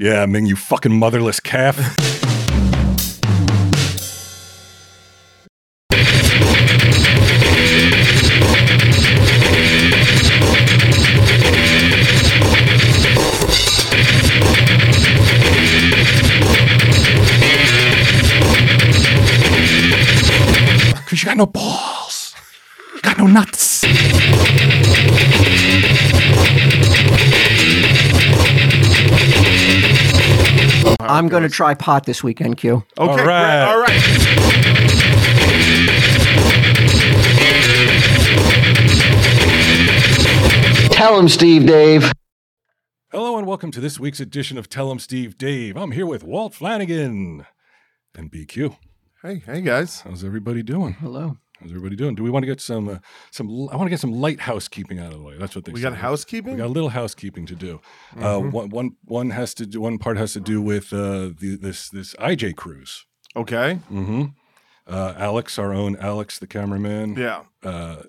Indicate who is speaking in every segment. Speaker 1: Yeah, Ming, you fucking motherless calf. Cause you got no balls. You got no nuts.
Speaker 2: I'm going to try pot this weekend, Q.
Speaker 3: Okay, great.
Speaker 1: right.
Speaker 3: all right.
Speaker 4: Tell him, Steve Dave.
Speaker 1: Hello and welcome to this week's edition of Tell 'em Steve Dave. I'm here with Walt Flanagan and BQ.
Speaker 3: Hey, hey guys.
Speaker 1: How's everybody doing?
Speaker 2: Hello.
Speaker 1: How's everybody doing? Do we want to get some uh, some? I want to get some light housekeeping out of the way. That's what they
Speaker 3: We
Speaker 1: say.
Speaker 3: got Mm-hmm.
Speaker 1: We
Speaker 3: housekeeping.
Speaker 1: got a little housekeeping to do. Uh, one, one, one has to do. One part has to do with uh, the, this this IJ cruise.
Speaker 3: okay.
Speaker 1: Mm-hmm. Uh, Alex, our own Alex, the cameraman,
Speaker 3: Yeah.
Speaker 1: uh,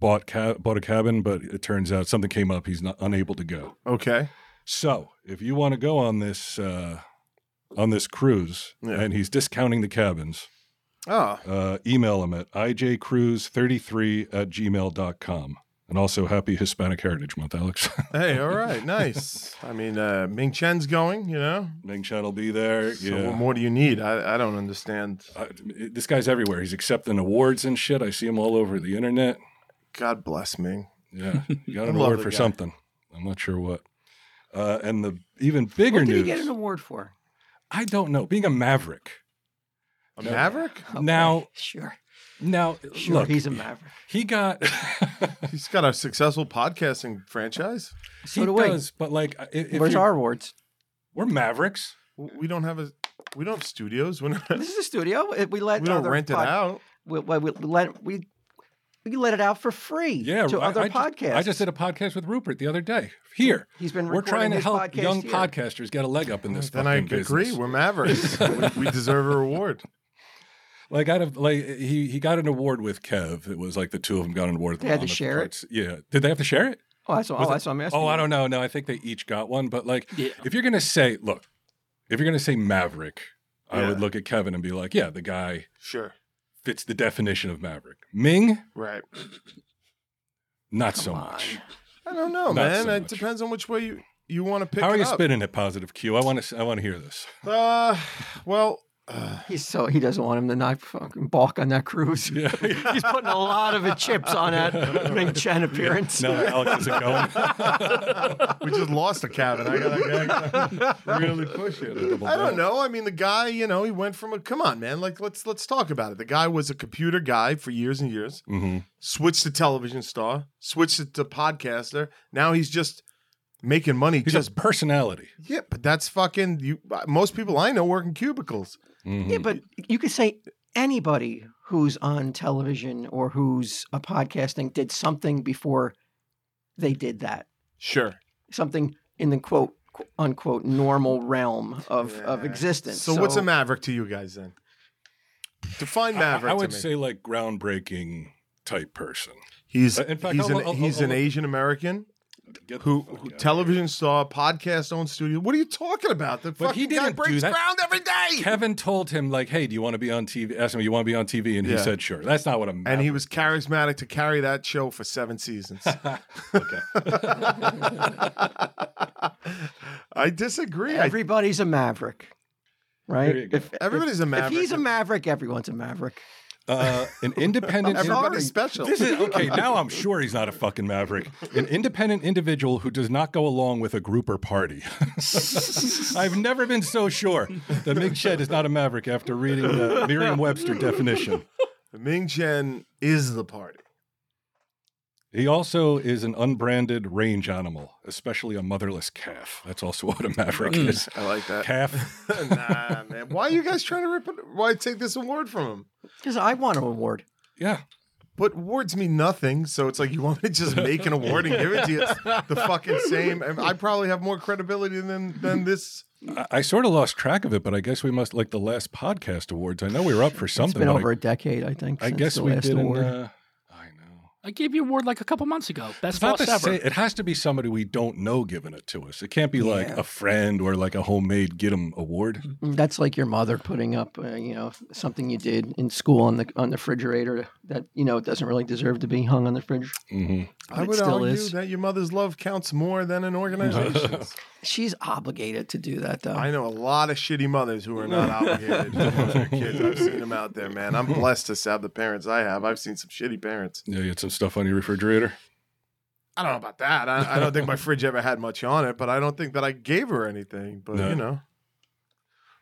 Speaker 1: bought ca- bought a cabin, but it turns out something came up. He's not unable to go.
Speaker 3: Okay.
Speaker 1: So if you want to go on this uh, on this cruise,
Speaker 3: Yeah.
Speaker 1: and he's discounting the cabins,
Speaker 3: Oh,
Speaker 1: uh, email him at ijcruise33 at gmail.com. And also, happy Hispanic Heritage Month, Alex.
Speaker 3: hey, all right, nice. I mean, uh, Ming Chen's going, you know.
Speaker 1: Ming Chen will be there.
Speaker 3: So
Speaker 1: yeah.
Speaker 3: what more do you need? I, I don't understand.
Speaker 1: I, this guy's everywhere. He's accepting awards and shit. I see him all over the internet.
Speaker 3: God bless Ming.
Speaker 1: Yeah. He got an
Speaker 3: love
Speaker 1: award
Speaker 3: the
Speaker 1: for
Speaker 3: guy.
Speaker 1: something. I'm not sure what. Uh, and the even bigger
Speaker 2: What did he
Speaker 1: news
Speaker 2: get an award for?
Speaker 1: I don't know. Being a maverick.
Speaker 3: A
Speaker 1: No.
Speaker 3: maverick?
Speaker 1: Now,
Speaker 2: Sure.
Speaker 1: now,
Speaker 2: Sure.
Speaker 1: look,
Speaker 2: he's a maverick.
Speaker 1: he got.
Speaker 3: He's got a successful podcasting franchise.
Speaker 2: So
Speaker 1: he
Speaker 2: do we.
Speaker 1: does, but like, uh, i- if
Speaker 2: Where's
Speaker 1: you're-
Speaker 2: our awards?
Speaker 1: We're mavericks.
Speaker 3: W- We don't have a. We don't have studios. We're not,
Speaker 2: This is a studio. We- We let
Speaker 3: we don't
Speaker 2: other
Speaker 3: rent it
Speaker 2: pod-
Speaker 3: out.
Speaker 2: We, we, we let we we let it out for free.
Speaker 1: Yeah,
Speaker 2: to
Speaker 1: I-
Speaker 2: other
Speaker 1: I ju-
Speaker 2: podcasts.
Speaker 1: I just did a podcast with Rupert the other day. Here,
Speaker 2: He's been.
Speaker 1: we're trying to help
Speaker 2: podcast
Speaker 1: young
Speaker 2: here.
Speaker 1: podcasters get a leg up in this.
Speaker 3: Then I
Speaker 1: fucking
Speaker 3: agree.
Speaker 1: business.
Speaker 3: We're mavericks. we, we deserve a reward.
Speaker 1: Like out of like he he got an award with Kev. It was like the two of them got an award.
Speaker 2: They had
Speaker 1: on
Speaker 2: to
Speaker 1: the
Speaker 2: share it?
Speaker 1: parts. Yeah, did they have to share it?
Speaker 2: Oh, that's, oh,
Speaker 1: Was it-
Speaker 2: that's what I'm asking.
Speaker 1: Oh,
Speaker 2: you.
Speaker 1: I don't know. No, I think they each got one. But like,
Speaker 5: Yeah.
Speaker 1: if you're gonna say, look, if you're gonna say Maverick, I
Speaker 3: Yeah.
Speaker 1: would look at Kevin and be like, yeah, the guy
Speaker 3: Sure.
Speaker 1: fits the definition of Maverick. Ming,
Speaker 3: Right.
Speaker 1: not so
Speaker 2: Come
Speaker 1: much.
Speaker 3: I don't know,
Speaker 1: Not
Speaker 3: man.
Speaker 1: so
Speaker 3: it
Speaker 1: much.
Speaker 3: depends on which way you you want to pick.
Speaker 1: How are
Speaker 3: it
Speaker 1: you
Speaker 3: up.
Speaker 1: spinning it, positive Q? I want to. I want to hear this.
Speaker 3: Uh, well, uh,
Speaker 2: He's so he doesn't want him to not fucking balk on that cruise.
Speaker 1: Yeah.
Speaker 2: He's putting a lot of chips on that Ming Chen appearance.
Speaker 1: No, Alex isn't going.
Speaker 3: we just lost a cabin. I gotta, I gotta really push it. I don't know. I mean, the guy, you know, he went from a come on, man. Like let's let's talk about it. The guy was a computer guy for years and years.
Speaker 1: hmm
Speaker 3: Switched to television star. Switched to, to podcaster. Now he's just making money.
Speaker 1: He's
Speaker 3: just
Speaker 1: a personality.
Speaker 3: yeah, but that's fucking you. Most people I know work in cubicles.
Speaker 1: Mm-hmm.
Speaker 2: Yeah,
Speaker 3: Mm.
Speaker 2: but you could say anybody who's on television or who's a podcasting did something before they did that.
Speaker 3: Sure.
Speaker 2: Something in the quote qu- unquote normal realm of, of
Speaker 3: Yeah.
Speaker 2: existence.
Speaker 3: So, what's a maverick to you guys then? Define maverick.
Speaker 1: I, I
Speaker 3: to
Speaker 1: would
Speaker 3: me.
Speaker 1: say like groundbreaking type person.
Speaker 3: he's
Speaker 1: Uh, in fact,
Speaker 3: he's
Speaker 1: I'll-
Speaker 3: an
Speaker 1: I'll- I'll-
Speaker 3: he's an
Speaker 1: I'll-
Speaker 3: Asian American.
Speaker 1: Get the
Speaker 3: who,
Speaker 1: fuck
Speaker 3: who
Speaker 1: out of
Speaker 3: television star, podcast owned studio. What are you talking about? The
Speaker 1: But
Speaker 3: fucking
Speaker 1: he
Speaker 3: guy
Speaker 1: didn't do
Speaker 3: breaks
Speaker 1: that.
Speaker 3: ground every
Speaker 1: here.
Speaker 3: day.
Speaker 1: Kevin told him like, "Hey, do you want to be on TV?" Asked him, "You want to be on TV?" And he
Speaker 3: Yeah.
Speaker 1: said, "Sure." That's not what I'm.
Speaker 3: And he was charismatic to carry that show for seven seasons.
Speaker 1: okay.
Speaker 3: I disagree. I-
Speaker 2: everybody's a maverick. Right?
Speaker 1: There you go.
Speaker 3: everybody's a
Speaker 2: if
Speaker 3: maverick.
Speaker 2: he's a maverick, everyone's a maverick.
Speaker 1: Uh, an independent.
Speaker 3: everybody's special.
Speaker 1: This is okay. Now I'm sure he's not a fucking maverick. An independent individual who does not go along with a group or party. I've never been so sure that Mig Shed is not a maverick after reading the Merriam-Webster definition.
Speaker 3: Ming Chen is the party.
Speaker 1: He also is an unbranded range animal, especially a motherless calf. That's also what a maverick
Speaker 2: Mm.
Speaker 1: is.
Speaker 3: I like that.
Speaker 1: Calf.
Speaker 3: nah, man. Why are you guys trying to rip it? Why take this award from him?
Speaker 2: Because I want an award.
Speaker 1: Yeah.
Speaker 3: But awards mean nothing, so it's like you want me to just make an award and give it to you. It's the fucking same. And I probably have more credibility than than this.
Speaker 1: I, I sort of lost track of it, but I guess we must like the last podcast awards. I know we were up for something.
Speaker 2: It's been
Speaker 1: but I-
Speaker 2: over a decade, I think.
Speaker 1: I
Speaker 2: since
Speaker 1: guess
Speaker 2: the
Speaker 1: we
Speaker 2: last
Speaker 1: didn't.
Speaker 2: award.
Speaker 1: Uh, I know.
Speaker 5: I gave you a award like a couple months ago. Best
Speaker 1: It's not
Speaker 5: boss
Speaker 1: the
Speaker 5: ever.
Speaker 1: same. It has to be somebody we don't know giving it to us. It can't be like
Speaker 2: Yeah.
Speaker 1: a friend or like a homemade get 'em award.
Speaker 2: That's like your mother putting up, uh, you know, something you did in school on the on the refrigerator that you know doesn't really deserve to be hung on the fridge.
Speaker 1: hmm
Speaker 2: But
Speaker 3: I
Speaker 2: it
Speaker 3: would
Speaker 2: still
Speaker 3: argue
Speaker 2: is.
Speaker 3: that your mother's love counts more than an organization's.
Speaker 2: She's obligated to do that though.
Speaker 3: I know a lot of shitty mothers who are not obligated to love their kids. I've seen them out there, man. I'm blessed to have the parents I have. I've seen some shitty parents.
Speaker 1: Yeah, you had some stuff on your refrigerator.
Speaker 3: I don't know about that. I, I don't think my fridge ever had much on it, but I don't think that I gave her anything. But
Speaker 1: No.
Speaker 3: you know,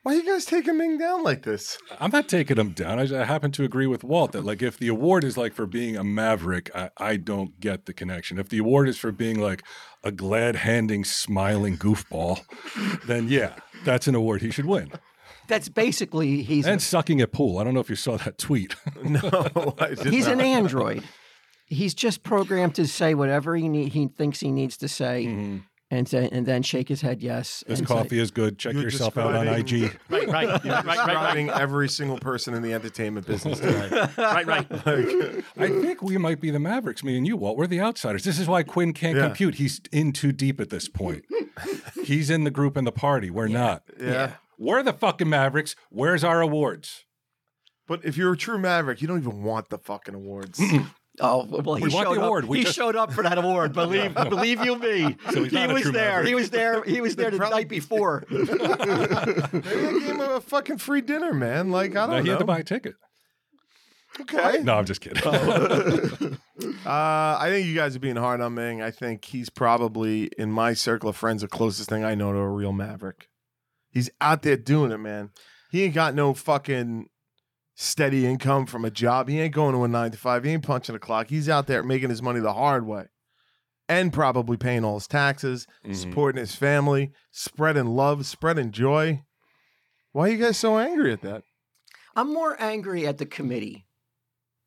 Speaker 3: why you guys taking Ming down like this?
Speaker 1: I'm not taking them down. I, I happen to agree with Walt that like if the award is like for being a maverick, I, I don't get the connection. If the award is for being like a glad handing, smiling goofball, then yeah, that's an award he should win.
Speaker 2: That's basically he's
Speaker 1: And sucking at pool. I don't know if you saw that tweet.
Speaker 3: No, I did
Speaker 2: he's an
Speaker 3: not.
Speaker 2: android. He's just programmed to say whatever he need, he thinks he needs to say, and then and then shake his head yes.
Speaker 1: Mm-hmm. This
Speaker 2: and say-
Speaker 1: coffee is good. Check
Speaker 3: You're
Speaker 1: yourself out on
Speaker 3: describing-
Speaker 1: IG.
Speaker 5: Right, right, right,
Speaker 3: You're
Speaker 5: right, right,
Speaker 3: describing every single person in the entertainment business tonight.
Speaker 5: right, right.
Speaker 3: Like,
Speaker 1: I think we might be the Mavericks, me and you, Walt. We're the outsiders. This is why Quinn can't
Speaker 3: Yeah.
Speaker 1: compute. He's in too deep at this point. He's in the group and the party. We're not.
Speaker 3: yeah.
Speaker 1: We're the fucking Mavericks. Where's our awards?
Speaker 3: But if you're a true maverick, you don't even want the fucking awards.
Speaker 2: Oh well, he
Speaker 1: We want
Speaker 2: showed
Speaker 1: the award.
Speaker 2: up.
Speaker 1: We
Speaker 2: he
Speaker 1: just-
Speaker 2: showed up for that award. Believe believe you me.
Speaker 1: So he's
Speaker 2: he
Speaker 1: not a
Speaker 2: was
Speaker 1: true
Speaker 2: there.
Speaker 1: maverick.
Speaker 2: He was there. He was there the
Speaker 3: probably-
Speaker 2: night before.
Speaker 3: Maybe I gave him a fucking free dinner, man. Like I don't
Speaker 1: No, he
Speaker 3: know.
Speaker 1: had to buy a ticket.
Speaker 3: okay.
Speaker 1: No, I'm just kidding.
Speaker 3: Oh. Uh, I think you guys are being hard on Ming. I think he's probably in my circle of friends the closest thing I know to a real maverick. He's out there doing it, man. He ain't got no fucking steady income from a job. He ain't going to a nine to five. He ain't punching a clock. He's out there making his money the hard way. And probably paying all his taxes,
Speaker 1: Mm-hmm. Mm.
Speaker 3: supporting his family, spreading love, spreading joy. Why are you guys so angry at that?
Speaker 2: I'm more angry at the committee,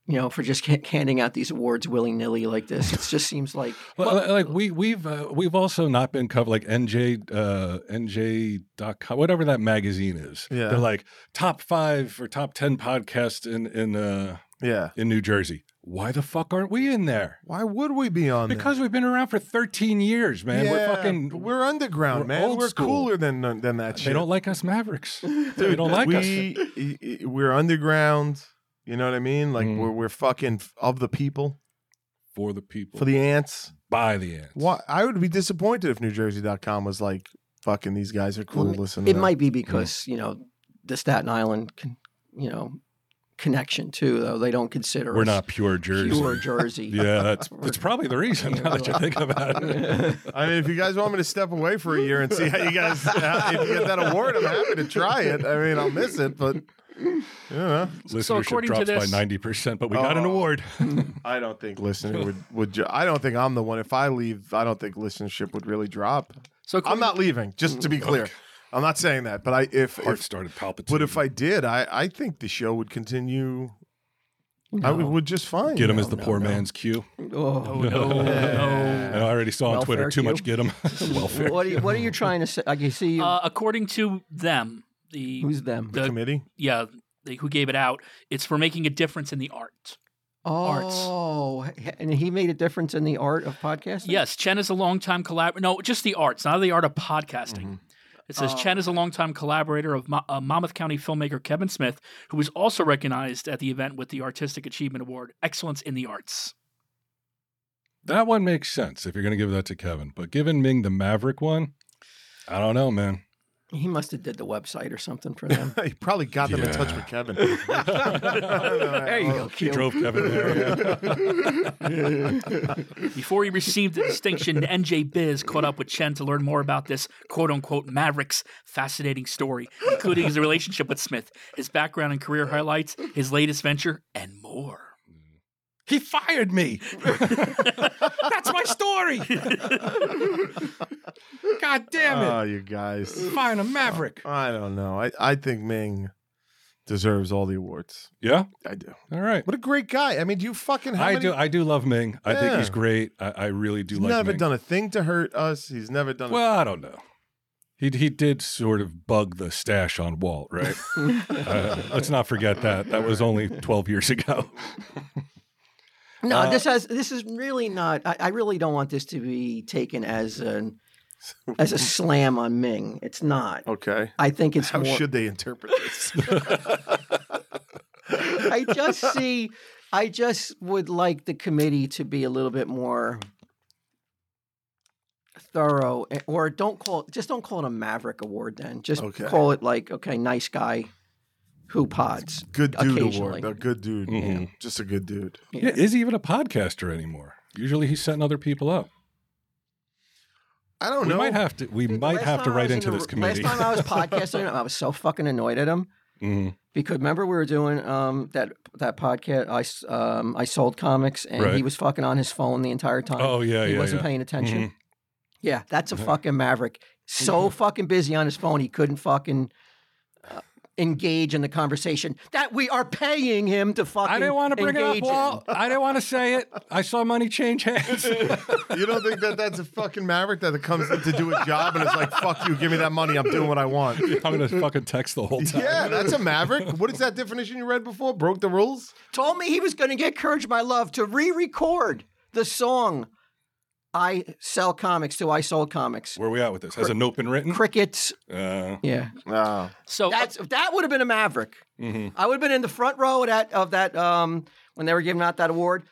Speaker 2: you know, for just ha- handing out these awards willy nilly like this. It just seems like
Speaker 1: Well, li- like we we've uh, we've also not been covered like NJ uh, NJ.com whatever that magazine is.
Speaker 3: Yeah.
Speaker 1: They're like top five or top ten podcasts in in uh,
Speaker 3: Yeah.
Speaker 1: in New Jersey. Why the fuck aren't we in there?
Speaker 3: Why would we be on there?
Speaker 1: Because we've been around for 13 years, man. we're
Speaker 3: Yeah,
Speaker 1: fucking.
Speaker 3: but we're underground,
Speaker 1: we're
Speaker 3: man.
Speaker 1: old
Speaker 3: We're
Speaker 1: school.
Speaker 3: cooler than than that
Speaker 1: they
Speaker 3: shit.
Speaker 1: don't like us Mavericks. they don't like us.
Speaker 3: we, i- i- We're underground. You know what I mean? Like
Speaker 1: Mm.
Speaker 3: we're we're fucking f- of the people
Speaker 1: For the people.
Speaker 3: for the ants.
Speaker 1: by the ants.
Speaker 3: Why I would be disappointed if NewJersey.com was like fucking these guys are cool.
Speaker 2: Well,
Speaker 3: Listen, to
Speaker 2: it
Speaker 3: them.
Speaker 2: might be because you know the Staten Island, con- you know, connection too. Though they don't consider
Speaker 1: We're
Speaker 2: us
Speaker 1: not pure Jersey.
Speaker 2: pure Jersey.
Speaker 1: Yeah, that's it's probably the reason now that you think about it.
Speaker 3: I mean, if you guys want me to step away for a year and see how you guys how- if you get that award, I'm happy to try it. I mean, I'll miss it, but you know,
Speaker 1: Listenership
Speaker 5: according to
Speaker 1: drops
Speaker 5: this-
Speaker 1: by 90%, but we got an
Speaker 3: Oh.
Speaker 1: award.
Speaker 3: I don't think listening would would. Ju- I don't think I'm the one. If I leave, I don't think listenership would really drop.
Speaker 5: So
Speaker 3: I'm not leaving. Just to be clear, I'm not saying that. But I if,
Speaker 1: Heart
Speaker 3: if
Speaker 1: started palpitating.
Speaker 3: but if I did, I I think the show would continue. I would, would just fine.
Speaker 1: Get him as
Speaker 3: No,
Speaker 1: the
Speaker 3: no,
Speaker 1: poor
Speaker 3: no.
Speaker 1: man's cue.
Speaker 2: Oh.
Speaker 1: I know, I already saw on Twitter
Speaker 2: Welfare
Speaker 1: too much
Speaker 2: cue.
Speaker 1: get him. Welfare.
Speaker 2: Oh, What are you, what are you trying to say? I can see you.
Speaker 5: Uh, according to them, the
Speaker 2: Who's them?
Speaker 5: the-
Speaker 3: committee.
Speaker 5: yeah, the, who gave it out, it's for making a difference in the art. arts.
Speaker 2: oh, h- and he made a difference in the art of podcasting.
Speaker 5: Yes, Chen is a longtime collaborator. No, just the arts, not the art of podcasting.
Speaker 3: Mm-hmm.
Speaker 5: It says Chen is a longtime collaborator of Mo- uh, Monmouth County filmmaker Kevin Smith, who was also recognized at the event with the Artistic Achievement Award, Excellence in the Arts.
Speaker 1: That one makes sense if you're going to give that to Kevin. But giving Ming the Maverick one, I don't know, man.
Speaker 2: he must have did the website or something for them.
Speaker 1: Mm-hmm.
Speaker 3: he probably got them in touch with Kevin.
Speaker 2: there you go.
Speaker 1: He
Speaker 2: Q.
Speaker 1: drove Kevin there. yeah.
Speaker 5: Before he received the distinction, NJ Biz caught up with Chen to learn more about this quote unquote Mavericks fascinating story, including his relationship with Smith, his background and career highlights, his latest venture, and more.
Speaker 1: He fired me. That's my story. God damn
Speaker 3: Oh,
Speaker 1: it.
Speaker 3: you guys.
Speaker 1: Firing a maverick.
Speaker 3: I don't know. I I think Ming deserves all the awards.
Speaker 1: Yeah.
Speaker 3: I do.
Speaker 1: All right.
Speaker 3: What a great guy. I mean, do you fucking how
Speaker 1: I
Speaker 3: many-
Speaker 1: do. I do love Ming. I think he's
Speaker 3: Yeah.
Speaker 1: great. I, I really do
Speaker 3: He's
Speaker 1: like
Speaker 3: never
Speaker 1: Ming.
Speaker 3: done a thing to hurt us. He's never done.
Speaker 1: well, I don't know. He he did sort of bug the stash on Walt, right? uh, let's not forget that. That was only twelve years ago.
Speaker 2: No,
Speaker 1: Uh,
Speaker 2: this has this is really not. I, I really don't want this to be taken as an as a slam on Ming. It's not.
Speaker 3: Okay.
Speaker 2: I think it's
Speaker 3: How
Speaker 2: more.
Speaker 3: should they interpret this?
Speaker 2: I just see. I just would like the committee to be a little bit more thorough, eh, or don't call it, just don't call it a Maverick Award. Then just
Speaker 3: Okay.
Speaker 2: call it like okay, nice guy who pods.
Speaker 3: good dude award.
Speaker 2: Occasionally.
Speaker 3: A good dude.
Speaker 1: Mhm.
Speaker 3: Just a good dude.
Speaker 1: Yeah, is he even a podcaster anymore? Usually he's setting other people up.
Speaker 3: I don't
Speaker 1: We
Speaker 3: know.
Speaker 1: might have to. We might
Speaker 2: Last
Speaker 1: have to
Speaker 2: time I
Speaker 1: write
Speaker 2: was in
Speaker 1: into
Speaker 2: the-
Speaker 1: this committee.
Speaker 2: Last time I was podcasting, I was so fucking annoyed at him.
Speaker 1: Mhm.
Speaker 2: because remember we were doing um, that that podcast. I s- um, I sold comics, and he
Speaker 1: Right.
Speaker 2: was fucking on his phone the entire time.
Speaker 1: Oh yeah,
Speaker 2: he
Speaker 1: yeah,
Speaker 2: wasn't
Speaker 1: yeah. Uh-huh.
Speaker 2: paying attention.
Speaker 1: Mhm.
Speaker 2: Yeah, that's a fucking maverick. So
Speaker 1: Mm-hmm.
Speaker 2: fucking busy on his phone, he couldn't fucking uh, engage in the conversation that we are paying him to fucking.
Speaker 1: I didn't want to bring it up.
Speaker 2: engage in.
Speaker 1: Walt. I didn't want to say it. I saw money change hands.
Speaker 3: You don't think that that's a fucking maverick that comes to do a job and it's like, fuck you, give me that money. I'm doing what I want.
Speaker 1: I'm gonna fucking text the whole time.
Speaker 3: Yeah, that's a maverick. What is that definition you read before? Broke the rules?
Speaker 2: Told me he was going to get Courage My Love to re-record the song. I sell comics to I sold comics.
Speaker 1: Where are we at with this? Has a note been written?
Speaker 2: Crickets.
Speaker 1: Uh,
Speaker 2: Yeah.
Speaker 3: No.
Speaker 1: Oh,
Speaker 5: So uh,
Speaker 2: That's that would have been a maverick.
Speaker 1: mhm.
Speaker 2: I would have been in the front row of that of that um, when they were giving out that award.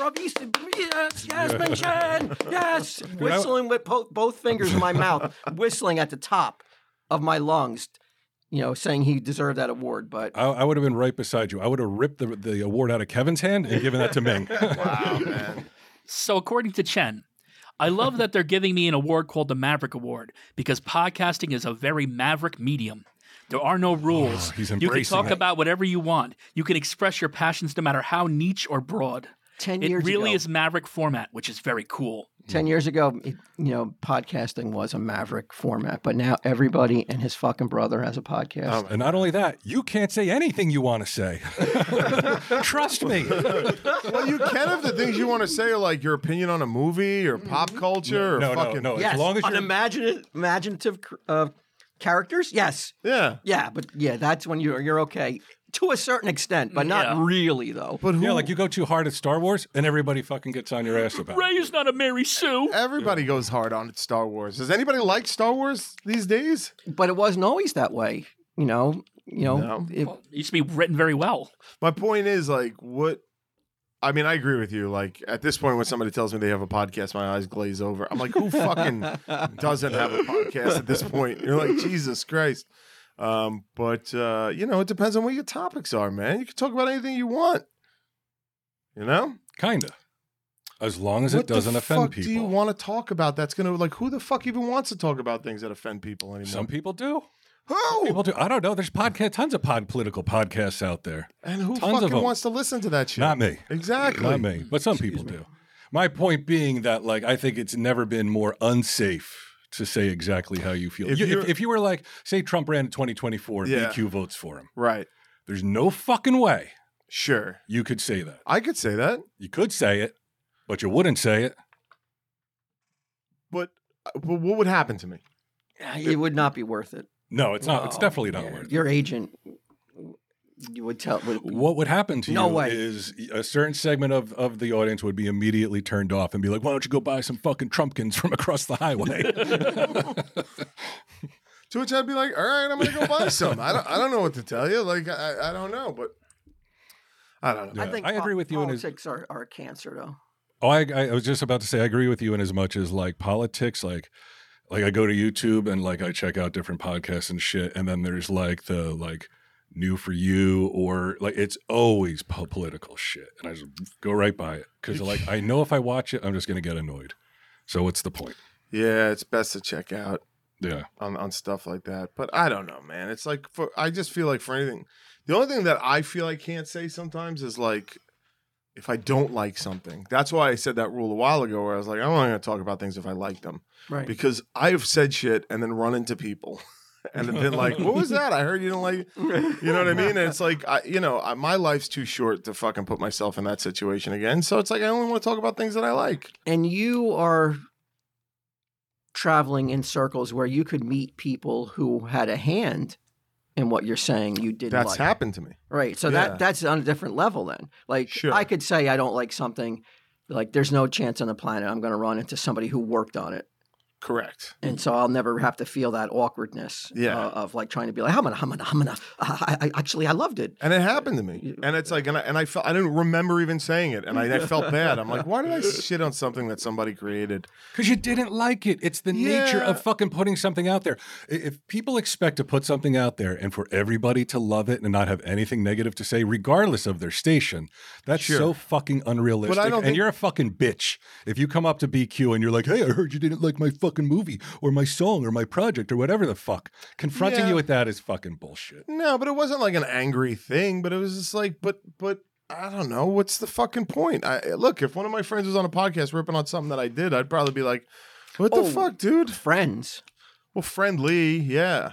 Speaker 2: Rob Easton, yes, yes, Minchin, uh, yes, whistling with po- both fingers in my mouth, whistling at the top of my lungs, you know, saying he deserved that award. But
Speaker 1: I, I would have been right beside you. I would have ripped the, the award out of Kevin's hand and given that to Ming.
Speaker 3: Wow, man.
Speaker 5: So, according to Chen, I love that they're giving me an award called the Maverick Award because podcasting is a very maverick medium. There are no rules.
Speaker 1: Oh, he's
Speaker 5: you can
Speaker 1: embracing
Speaker 5: talk
Speaker 1: it.
Speaker 5: about whatever you want. You can express your passions no matter how niche or broad.
Speaker 2: ten
Speaker 5: It
Speaker 2: years
Speaker 5: really
Speaker 2: ago,
Speaker 5: is maverick format, which is very cool.
Speaker 2: ten years ago, it, you know, podcasting was a maverick format, but now everybody and his fucking brother has a podcast.
Speaker 1: and not only that, you can't say anything you want to say. Trust me.
Speaker 3: Well, you can if the things you want to say are like your opinion on a movie or pop culture
Speaker 1: Mm-hmm.
Speaker 3: or
Speaker 1: No, no,
Speaker 3: fucking.
Speaker 1: no.
Speaker 2: yes,
Speaker 1: As long as
Speaker 2: on
Speaker 1: you're
Speaker 2: imaginative, imaginative cr- uh, characters, yes,
Speaker 3: Yeah.
Speaker 2: Yeah, but yeah, that's when you're you're okay to a certain extent, but not
Speaker 5: Yeah.
Speaker 2: really though.
Speaker 3: But who?
Speaker 1: yeah, like you go too hard at Star Wars, and everybody fucking gets on your ass about it.
Speaker 5: Ray is not a Mary Sue.
Speaker 3: Everybody goes hard on Star Wars. Does anybody like Star Wars these days?
Speaker 2: But it wasn't always that way, you know. You know,
Speaker 3: No.
Speaker 2: it-
Speaker 5: Well, it used to be written very well.
Speaker 3: My point is like what I mean, I agree with you. Like at this point when somebody tells me they have a podcast, my eyes glaze over. I'm like, who fucking doesn't have a podcast at this point? You're like, Jesus Christ. Um, but uh, you know, it depends on what your topics are, man. You can talk about anything you want. You know?
Speaker 1: Kinda. As long as
Speaker 3: what
Speaker 1: it doesn't
Speaker 3: the
Speaker 1: offend
Speaker 3: fuck
Speaker 1: people.
Speaker 3: Do you want to talk about that's gonna like who the fuck even wants to talk about things that offend people anymore?
Speaker 1: Some people do.
Speaker 3: who?
Speaker 1: People do. I don't know. There's podcast, tons of pod political podcasts out there.
Speaker 3: and who
Speaker 1: tons of
Speaker 3: fucking
Speaker 1: them.
Speaker 3: wants to listen to that shit?
Speaker 1: Not me.
Speaker 3: Exactly.
Speaker 1: Not me, but some people do. My point being that, like, I think it's never been more unsafe to say exactly how you feel.
Speaker 3: If
Speaker 1: If you,
Speaker 3: you're-
Speaker 1: if, if you were like, say, Trump ran in 2024,
Speaker 3: Yeah.
Speaker 1: BQ votes for him.
Speaker 3: Right.
Speaker 1: There's no fucking way
Speaker 3: Sure.
Speaker 1: you could say that.
Speaker 3: I could say that.
Speaker 1: You could say it, but you wouldn't say it.
Speaker 3: But, uh, but what would happen to me?
Speaker 2: it would not be worth it.
Speaker 1: No, it's not. It's
Speaker 2: Oh,
Speaker 5: No.
Speaker 1: definitely not
Speaker 2: Yeah,
Speaker 1: worth it.
Speaker 2: Your agent, you would tell. Would,
Speaker 1: What would happen to
Speaker 2: No
Speaker 1: you
Speaker 2: way.
Speaker 1: is a certain segment of, of the audience would be immediately turned off and be like, why don't you go buy some fucking Trumpkins from across the highway?
Speaker 3: To which I'd be like, all right, I'm gonna go buy some. I don't, I don't know what to tell you. Like, I, I don't know, but I don't know.
Speaker 1: Yeah, I agree
Speaker 2: po-
Speaker 1: with you in his-
Speaker 2: Politics are, are a cancer though.
Speaker 1: Oh, I, I I was just about to say I agree with you in as much as like politics, like like I go to YouTube and like I check out different podcasts and shit, and then there's like the like new for you or like it's always po- political shit, and I just go right by it because like I know if I watch it, I'm just gonna get annoyed. So what's the point?
Speaker 3: Yeah, it's best to check out
Speaker 1: Yeah,
Speaker 3: on on stuff like that. But I don't know, man. It's like for I just feel like for anything, the only thing that I feel I can't say sometimes is like if I don't like something. That's why I said that rule a while ago, where I was like, I'm only gonna talk about things if I like them.
Speaker 2: Right.
Speaker 3: because I've said shit and then run into people and have been like, "What was that? I heard you didn't like." it." You know what I mean? And it's like, I, you know, I, my life's too short to fucking put myself in that situation again. So it's like I only want to talk about things that I like.
Speaker 2: and you are traveling in circles where you could meet people who had a hand in what you're saying you didn't
Speaker 3: That's
Speaker 2: like.
Speaker 3: happened to me.
Speaker 2: Right. So
Speaker 3: Yeah.
Speaker 2: that that's on a different level then. Like
Speaker 3: Sure.
Speaker 2: I could say I don't like something like there's no chance on the planet I'm going to run into somebody who worked on it.
Speaker 3: Correct.
Speaker 2: And so I'll never have to feel that awkwardness
Speaker 3: Mm. Yeah.
Speaker 2: uh, of like trying to be like I'm gonna I'm gonna I'm gonna I, I, I- actually I loved it.
Speaker 3: And it happened to me. And it's like, and I, and I felt, I didn't remember even saying it. And I, I felt bad. I'm like, why did I shit on something that somebody created?
Speaker 1: Because you didn't like it. It's the nature
Speaker 3: Yeah.
Speaker 1: of fucking putting something out there. I- If people expect to put something out there and for everybody to love it and not have anything negative to say, regardless of their station, that's
Speaker 3: Sure.
Speaker 1: so fucking unrealistic.
Speaker 3: But I don't
Speaker 1: and
Speaker 3: think-
Speaker 1: you're a fucking bitch. If you come up to BQ and you're like, hey, I heard you didn't like my fucking movie or my song or my project or whatever the fuck, confronting
Speaker 3: Yeah.
Speaker 1: you with that is fucking bullshit.
Speaker 3: No, but it wasn't like an angry thing, but it was just like, but, but I don't know. What's the fucking point? I eh, Look, if one of my friends was on a podcast ripping on something that I did, I'd probably be like, what the
Speaker 2: Oh.
Speaker 3: fuck, dude?
Speaker 2: Friends.
Speaker 3: Well, friendly, yeah.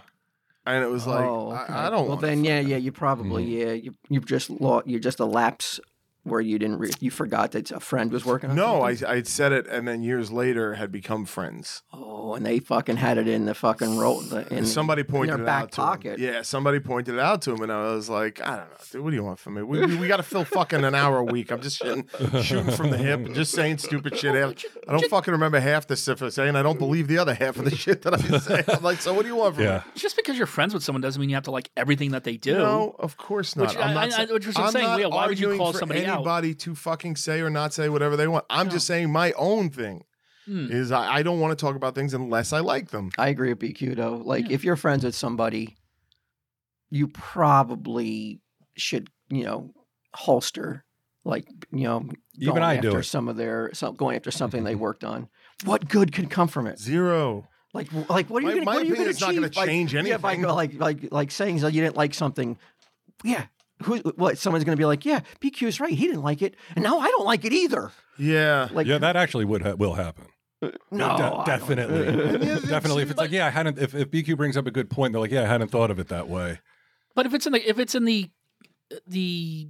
Speaker 3: And it was like,
Speaker 2: oh, okay.
Speaker 3: I, I don't
Speaker 2: Well
Speaker 3: want to
Speaker 2: then yeah yeah you probably
Speaker 3: Mm-hmm.
Speaker 2: yeah you you've just lost you just a lapse where you didn't re- you forgot that a friend was working on
Speaker 3: No,
Speaker 2: something.
Speaker 3: I I said it, and then years later had become friends.
Speaker 2: oh and they fucking had it in the fucking roll the, in
Speaker 3: And somebody pointed
Speaker 2: their
Speaker 3: it
Speaker 2: back
Speaker 3: out
Speaker 2: pocket.
Speaker 3: to him. Yeah, somebody pointed it out to him, and I was like, I don't know, dude. What do you want from me? We, we, got to fill fucking an hour a week. I'm just shooting, shooting from the hip and just saying stupid shit. I don't fucking remember half the stuff I say, and I don't believe the other half of the shit that I say. I'm like, so what do you want from
Speaker 1: Yeah.
Speaker 3: me?
Speaker 5: Just because you're friends with someone doesn't mean you have to like everything that they do.
Speaker 3: No, of course not.
Speaker 5: Which
Speaker 3: I'm
Speaker 5: I-
Speaker 3: not
Speaker 5: I-
Speaker 3: sa-
Speaker 5: I- which is what I'm saying,
Speaker 3: not
Speaker 5: Leah, why would you
Speaker 3: arguing
Speaker 5: call
Speaker 3: for
Speaker 5: somebody out?
Speaker 3: anybody to fucking say or not say whatever they want. I'm just saying my own thing
Speaker 5: Mm. Hmm.
Speaker 3: is I, I don't want to talk about things unless I like them.
Speaker 2: I agree with BQ though. Like if you're friends with somebody, you probably should, you know, holster like you know,
Speaker 1: Even
Speaker 2: going
Speaker 1: I do
Speaker 2: after
Speaker 1: it.
Speaker 2: some of their some going after something they worked on. What good could come from it?
Speaker 3: Zero.
Speaker 2: Like like what are
Speaker 3: My-
Speaker 2: you going
Speaker 3: my
Speaker 2: what are you going to
Speaker 3: opinion's not gonna change
Speaker 2: Yeah, by,
Speaker 3: anything.
Speaker 2: go- like like like saying that you didn't like something. Yeah. Who what someone's going to be like, "Yeah, BQ is right. He didn't like it, and now I don't like it either."
Speaker 3: Yeah.
Speaker 2: Like
Speaker 1: yeah, that actually would ha- will happen.
Speaker 2: no,
Speaker 1: De-
Speaker 2: I don't-
Speaker 1: definitely,
Speaker 3: Yeah, it's-
Speaker 1: definitely. If it's like, yeah, I hadn't. If, if BQ brings up a good point, they're like, yeah, I hadn't thought of it that way.
Speaker 5: But if it's in the if it's in the the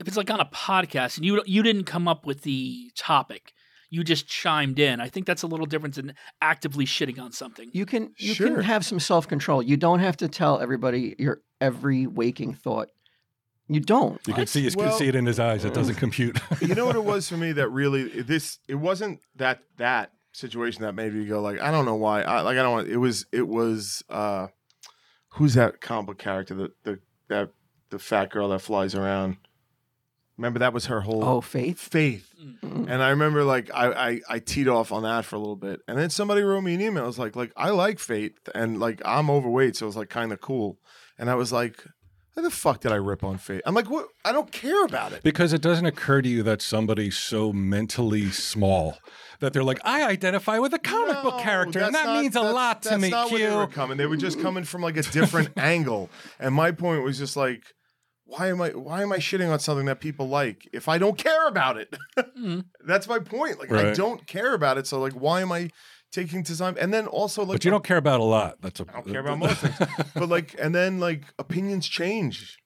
Speaker 5: if it's like on a podcast and you you didn't come up with the topic, you just chimed in. I think that's a little different than actively shitting on something.
Speaker 2: you can you
Speaker 3: Sure.
Speaker 2: can have some self control. You don't have to tell everybody your every waking thought. You don't.
Speaker 1: You can see, you
Speaker 3: well-
Speaker 1: can see it in his eyes. It doesn't compute.
Speaker 3: you know what it was for me that really this it wasn't that that situation that made me go like I don't know why I like I don't want it was it was uh who's that comic book character the the that the fat girl that flies around remember that was her whole
Speaker 2: Oh, faith.
Speaker 3: faith
Speaker 2: Mm.
Speaker 3: and I remember like I, I I teed off on that for a little bit and then somebody wrote me an email I was like like I like faith and like I'm overweight so it was like kind of cool and I was like how the fuck did I rip on faith I'm like what I don't care about it
Speaker 1: because it doesn't occur to you that somebody's so mentally small that they're like, I identify with a comic book
Speaker 3: No,
Speaker 1: character, and
Speaker 3: that's
Speaker 1: that
Speaker 3: not-
Speaker 1: means a
Speaker 3: that's-
Speaker 1: lot to me.
Speaker 3: That's not where they were
Speaker 1: Q.
Speaker 3: coming. They were just coming from like a different angle. And my point was just like, why am I why am I shitting on something that people like if I don't care about it?
Speaker 1: Hmm.
Speaker 3: that's my point. Like I
Speaker 1: Right.
Speaker 3: don't care about it. So like, why am I taking to time? And then also like,
Speaker 1: But you don't care about a lot. That's a,
Speaker 3: uh, I don't care about most things. But like, and then like opinions change.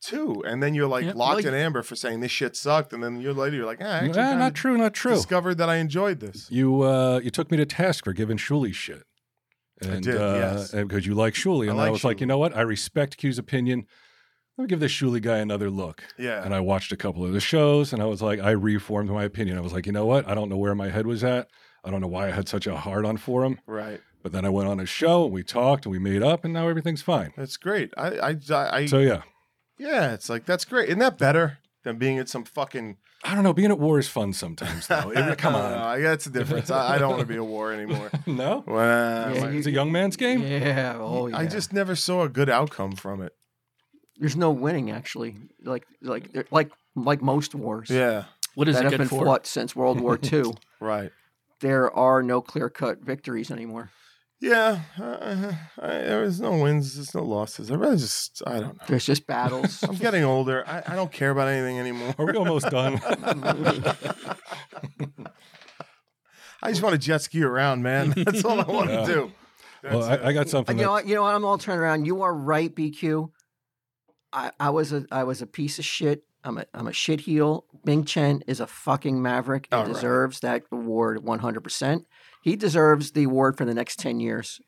Speaker 3: Too, and then you're like
Speaker 5: Yeah,
Speaker 3: locked
Speaker 5: well,
Speaker 3: in amber for saying this shit sucked, and then you're later you're like, ah, I actually
Speaker 1: Nah,
Speaker 3: kinda
Speaker 1: not true. Not true.
Speaker 3: discovered that I enjoyed this.
Speaker 1: You uh, you took me to task for giving Shuli shit. And, uh,
Speaker 3: did, yes.
Speaker 1: and because you like Shuli,
Speaker 3: I
Speaker 1: and I,
Speaker 3: like
Speaker 1: was like, you
Speaker 3: Shuli.
Speaker 1: know what? I respect Q's opinion. Let me give this Shuli guy another look.
Speaker 3: Yeah,
Speaker 1: And I watched a couple of the shows, and I was like, I reformed my opinion. I was like, you know what? I don't know where my head was at. I don't know why I had such a hard on for him.
Speaker 3: right.
Speaker 1: But then I went on a show, we talked, and we made up, and now everything's fine.
Speaker 3: That's great. I, I, I, I
Speaker 1: So yeah,
Speaker 3: yeah, it's like that's great. Isn't that better than being at some fucking?
Speaker 1: I don't know. Being at war is fun sometimes, though. It- come on,
Speaker 3: I, that's the difference. I, I don't want to be a war anymore.
Speaker 1: no,
Speaker 3: Well,
Speaker 2: Yeah,
Speaker 3: I-
Speaker 1: it's a young man's game.
Speaker 2: Yeah. Oh, yeah.
Speaker 3: I just never saw a good outcome from it.
Speaker 2: there's no winning actually. Like like there- like like most wars
Speaker 3: Yeah,
Speaker 5: What is
Speaker 2: that
Speaker 5: it
Speaker 2: have
Speaker 5: good
Speaker 2: been
Speaker 5: for?
Speaker 2: fought since World War II.
Speaker 3: right.
Speaker 2: There are no clear cut victories anymore.
Speaker 3: Yeah, uh, I, there's no wins, there's no losses. I really just, I don't know.
Speaker 2: There's just battles.
Speaker 3: I'm getting older. I, I don't care about anything
Speaker 1: Are we
Speaker 3: anymore.
Speaker 1: almost done?
Speaker 3: I just want to jet ski around, man. That's all I want to
Speaker 1: Yeah.
Speaker 3: do.
Speaker 1: well,
Speaker 3: That's
Speaker 1: I, I got
Speaker 2: you
Speaker 1: something.
Speaker 2: know
Speaker 1: That,
Speaker 2: what? You know what? I'm all turned around. You are right, BQ. I, I was a I was a piece of shit. I'm a I'm a shit heel. Bing Chen is a fucking maverick. He
Speaker 3: All right.
Speaker 2: deserves that award 100. percent He deserves the award for the next 10 years.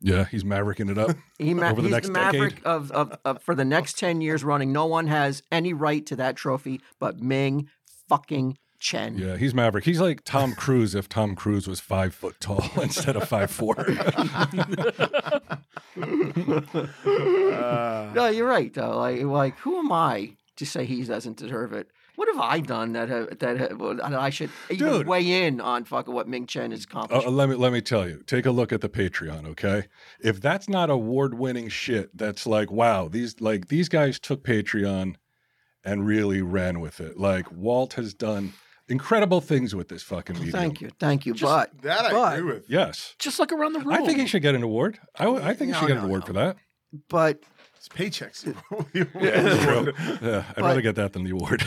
Speaker 1: Yeah, he's mavericking it up.
Speaker 2: He ma-
Speaker 1: Over the
Speaker 2: he's
Speaker 1: next
Speaker 2: the maverick
Speaker 1: decade.
Speaker 2: of, of, of for the next ten years running. No one has any right to that trophy but Ming fucking Chen.
Speaker 1: Yeah, he's maverick. He's like Tom Cruise if Tom Cruise was five foot tall instead of five four.
Speaker 2: No, you're right though. Like, like who am I to say he doesn't deserve it? What have I done that have, that, have, that I should even
Speaker 1: Dude.
Speaker 2: weigh in on fucking what Ming Chen has accomplished?
Speaker 1: Uh, let me let me tell you. Take a look at the Patreon, okay? If that's not award-winning shit, that's like wow. These like these guys took Patreon and really ran with it. Like Walt has done incredible things with this fucking medium.
Speaker 2: thank you, thank you. but
Speaker 3: That
Speaker 2: But-
Speaker 3: I agree with.
Speaker 1: Yes,
Speaker 5: Just like around the room.
Speaker 1: I think he should get an award. I, w- I think he
Speaker 2: No,
Speaker 1: should get
Speaker 2: no,
Speaker 1: an award
Speaker 2: no.
Speaker 1: for that.
Speaker 2: but
Speaker 3: It's paychecks.
Speaker 1: True. Yeah, I'd
Speaker 2: But-
Speaker 1: rather get that than the award.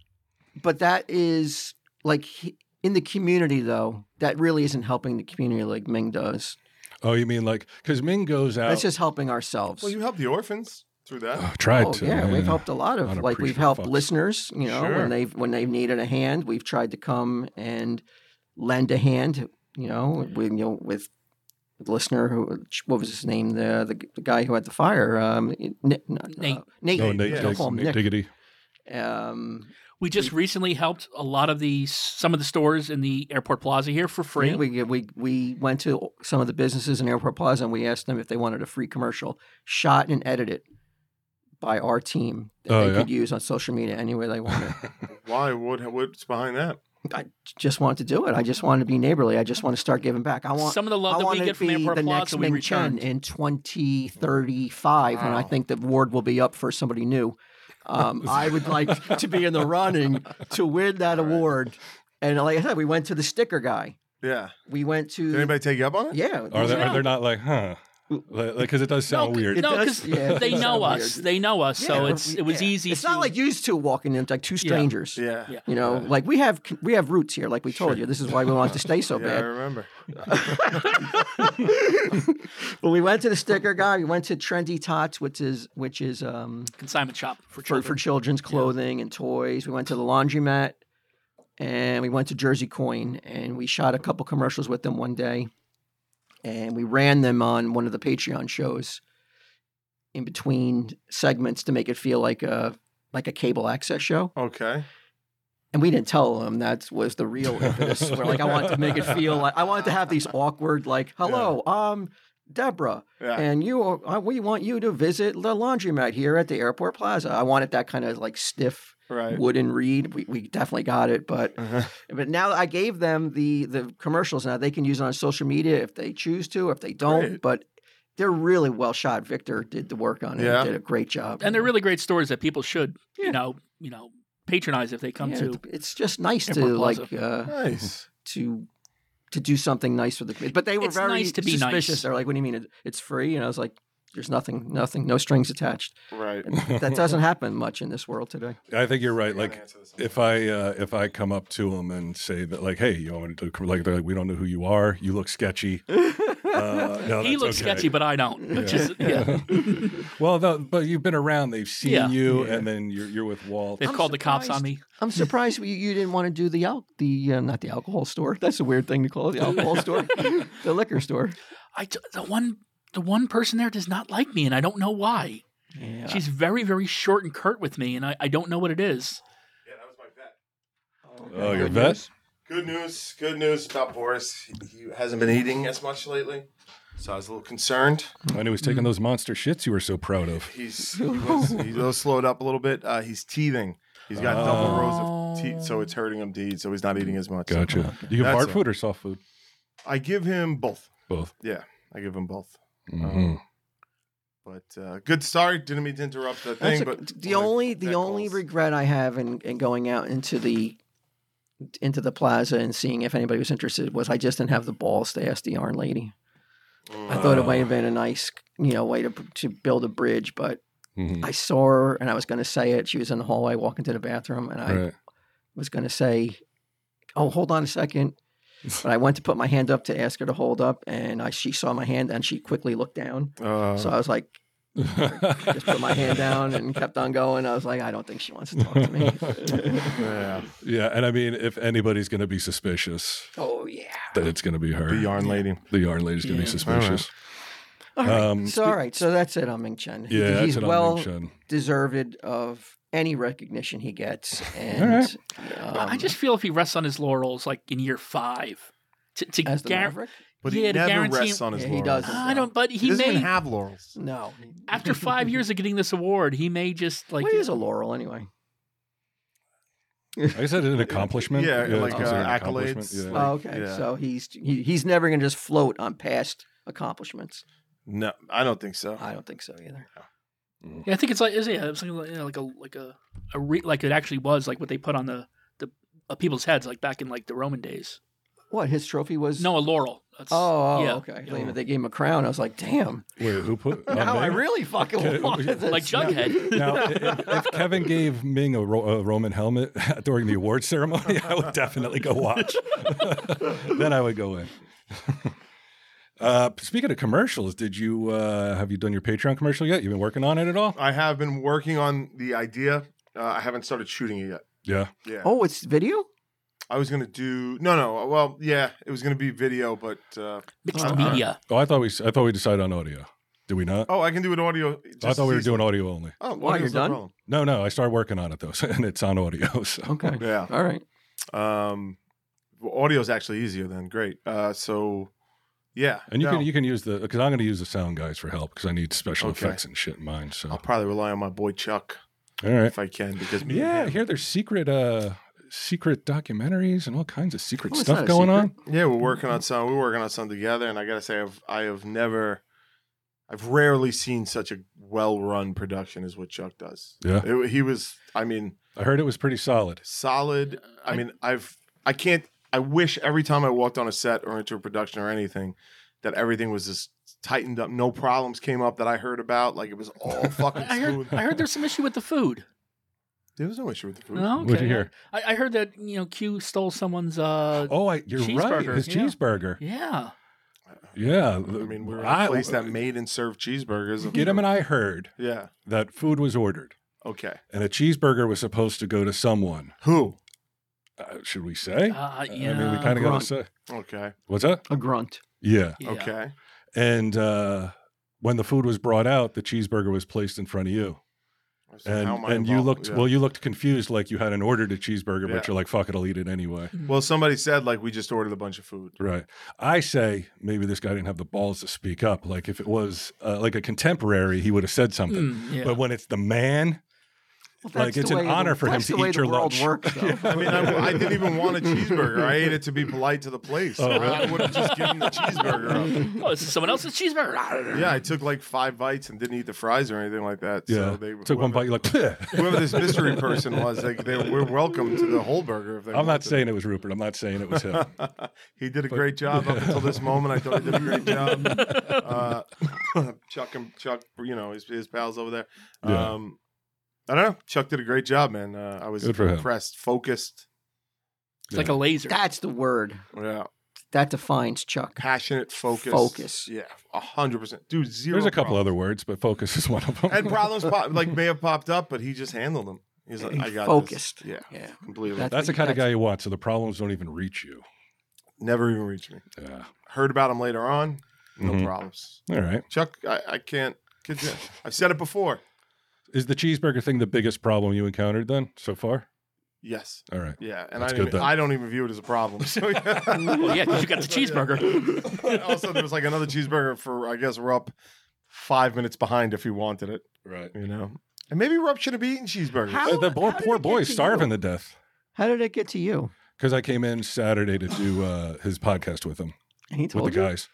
Speaker 2: but that is like he- in the community though. That really isn't helping the community like Ming does.
Speaker 1: oh, you mean like because Ming goes out?
Speaker 2: That's just helping ourselves.
Speaker 3: well, you helped the orphans through that.
Speaker 1: Oh, tried
Speaker 2: Oh
Speaker 1: to.
Speaker 2: yeah, we've helped a lot of
Speaker 1: Lot of
Speaker 2: like we've
Speaker 1: appreciative
Speaker 2: helped
Speaker 1: fucks.
Speaker 2: listeners. You know,
Speaker 3: Sure.
Speaker 2: when they've when they've needed a hand, we've tried to come and lend a hand. You know, with you know with the listener who what was his name the the, the guy who had the fire um Nick, no,
Speaker 5: Nate.
Speaker 2: uh, Nate,
Speaker 1: No, Nate,
Speaker 3: Yeah.
Speaker 2: Don't
Speaker 1: Diggs-
Speaker 2: call him
Speaker 1: Nate
Speaker 2: Nick.
Speaker 1: Diggity.
Speaker 2: um
Speaker 5: We just recently helped a lot of the some of the stores in the airport plaza here for free.
Speaker 2: yeah, we we we went to some of the businesses in Airport Plaza and we asked them if they wanted a free commercial shot and edited by our team that
Speaker 1: Oh,
Speaker 2: they
Speaker 1: yeah?
Speaker 2: could use on social media any way they wanted.
Speaker 3: Why? What? What's behind that?
Speaker 2: I just want to do it. I just want to be neighborly. I just want to start giving back. I want
Speaker 5: some of the
Speaker 2: I
Speaker 5: love that
Speaker 2: want
Speaker 5: we
Speaker 2: to
Speaker 5: get from
Speaker 2: be
Speaker 5: Airport
Speaker 2: the
Speaker 5: Plaza
Speaker 2: next
Speaker 5: we
Speaker 2: Ming Chen
Speaker 5: returned.
Speaker 2: in 2035, and I
Speaker 3: Wow.
Speaker 2: think the award will be up for somebody new. Um, I would like to be in the running to win that award. And like I said, we went to the sticker guy.
Speaker 3: Yeah.
Speaker 2: We went to
Speaker 3: Did anybody take you up on it?
Speaker 2: Mm. yeah.
Speaker 1: Are they, are
Speaker 5: Yeah.
Speaker 1: they not like, huh? Because it does sound
Speaker 5: c-
Speaker 1: weird.
Speaker 5: No,
Speaker 2: does-
Speaker 5: because
Speaker 2: yeah, it
Speaker 5: they
Speaker 2: does
Speaker 5: know
Speaker 2: sound
Speaker 5: us.
Speaker 2: weird.
Speaker 5: They know us.
Speaker 2: Yeah,
Speaker 5: so it's
Speaker 2: we-
Speaker 5: it was
Speaker 2: yeah.
Speaker 5: easy.
Speaker 2: It's
Speaker 5: to,
Speaker 2: not like you two walking in like two strangers.
Speaker 3: Yeah.
Speaker 5: Yeah.
Speaker 2: You know, like we have we have roots here. Like we told you, this is why we wanted to stay so
Speaker 3: Yeah, I
Speaker 2: bad.
Speaker 3: remember.
Speaker 2: Well, we went to the sticker guy. We went to Trendy Tots, which is which is um,
Speaker 5: consignment shop for
Speaker 2: for,
Speaker 5: children.
Speaker 2: for children's clothing and toys. We went to the laundromat, and we went to Jersey Coin, and we shot a couple commercials with them one day, and we ran them on one of the Patreon shows in between segments to make it feel like a like a cable access show.
Speaker 3: Okay.
Speaker 2: And we didn't tell them that was the real impetus. We're like, I wanted to make it feel like I wanted to have these awkward like, hello, um, Deborah.
Speaker 3: Yeah.
Speaker 2: And you, are- uh, we want you to visit the laundromat here at the airport plaza. I wanted that kind of like stiff
Speaker 3: Right.
Speaker 2: wooden read. We, we definitely got it, but
Speaker 3: Uh-huh.
Speaker 2: but now I gave them the the commercials. Now they can use it on social media if they choose to, if they don't.
Speaker 3: Great.
Speaker 2: But they're really well shot. Victor did the work on it.
Speaker 3: Yeah.
Speaker 2: Did a great job.
Speaker 5: and they're really great stores that people should,
Speaker 2: Yeah.
Speaker 5: you know, you know, patronize if they come
Speaker 2: Yeah,
Speaker 5: to.
Speaker 2: it- It's just nice to
Speaker 5: Airport Plaza.
Speaker 2: like uh,
Speaker 3: Nice.
Speaker 2: to. To do something nice for the kids, but they were
Speaker 5: It's
Speaker 2: very
Speaker 5: nice to be nice.
Speaker 2: suspicious. They're like, "What do you mean it, it's free?" And I was like, "There's nothing, nothing, no strings attached."
Speaker 3: Right.
Speaker 2: And that doesn't happen much in this world today.
Speaker 1: I think you're right. Like, if I uh, if I come up to them and say that, like, hey, you want to do, like, they're like, we don't know who you are. You look sketchy. Uh, no,
Speaker 5: he
Speaker 1: Oh, that's
Speaker 5: looks
Speaker 1: okay.
Speaker 5: sketchy, but I don't. Which is, yeah.
Speaker 1: Well, though, but you've been around. They've seen
Speaker 5: Yeah.
Speaker 1: you, and then you're you're with Walt.
Speaker 5: They've called the cops on me.
Speaker 2: I'm surprised you, you didn't want to do the al- the uh, not the alcohol store. That's a weird thing to call it, the alcohol store, the liquor store.
Speaker 5: I t- the one the one person there does not like me, and I don't know why.
Speaker 2: Yeah.
Speaker 5: She's very very short and curt with me, and I, I don't know what it is.
Speaker 1: Oh, your vet.
Speaker 3: Good news. Good news about Boris. He, he hasn't been eating as much lately, so I was a little concerned.
Speaker 1: I knew he was
Speaker 2: Mm.
Speaker 1: taking those monster shits you were so proud of.
Speaker 3: He's he was, he was slowed up a little bit. Uh, he's teething. He's got double rows of teeth, so it's
Speaker 2: Oh.
Speaker 3: hurting him to eat. So he's not eating as much.
Speaker 1: Gotcha. You give him
Speaker 3: That's
Speaker 1: hard
Speaker 3: all.
Speaker 1: food or soft food?
Speaker 3: I give him both.
Speaker 1: Both.
Speaker 3: Yeah, I give him both.
Speaker 2: Oh.
Speaker 3: um,
Speaker 1: Mhm.
Speaker 3: But uh, good start. Didn't mean to interrupt the
Speaker 2: That's
Speaker 3: thing,
Speaker 2: a-
Speaker 3: but
Speaker 2: the only the
Speaker 3: that
Speaker 2: only
Speaker 3: calls-
Speaker 2: regret I have in, in going out into the into the plaza and seeing if anybody was interested was I just didn't have the balls to ask the yarn lady. I thought it might have been a nice you know way to to build a bridge, but
Speaker 1: Mhm.
Speaker 2: I saw her and I was going to say it. She was in the hallway walking to the bathroom, and I
Speaker 1: Right.
Speaker 2: was going to say, "Oh, hold on a second. but I went to put my hand up to ask her to hold up, and I, she saw my hand and she quickly looked down.
Speaker 1: Oh.
Speaker 3: Uh,
Speaker 2: So I was like, just put my hand down and kept on going. I was like, I don't think she wants to talk to me.
Speaker 3: yeah.
Speaker 1: Yeah, and I mean, if anybody's going to be suspicious,
Speaker 2: oh yeah,
Speaker 1: that it's going to be her.
Speaker 3: The yarn lady.
Speaker 1: The yarn lady's going to be suspicious. Um,
Speaker 2: So, all right. So that's it on Ming Chen. He-
Speaker 1: yeah,
Speaker 2: he's
Speaker 1: that's it
Speaker 2: well
Speaker 1: on Ming Chen.
Speaker 2: deserved of any recognition he gets. And
Speaker 1: right.
Speaker 5: But I
Speaker 2: um,
Speaker 5: just feel if he rests on his laurels, like in year five, to, to
Speaker 2: um, as the
Speaker 5: guar-
Speaker 2: Maverick.
Speaker 3: But
Speaker 5: Yeah,
Speaker 3: he
Speaker 5: to
Speaker 3: never
Speaker 5: guarantee-
Speaker 3: rests on his
Speaker 2: Yeah, he
Speaker 3: laurels.
Speaker 2: doesn't.
Speaker 5: I don't. But
Speaker 3: He
Speaker 5: he
Speaker 3: doesn't
Speaker 5: may
Speaker 3: even have laurels.
Speaker 2: No,
Speaker 5: after five years of getting this award, he may just like
Speaker 2: well, he is a laurel anyway.
Speaker 1: I guess that's an accomplishment.
Speaker 3: Yeah,
Speaker 1: it's
Speaker 3: like, uh,
Speaker 1: considered an accomplishment,
Speaker 3: accolades,
Speaker 1: yeah.
Speaker 3: like-
Speaker 2: oh, okay,
Speaker 3: yeah.
Speaker 2: so he's he, he's never going to just float on past accomplishments.
Speaker 3: No, I don't think so.
Speaker 2: I don't think so either.
Speaker 5: Yeah, I think it's like is yeah, something like, you know, like a like a, a re, like it actually was like what they put on the the uh, people's heads like back in like the Roman days.
Speaker 2: What his trophy was?
Speaker 5: No, a laurel. That's,
Speaker 2: Oh, oh,
Speaker 5: yeah.
Speaker 2: okay. They- They gave him a crown. I was like, damn.
Speaker 1: Wait, who put? uh,
Speaker 2: Now I
Speaker 1: Ming?
Speaker 2: really fucking
Speaker 1: Okay,
Speaker 2: wanted
Speaker 1: yeah.
Speaker 2: this.
Speaker 5: like Jughead.
Speaker 1: Now, i- if, if Kevin gave Ming a, ro- a Roman helmet during the award ceremony, I would definitely go watch. then I would go in. Uh, speaking of commercials, did you uh, have you done your Patreon commercial yet? You've been working on it at all?
Speaker 3: I have been working on the idea. Uh, I haven't started shooting it yet.
Speaker 1: Yeah.
Speaker 3: Yeah.
Speaker 2: Oh, it's video.
Speaker 3: I was gonna do no, no. Well, yeah, it was gonna be video, but uh,
Speaker 5: Mixed
Speaker 3: Uh,
Speaker 5: media.
Speaker 1: Oh, I thought we s- I thought we decided on audio. Did we not?
Speaker 3: oh, I can do an audio. Just
Speaker 1: I thought we were
Speaker 3: as
Speaker 1: doing audio only.
Speaker 3: easily. Oh,
Speaker 2: Why,
Speaker 3: audio's
Speaker 2: you're
Speaker 3: no
Speaker 2: done?
Speaker 3: problem.
Speaker 1: No, no, I started working on it though, so, and it's on audio. So
Speaker 2: Okay.
Speaker 3: Yeah.
Speaker 2: All right.
Speaker 3: Um, well, audio is actually easier then. Great. Uh, so yeah,
Speaker 1: And you
Speaker 3: no,
Speaker 1: can you can use the because I'm going to use the sound guys for help because I need special
Speaker 3: Okay.
Speaker 1: effects and shit in mine. So
Speaker 3: I'll probably rely on my boy Chuck
Speaker 1: all right,
Speaker 3: if I can because me
Speaker 1: yeah, I
Speaker 3: and him-
Speaker 1: hear there's secret uh secret documentaries and all kinds of secret
Speaker 2: Oh, it's
Speaker 1: stuff
Speaker 2: not a
Speaker 1: going
Speaker 2: secret.
Speaker 1: on.
Speaker 3: yeah, we're working on some. We're working on some together, and I gotta say, I've I have never. I've rarely seen such a well-run production as what Chuck does.
Speaker 1: Yeah.
Speaker 3: It- he was. I mean,
Speaker 1: I heard it was pretty solid.
Speaker 3: solid. I
Speaker 5: I-
Speaker 3: mean, I've I can't. I wish every time I walked on a set or into a production or anything that everything was just tightened up. No problems came up that I heard about. Like it was all fucking
Speaker 5: I heard
Speaker 3: smooth.
Speaker 5: I heard there's some issue with the food.
Speaker 3: There was no issue with the food.
Speaker 5: No,
Speaker 1: What'd you
Speaker 5: okay.
Speaker 1: hear?
Speaker 5: I, I heard that you know Q stole someone's. uh
Speaker 1: Oh, I, you're right.
Speaker 5: Cheeseburger,
Speaker 1: His
Speaker 5: yeah.
Speaker 1: cheeseburger.
Speaker 5: Yeah.
Speaker 1: Yeah.
Speaker 3: I mean, we were in
Speaker 1: I-
Speaker 3: a place that made and served cheeseburgers.
Speaker 1: Get him and I heard
Speaker 3: Yeah.
Speaker 1: that food was ordered
Speaker 3: Okay.
Speaker 1: and a cheeseburger was supposed to go to someone.
Speaker 3: Who?
Speaker 1: Uh, should we say?
Speaker 5: Uh,
Speaker 1: I mean, we
Speaker 5: yeah.
Speaker 1: kind of got
Speaker 2: Grunt.
Speaker 1: to say.
Speaker 3: Okay.
Speaker 1: What's that?
Speaker 2: A grunt.
Speaker 1: Yeah.
Speaker 5: Yeah.
Speaker 3: Okay.
Speaker 1: And uh, when the food was brought out, the cheeseburger was placed in front of you.
Speaker 3: So
Speaker 1: and
Speaker 3: how am I
Speaker 1: and you
Speaker 3: involved?
Speaker 1: looked
Speaker 3: Yeah.
Speaker 1: well you looked confused like you had an ordered a cheeseburger
Speaker 3: Yeah.
Speaker 1: but you're like fuck it i'll eat it anyway
Speaker 3: Well, somebody said like we just ordered a bunch of food.
Speaker 1: right i say maybe this guy didn't have the balls to speak up like if it was uh, like a contemporary he would have said something
Speaker 5: Mm, yeah.
Speaker 1: but when it's the man
Speaker 2: Well,
Speaker 1: Like,
Speaker 2: that's
Speaker 1: it's
Speaker 2: the
Speaker 1: an
Speaker 2: way the-
Speaker 1: honor for him
Speaker 2: that's
Speaker 1: to
Speaker 2: the way
Speaker 1: eat your
Speaker 2: the world
Speaker 1: lunch.
Speaker 2: Works, though.
Speaker 3: I mean, I, I didn't even want a cheeseburger. I ate it to be polite to the place.
Speaker 1: Oh,
Speaker 3: I would have just given the cheeseburger up.
Speaker 5: oh, this is someone else's cheeseburger.
Speaker 3: Yeah, I took like five bites and didn't eat the fries or anything like that.
Speaker 1: yeah
Speaker 3: So they
Speaker 1: took one bite
Speaker 3: whoever-
Speaker 1: you're like "Pleh."
Speaker 3: Whoever this mystery person was, they, they were welcome to the whole burger. If they
Speaker 1: i'm not
Speaker 3: wanted.
Speaker 1: saying it was rupert i'm not saying it was him
Speaker 3: he did a great job up until this moment. I thought he did a great job. Uh, Chuck and Chuck, you know his, his pals over there.
Speaker 1: Yeah.
Speaker 3: Um, I don't know. Chuck did a great job, man. Uh, I was
Speaker 1: Good for him.
Speaker 3: impressed, focused,
Speaker 5: It's like a laser.
Speaker 2: That's the word
Speaker 3: yeah,
Speaker 2: that defines Chuck.
Speaker 3: passionate, focused,
Speaker 2: Focus.
Speaker 3: Yeah, hundred percent, dude. Zero.
Speaker 1: there's a couple
Speaker 3: problems.
Speaker 1: other words but focus is one of them
Speaker 3: and problems pop, like may have popped up, but he just handled them. He's like,
Speaker 2: He
Speaker 3: I got
Speaker 2: focused.
Speaker 3: This. Yeah,
Speaker 2: Yeah.
Speaker 3: completely.
Speaker 2: That's-
Speaker 1: that's the kind of
Speaker 2: That's-
Speaker 1: guy you want so the problems don't even reach you
Speaker 3: Never even reached me.
Speaker 1: yeah
Speaker 3: Heard about him later on. No
Speaker 1: Mhm.
Speaker 3: problems.
Speaker 1: all right
Speaker 3: Chuck, I, I can't. Kid you. I've said it before.
Speaker 1: is the cheeseburger thing the biggest problem you encountered then so far
Speaker 3: Yes.
Speaker 1: all right
Speaker 3: Yeah, and
Speaker 1: That's
Speaker 3: I, don't
Speaker 1: good
Speaker 3: even,
Speaker 1: then.
Speaker 3: I don't even view it as a problem. So
Speaker 5: Well,
Speaker 3: yeah.
Speaker 5: yeah, 'cause you got the cheeseburger.
Speaker 3: also, there was like another cheeseburger for. I guess we're up five minutes behind if he wanted it.
Speaker 1: right
Speaker 3: You know, and maybe Rupp should have eaten cheeseburgers.
Speaker 2: How-
Speaker 1: Uh, the poor,
Speaker 2: how did
Speaker 1: poor
Speaker 2: it get
Speaker 1: boy
Speaker 2: to you?
Speaker 1: starving to death
Speaker 2: How did it get to you?
Speaker 1: because I came in Saturday to do uh, his podcast with him
Speaker 2: And he
Speaker 1: with
Speaker 2: told
Speaker 1: the
Speaker 2: you.
Speaker 1: guys.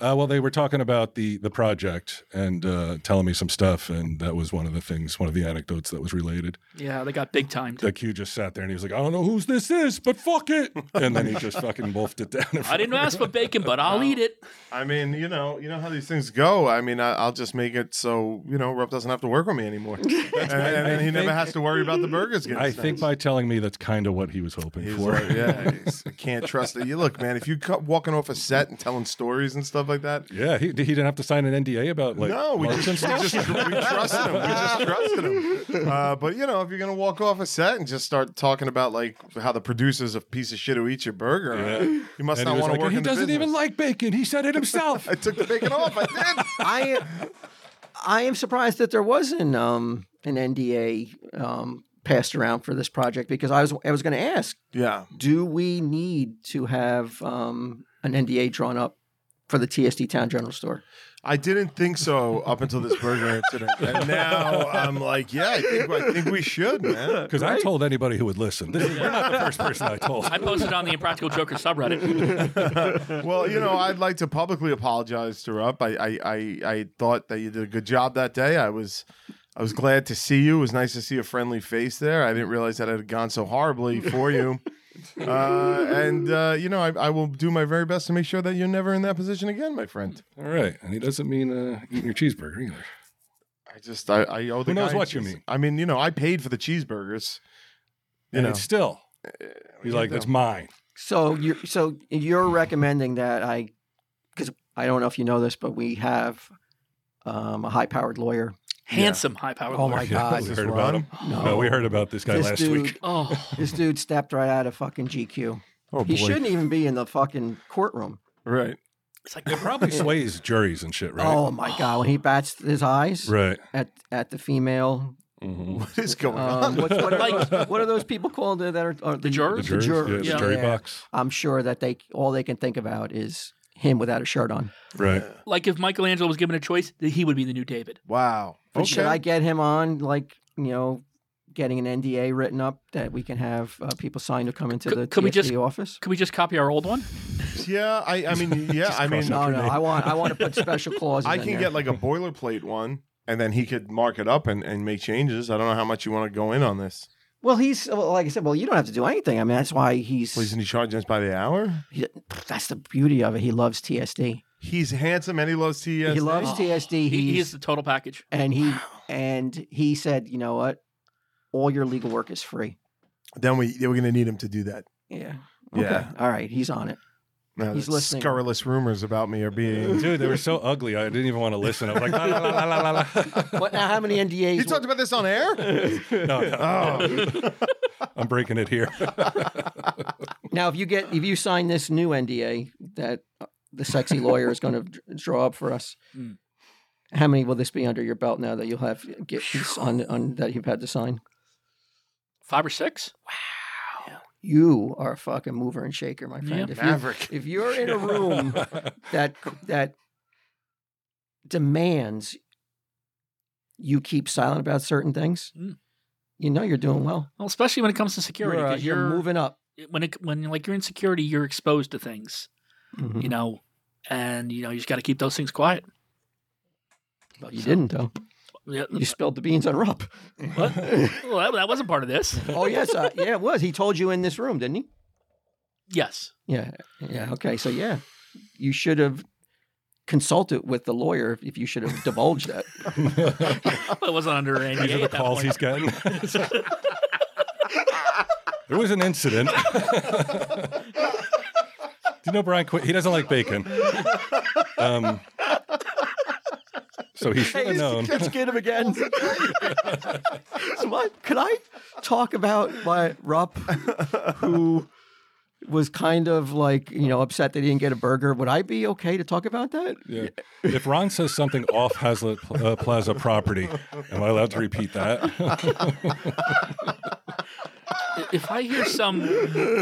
Speaker 1: Uh, well, they were talking about the the project and uh, telling me some stuff, and that was one of the things, one of the anecdotes that was related.
Speaker 5: yeah, they got big timed.
Speaker 1: Like Q just sat there and he was like, "I don't know whose this is, but fuck it," and then he just fucking wolfed it down. in
Speaker 5: I didn't
Speaker 1: front
Speaker 5: ask for bacon, but I'll eat it.
Speaker 3: I mean, you know, you know how these things go. I mean, I, I'll just make it so you know Rupp doesn't have to work with me anymore, and, and then he never has to worry about the burgers
Speaker 1: of
Speaker 3: getting.
Speaker 1: me. I think
Speaker 3: snatched.
Speaker 1: by telling me that's kind of what he was hoping
Speaker 3: He's
Speaker 1: for.
Speaker 3: like, yeah, he's- I can't trust it. You look, man, if you cut walking off a set and telling stories and stuff stuff like that.
Speaker 1: Yeah, he, he didn't have to sign an NDA about like
Speaker 3: no, we
Speaker 1: marks
Speaker 3: just,
Speaker 1: and
Speaker 3: we
Speaker 1: stuff.
Speaker 3: just we trusted him. We just trusted him. Uh, but you know, if you're gonna walk off a set and just start talking about like how the producers of piece of shit who eat your burger, you must
Speaker 1: And he
Speaker 3: not
Speaker 1: was like,
Speaker 3: want to work.
Speaker 1: he
Speaker 3: in the
Speaker 1: doesn't even
Speaker 3: business."
Speaker 1: like bacon. He said it himself.
Speaker 3: I took the bacon off. I did.
Speaker 2: I I am surprised that there wasn't um, an NDA um, passed around for this project because I was I was going to ask,
Speaker 3: Yeah.
Speaker 2: do we need to have um, an NDA drawn up for the TSD Town General Store?
Speaker 3: I didn't think so up until this burger incident, and now I'm like, yeah, I think I think we should, man.
Speaker 1: Because I told anybody who would listen. This is, you're not the first person I told.
Speaker 5: I posted on the Impractical Joker subreddit.
Speaker 3: Well, you know, I'd like to publicly apologize to Rupp. I, I I I thought that you did a good job that day. I was I was glad to see you. It was nice to see a friendly face there. I didn't realize that it had gone so horribly for you. Uh, and uh, you know, I, I will do my very best to make sure that you're never in that position again, my friend.
Speaker 1: All right, and he doesn't mean uh, eating your cheeseburger either.
Speaker 3: I just I, I owe the
Speaker 1: Who knows
Speaker 3: guy
Speaker 1: what you
Speaker 3: just-
Speaker 1: mean?
Speaker 3: I mean, you know, I paid for the cheeseburgers. You
Speaker 1: And
Speaker 3: know.
Speaker 1: it's still,
Speaker 2: Uh,
Speaker 1: he's like, it's mine.
Speaker 2: So you're so you're recommending that I because I don't know if you know this, but we have um, a high powered lawyer.
Speaker 5: Handsome, high power.
Speaker 2: Oh my
Speaker 1: Yeah,
Speaker 2: God!
Speaker 1: we
Speaker 3: this
Speaker 1: heard about
Speaker 3: Ron?
Speaker 1: him. No, we heard about this guy
Speaker 2: This
Speaker 1: last
Speaker 2: dude-
Speaker 1: week.
Speaker 5: Oh,
Speaker 2: This dude stepped right out of fucking GQ.
Speaker 3: Oh
Speaker 2: He shouldn't even be in the fucking courtroom.
Speaker 3: Right.
Speaker 5: it's like
Speaker 1: Probably sways juries and shit, right?
Speaker 2: Oh my god! When he bats his eyes
Speaker 1: Right.
Speaker 2: at at the female
Speaker 3: What is going
Speaker 2: Um,
Speaker 3: on?
Speaker 2: what's, what, are,
Speaker 5: Like-
Speaker 2: those- what are those people called that are, are the,
Speaker 5: jurors?
Speaker 1: The
Speaker 5: The
Speaker 1: jurors,
Speaker 2: jurors,
Speaker 1: Yeah, the jury
Speaker 2: yeah.
Speaker 1: box.
Speaker 2: I'm sure that they all they can think about is him without a shirt on.
Speaker 1: Right.
Speaker 5: like if Michelangelo was given a choice, that he would be the new David.
Speaker 3: Wow.
Speaker 2: But should I get him on like you know getting an NDA written up that we can have uh, people sign to come into
Speaker 5: Could-
Speaker 2: the
Speaker 5: could we
Speaker 2: TSD
Speaker 5: just-
Speaker 2: office?
Speaker 5: Could we just copy our old one?
Speaker 3: Yeah, I, I mean, yeah, I mean,
Speaker 2: No, no. I want I want to put special clauses.
Speaker 3: I
Speaker 2: in
Speaker 3: can
Speaker 2: there.
Speaker 3: get like a boilerplate one, and then he could mark it up and, and make changes. I don't know how much you want to go in on this.
Speaker 2: Well, he's well, like I said. Well, you don't have to do anything. I mean, that's why he's.
Speaker 3: Well, isn't he charging us by the hour?
Speaker 2: he- that's the beauty of it. He loves TSD.
Speaker 3: He's handsome and he loves TS.
Speaker 2: He loves
Speaker 5: Oh,
Speaker 2: TSD.
Speaker 5: He, he
Speaker 2: He's
Speaker 5: is the total package.
Speaker 2: and he and he said, you know what? All your legal work is free.
Speaker 3: Then we we're gonna need him to do that.
Speaker 2: Yeah.
Speaker 3: Yeah.
Speaker 2: All right. He's on it.
Speaker 3: Now,
Speaker 2: He's
Speaker 3: the
Speaker 2: listening.
Speaker 3: Scurrilous rumors about me are being.
Speaker 1: Dude, they were so ugly. I didn't even want to listen. I was like, la, la, la, la, la, la.
Speaker 2: But now, how many NDAs?
Speaker 3: You talked about this on air.
Speaker 1: No, no.
Speaker 3: Oh,
Speaker 1: I'm breaking it here.
Speaker 2: now, if you get if you sign this new NDA that uh, the sexy lawyer is going to draw up for us,
Speaker 5: Mm.
Speaker 2: how many will this be under your belt now that you'll have uh, get on, on that you've had to sign?
Speaker 5: Five or six?
Speaker 2: You are a fucking mover and shaker, my friend. If, you,
Speaker 3: Maverick.
Speaker 2: if you're in a room that that demands you keep silent about certain things,
Speaker 5: Mm.
Speaker 2: you know you're doing well.
Speaker 5: Well, especially when it comes to security,
Speaker 2: You're, uh,
Speaker 5: 'cause
Speaker 2: you're
Speaker 5: you're-
Speaker 2: moving up.
Speaker 5: when it, when like you're in security, you're exposed to things,
Speaker 2: Mhm.
Speaker 5: you know, and you know you just got to keep those things quiet.
Speaker 2: Well, you didn't though.
Speaker 5: Yeah,
Speaker 2: You spilled the beans on Rupp.
Speaker 5: what? well, that, that wasn't part of this.
Speaker 2: Oh yes, uh, yeah, it was. He told you in this room, didn't he?
Speaker 5: Yes,
Speaker 2: Yeah, yeah. Okay, so yeah, you should have consulted with the lawyer if you should have divulged that.
Speaker 5: well, it wasn't under
Speaker 1: These
Speaker 5: NDA.
Speaker 1: are the
Speaker 5: at that
Speaker 1: calls
Speaker 5: point.
Speaker 1: he's getting. there was an incident. Do you know Brian? Qu- he doesn't like bacon. Um, so he should have known.
Speaker 2: Let's get him again. so I, could I talk about my Rupp, who was kind of like you know upset that he didn't get a burger? Would I be okay to talk about that?
Speaker 1: Yeah. If Ron says something off Hazlitt Pl- uh, Plaza property, am I allowed to repeat that?
Speaker 5: If I hear some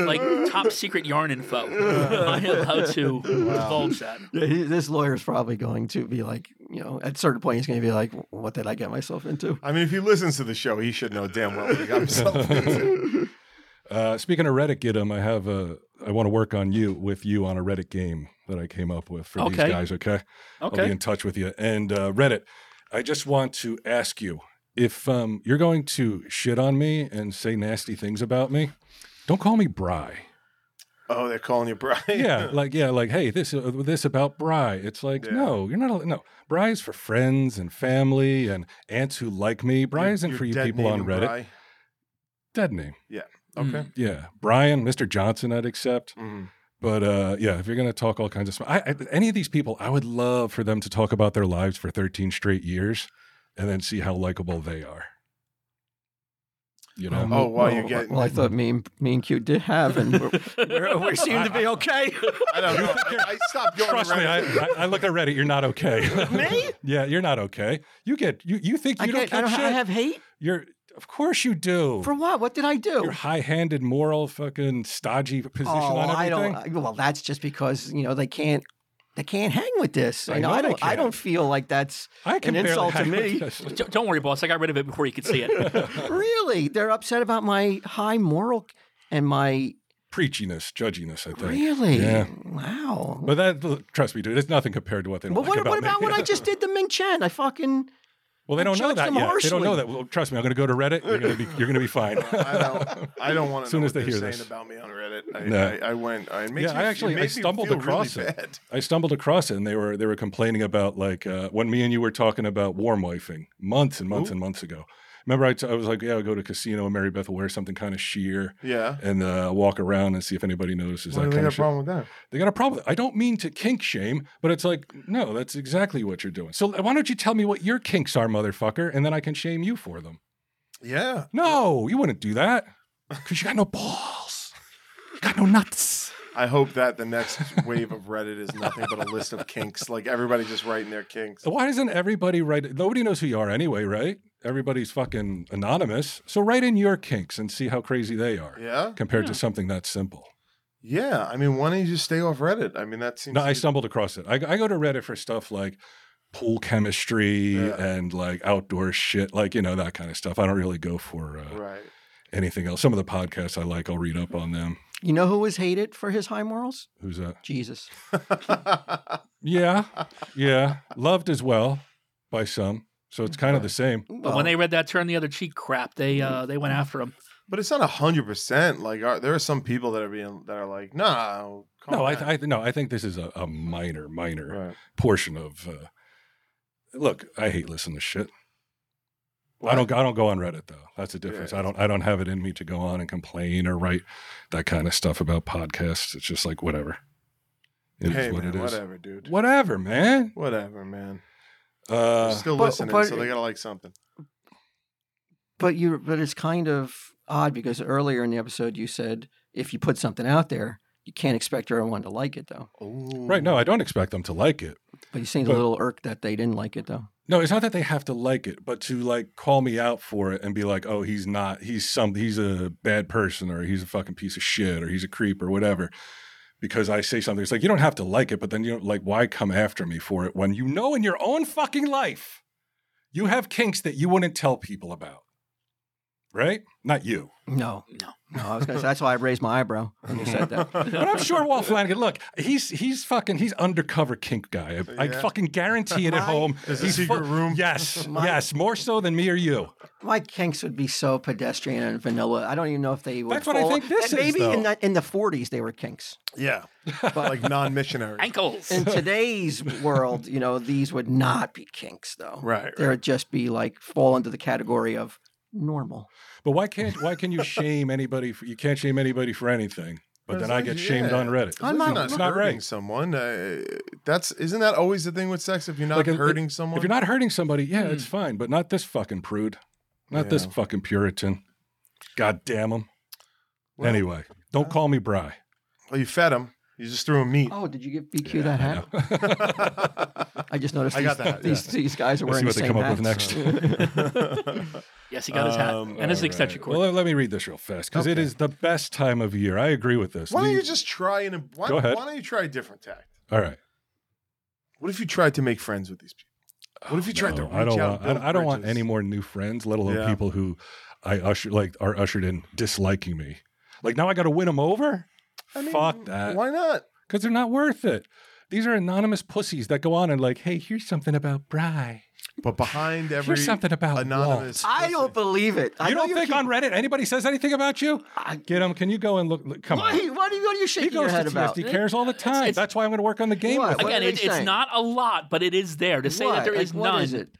Speaker 5: like top secret yarn info, I am allowed to divulge that.
Speaker 2: Yeah, he, this lawyer's probably going to be like, you know, at a certain point, he's going to be like, "What did I get myself into?"
Speaker 3: I mean, if he listens to the show, he should know damn well what he got himself into.
Speaker 1: Uh, speaking of Reddit, get him. I have a. I want to work on you with you on a Reddit game that I came up with for these
Speaker 5: Okay.
Speaker 1: guys. Okay. I'll be
Speaker 5: Okay,
Speaker 1: in touch with you. And uh, Reddit, I just want to ask you if um, you're going to shit on me and say nasty things about me, don't call me Bry.
Speaker 3: Oh, they're calling you Brian.
Speaker 1: Yeah, like yeah, like hey, this uh, this about Bry. It's like
Speaker 3: Yeah.
Speaker 1: no, you're not. al- No, Bry is for friends and family and aunts who like me. Bry isn't
Speaker 3: Your
Speaker 1: for you
Speaker 3: dead
Speaker 1: people on
Speaker 3: name,
Speaker 1: Reddit.
Speaker 3: Bri.
Speaker 1: Dead name.
Speaker 3: Okay.
Speaker 5: Mm.
Speaker 1: Yeah, Brian, Mr. Johnson, I'd accept.
Speaker 3: Mhm.
Speaker 1: But uh, yeah, if you're going to talk all kinds of sm- I, I, any of these people, I would love for them to talk about their lives for 13 straight years and then see how likable they are. You know?
Speaker 3: Oh, wow, you get.
Speaker 2: Well, I thought me and, me and Q did have, and we're, we're, Oh, we seem to be okay.
Speaker 3: I don't know. I, I stopped going.
Speaker 1: Trust me,
Speaker 3: around.
Speaker 1: I, I, I look at Reddit. You're not okay.
Speaker 2: Me?
Speaker 1: yeah, you're not okay. You get you. You think you
Speaker 2: I,
Speaker 1: don't
Speaker 2: get,
Speaker 1: get
Speaker 2: I don't
Speaker 1: shit?
Speaker 2: I have hate
Speaker 1: you're of course you do.
Speaker 2: for what? What did I do?
Speaker 1: your high-handed, moral, fucking stodgy position
Speaker 2: oh,
Speaker 1: on
Speaker 2: I
Speaker 1: everything.
Speaker 2: don't. I- Well, that's just because you know they can't. They can't hang with this.
Speaker 1: I
Speaker 2: You know,
Speaker 1: know
Speaker 2: I
Speaker 1: they
Speaker 2: don't. I
Speaker 1: can't.
Speaker 2: don't feel like that's
Speaker 1: I
Speaker 2: an
Speaker 1: barely
Speaker 2: insult to
Speaker 1: hang with
Speaker 2: me.
Speaker 1: this.
Speaker 5: D- Don't worry, boss. I got rid of it before you could see it.
Speaker 2: really, they're upset about my high moral and my
Speaker 1: Preachiness, judginess. I think.
Speaker 2: really.
Speaker 1: Yeah.
Speaker 2: Wow.
Speaker 1: But that, trust me, dude, it's nothing compared to what they don't
Speaker 2: But
Speaker 1: like
Speaker 2: what,
Speaker 1: about
Speaker 2: what about
Speaker 1: me.
Speaker 2: what I just did to Ming Chen? I fucking
Speaker 1: Well, they don't know
Speaker 2: judge
Speaker 1: that
Speaker 2: them
Speaker 1: yet. They don't know
Speaker 2: harshly?
Speaker 1: that. Well, trust me, I'm going to go to Reddit. You're going to be, you're going to be fine.
Speaker 3: I don't. I don't want to.
Speaker 1: Soon
Speaker 3: know
Speaker 1: as
Speaker 3: what
Speaker 1: they
Speaker 3: they're
Speaker 1: hear
Speaker 3: saying
Speaker 1: this.
Speaker 3: about me on Reddit. I,
Speaker 1: No.
Speaker 3: I, I went. I, it makes
Speaker 1: yeah,
Speaker 3: me,
Speaker 1: I
Speaker 3: it
Speaker 1: actually I
Speaker 3: makes me
Speaker 1: stumbled
Speaker 3: feel really
Speaker 1: across it.
Speaker 3: bad.
Speaker 1: I stumbled across it, and they were they were complaining about like uh, when me and you were talking about warm wifing months and months and months ago. Remember, I, t- I was like, yeah, I'll go to a casino and Mary Beth will wear something kind of sheer
Speaker 3: Yeah.
Speaker 1: and uh, walk around and see if anybody notices
Speaker 3: Why
Speaker 1: that
Speaker 3: do they
Speaker 1: kind
Speaker 3: have
Speaker 1: of
Speaker 3: a
Speaker 1: shit.
Speaker 3: problem with that?
Speaker 1: They got a problem. I don't mean to kink shame, but it's like, no, that's exactly what you're doing. So uh, why don't you tell me what your kinks are, motherfucker, and then I can shame you for them.
Speaker 3: Yeah.
Speaker 1: No, you wouldn't do that because you got no balls. You got no nuts.
Speaker 3: I hope that the next wave of Reddit is nothing but a list of kinks. Like everybody just writing their kinks.
Speaker 1: So Why doesn't everybody write? Nobody knows who you are anyway, right? Everybody's fucking anonymous. So write in your kinks and see how crazy they are
Speaker 3: Yeah.
Speaker 1: compared to something that simple.
Speaker 3: Yeah. I mean, why don't you just stay off Reddit? I mean, that seems.
Speaker 1: No,
Speaker 3: to
Speaker 1: I
Speaker 3: be-
Speaker 1: stumbled across it. I, I go to Reddit for stuff like pool chemistry
Speaker 3: Yeah.
Speaker 1: and like outdoor shit, like, you know, that kind of stuff. I don't really go for uh,
Speaker 3: Right.
Speaker 1: anything else. Some of the podcasts I like, I'll read up on them.
Speaker 2: you know who was hated for his high morals?
Speaker 1: Who's that?
Speaker 2: Jesus.
Speaker 1: Yeah. Yeah. Loved as well by some. So it's kind of the same.
Speaker 5: But when they read that turn the other cheek crap, they uh, they went after him.
Speaker 3: But it's not a hundred percent. Like are, there are some people that are being that are like, nah. come
Speaker 1: No, I,
Speaker 3: back."
Speaker 1: th- I th- no, I think this is a, a minor, minor
Speaker 3: Right.
Speaker 1: portion of. Uh, look, I hate listening to shit. I don't. I don't go on Reddit though. That's the difference. I don't. I don't have it in me to go on and complain or write that kind of stuff about podcasts. It's just like whatever. It is
Speaker 3: Hey,
Speaker 1: what
Speaker 3: man,
Speaker 1: it is. Whatever,
Speaker 3: whatever, dude.
Speaker 1: man.
Speaker 3: Whatever, man. They're
Speaker 1: Uh,
Speaker 3: still
Speaker 2: But-
Speaker 3: listening,
Speaker 2: but-
Speaker 3: so they gotta like something.
Speaker 2: But you but it's kind of odd because earlier in the episode you said if you put something out there, you can't expect everyone to like it though.
Speaker 1: right. No, I don't expect them to like it.
Speaker 2: But you seemed a
Speaker 1: But-
Speaker 2: little irked that they didn't like it though.
Speaker 1: No, it's not that they have to like it, but to like call me out for it and be like, "Oh, he's not. He's some. He's a bad person, or he's a fucking piece of shit, or he's a creep, or whatever." Because I say something, it's like you don't have to like it, but then you don't like why come after me for it when you know in your own fucking life you have kinks that you wouldn't tell people about, right? Not you,
Speaker 2: No.
Speaker 5: No.
Speaker 2: No, I was gonna say that's why I raised my eyebrow when you said that.
Speaker 1: but I'm sure Walt Flanagan. Look, he's he's fucking he's undercover kink guy. I, I
Speaker 3: Yeah.
Speaker 1: fucking guarantee it at
Speaker 2: My-
Speaker 1: home.
Speaker 3: There's a
Speaker 1: He's
Speaker 3: secret room.
Speaker 1: Yes,
Speaker 2: My-
Speaker 1: yes, more so than me or you.
Speaker 2: My kinks would be so pedestrian and vanilla. I don't even know if they would.
Speaker 1: That's what I
Speaker 2: fall-
Speaker 1: think this
Speaker 2: and
Speaker 1: is,
Speaker 2: Maybe in
Speaker 1: though.
Speaker 2: the in the forties they were kinks.
Speaker 3: Yeah. like non-missionary.
Speaker 5: Ankles.
Speaker 2: In today's world, you know, these would not be kinks though.
Speaker 3: Right,
Speaker 2: They would just be like fall under the category of normal.
Speaker 1: But why can't why can you shame anybody? For, you can't shame anybody for anything. But then I get
Speaker 3: uh,
Speaker 1: shamed on Reddit.
Speaker 3: I'm
Speaker 2: not-
Speaker 3: not,
Speaker 1: it's not
Speaker 3: hurting
Speaker 1: right.
Speaker 3: someone. Uh, that's isn't that always the thing with sex? If you're not
Speaker 1: Like, if-
Speaker 3: hurting someone,
Speaker 1: If you're not hurting somebody, yeah, it's fine. But not this fucking prude, not this
Speaker 3: Hmm. Yeah.
Speaker 1: fucking Puritan. God damn him.
Speaker 3: Well, uh,
Speaker 1: anyway, don't call me Bry.
Speaker 3: well, you fed him. You just threw him meat.
Speaker 2: Oh, did you give BQ that
Speaker 3: uh,
Speaker 2: hat? I just noticed
Speaker 3: I
Speaker 2: these,
Speaker 3: got that,
Speaker 2: these, these guys are
Speaker 1: Let's see
Speaker 2: wearing
Speaker 1: what
Speaker 2: the
Speaker 1: they
Speaker 2: same
Speaker 1: come up with
Speaker 2: hats.
Speaker 1: next.
Speaker 5: yes, he got his hat
Speaker 2: Um,
Speaker 5: and his extension cord.
Speaker 1: Well, let- let me read this real fast because it
Speaker 3: Okay.
Speaker 1: is the best time of year. I agree with this.
Speaker 3: Why don't
Speaker 1: Leave-
Speaker 3: you just try and why,
Speaker 1: Go ahead.
Speaker 3: why don't you try a different tact?
Speaker 1: All right.
Speaker 3: What if you tried to make friends with these people? What if you tried to
Speaker 1: Oh, No,
Speaker 3: reach
Speaker 1: I don't
Speaker 3: out?
Speaker 1: want.
Speaker 3: and build
Speaker 1: I, I don't want
Speaker 3: bridges?
Speaker 1: any more new friends, let alone
Speaker 3: Yeah.
Speaker 1: people who I usher like are ushered in disliking me. Like now I got to win them over.
Speaker 3: I mean,
Speaker 1: Fuck that.
Speaker 3: Why not?
Speaker 1: Because they're not worth it. These are anonymous pussies that go on and like, hey, here's something about Bry.
Speaker 3: But behind every
Speaker 1: Here's something about
Speaker 3: anonymous,
Speaker 2: I don't believe it. I
Speaker 1: you
Speaker 2: know
Speaker 1: don't think
Speaker 2: keep-
Speaker 1: on Reddit anybody says anything about you?
Speaker 2: I-
Speaker 1: Get him. Can you go and look? look come on.
Speaker 2: Why, why do you, what are you
Speaker 1: He
Speaker 2: shaking your
Speaker 1: goes to
Speaker 2: head about?
Speaker 1: TFD cares all the time.
Speaker 5: it's-
Speaker 1: That's why I'm going to work on the game.
Speaker 2: What?
Speaker 1: with him.
Speaker 2: What
Speaker 5: Again,
Speaker 2: are
Speaker 5: it,
Speaker 2: they
Speaker 5: it's
Speaker 2: saying?
Speaker 5: not a lot, but it is there. To say
Speaker 2: Why?
Speaker 5: that there
Speaker 2: Like,
Speaker 5: is
Speaker 2: what
Speaker 5: none.
Speaker 2: is it?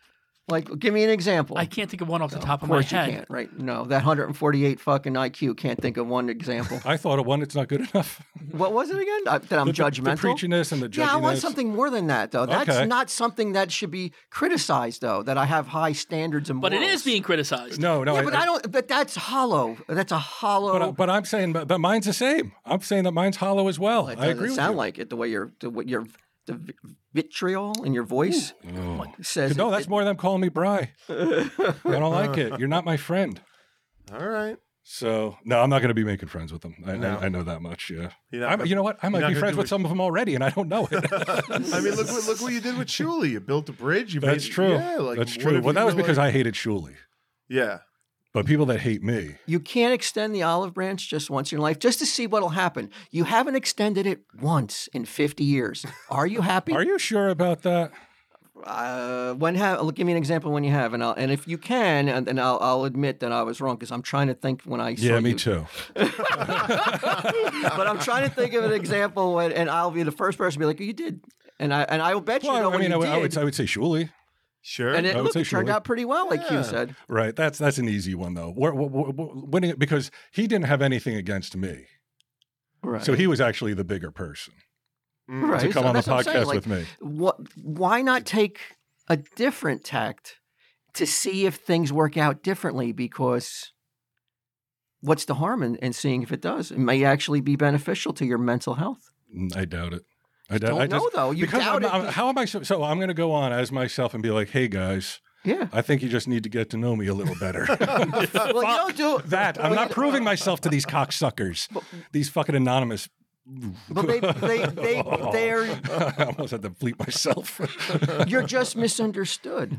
Speaker 2: Like, give me an example.
Speaker 5: I can't think of one off the top of,
Speaker 2: of
Speaker 5: my
Speaker 2: course you
Speaker 5: head.
Speaker 2: can't, right? No, that 148 fucking IQ can't think of one example.
Speaker 1: I thought of one. It's not good enough.
Speaker 2: what was it again? Uh, that I'm
Speaker 1: The- the-
Speaker 2: judgmental.
Speaker 1: The preachiness and the judginess.
Speaker 2: Yeah, I want something more than that, though. That's
Speaker 1: Okay.
Speaker 2: not something that should be criticized, though. That I have high standards and
Speaker 5: But it
Speaker 2: morals.
Speaker 5: is being criticized.
Speaker 1: No, no.
Speaker 2: yeah, but I, don't. But that's hollow. That's a hollow.
Speaker 1: But, I- but I'm saying, but, but mine's the same. I'm saying that mine's hollow as well.
Speaker 2: It
Speaker 1: I
Speaker 2: doesn't
Speaker 1: agree with
Speaker 2: sound
Speaker 1: you.
Speaker 2: like it. The way your the way your the vi- vitriol in your voice
Speaker 5: Oh
Speaker 2: says
Speaker 1: no,
Speaker 2: it-
Speaker 1: that's more them calling me Bry. I don't like it. You're not my friend.
Speaker 3: All right.
Speaker 1: So no, I'm not going to be making friends with them. I, I- I, know that much. Yeah,
Speaker 3: You're not
Speaker 1: I'm-
Speaker 3: gonna-
Speaker 1: you know what? I might
Speaker 3: not
Speaker 1: be
Speaker 3: gonna
Speaker 1: friends
Speaker 3: do
Speaker 1: with
Speaker 3: it.
Speaker 1: some of them already, and I don't know it.
Speaker 3: I mean, look what look what you did with Shuli. You built a bridge. You
Speaker 1: That's
Speaker 3: made,
Speaker 1: true.
Speaker 3: Yeah, like,
Speaker 1: That's
Speaker 3: what
Speaker 1: true.
Speaker 3: if
Speaker 1: Well,
Speaker 3: you
Speaker 1: that was
Speaker 3: were
Speaker 1: because
Speaker 3: like-
Speaker 1: I hated Shuli.
Speaker 3: yeah.
Speaker 1: But people that hate me,
Speaker 2: You can't extend the olive branch just once in your life, just to see what'll happen. You haven't extended it once in 50 years. Are you happy?
Speaker 1: are you sure about that?
Speaker 2: Uh, when have? Give me an example when you have, and I'll, and if you can, and, and I'll, I'll admit that I was wrong because I'm trying to think when I saw
Speaker 1: yeah, me
Speaker 2: you.
Speaker 1: too.
Speaker 2: but I'm trying to think of an example when, and I'll be the first person to be like, "You did," and I and I will bet you know
Speaker 1: Well, I
Speaker 2: when
Speaker 1: mean, I
Speaker 2: you
Speaker 1: would, I
Speaker 2: did.
Speaker 1: would, I would say Shuli.
Speaker 3: Sure.
Speaker 2: and it,
Speaker 1: I would
Speaker 2: look,
Speaker 1: say
Speaker 2: it turned
Speaker 1: surely.
Speaker 2: out pretty well, like
Speaker 3: Yeah.
Speaker 2: you said.
Speaker 1: Right. That's that's an easy one though. Wh- wh- wh- wh- Winning it because he didn't have anything against me,
Speaker 2: Right.
Speaker 1: so he was actually the bigger person
Speaker 3: Mm.
Speaker 2: right.
Speaker 1: to come
Speaker 2: so
Speaker 1: on the
Speaker 2: that's what I'm
Speaker 1: podcast
Speaker 2: saying, like,
Speaker 1: with me.
Speaker 2: What? Why not take a different tact to see if things work out differently? Because what's the harm in, in seeing if it does? It may actually be beneficial to your mental health.
Speaker 1: Mm, I doubt it. I doubt.
Speaker 2: Don't
Speaker 1: I
Speaker 2: know
Speaker 1: just,
Speaker 2: though. You
Speaker 1: because
Speaker 2: doubt
Speaker 1: I'm,
Speaker 2: it.
Speaker 1: I'm- how am I? So, so I'm going to go on as myself and be like, "Hey guys,
Speaker 2: yeah.
Speaker 1: I think you just need to get to know me a little better."
Speaker 2: Well, you don't do
Speaker 1: that I'm
Speaker 2: well,
Speaker 1: not
Speaker 2: you- uh,
Speaker 1: proving myself to these cocksuckers, these fucking anonymous.
Speaker 2: But they, they, they,
Speaker 1: Oh.
Speaker 2: they're
Speaker 1: I almost had to bleep myself.
Speaker 2: you're just misunderstood.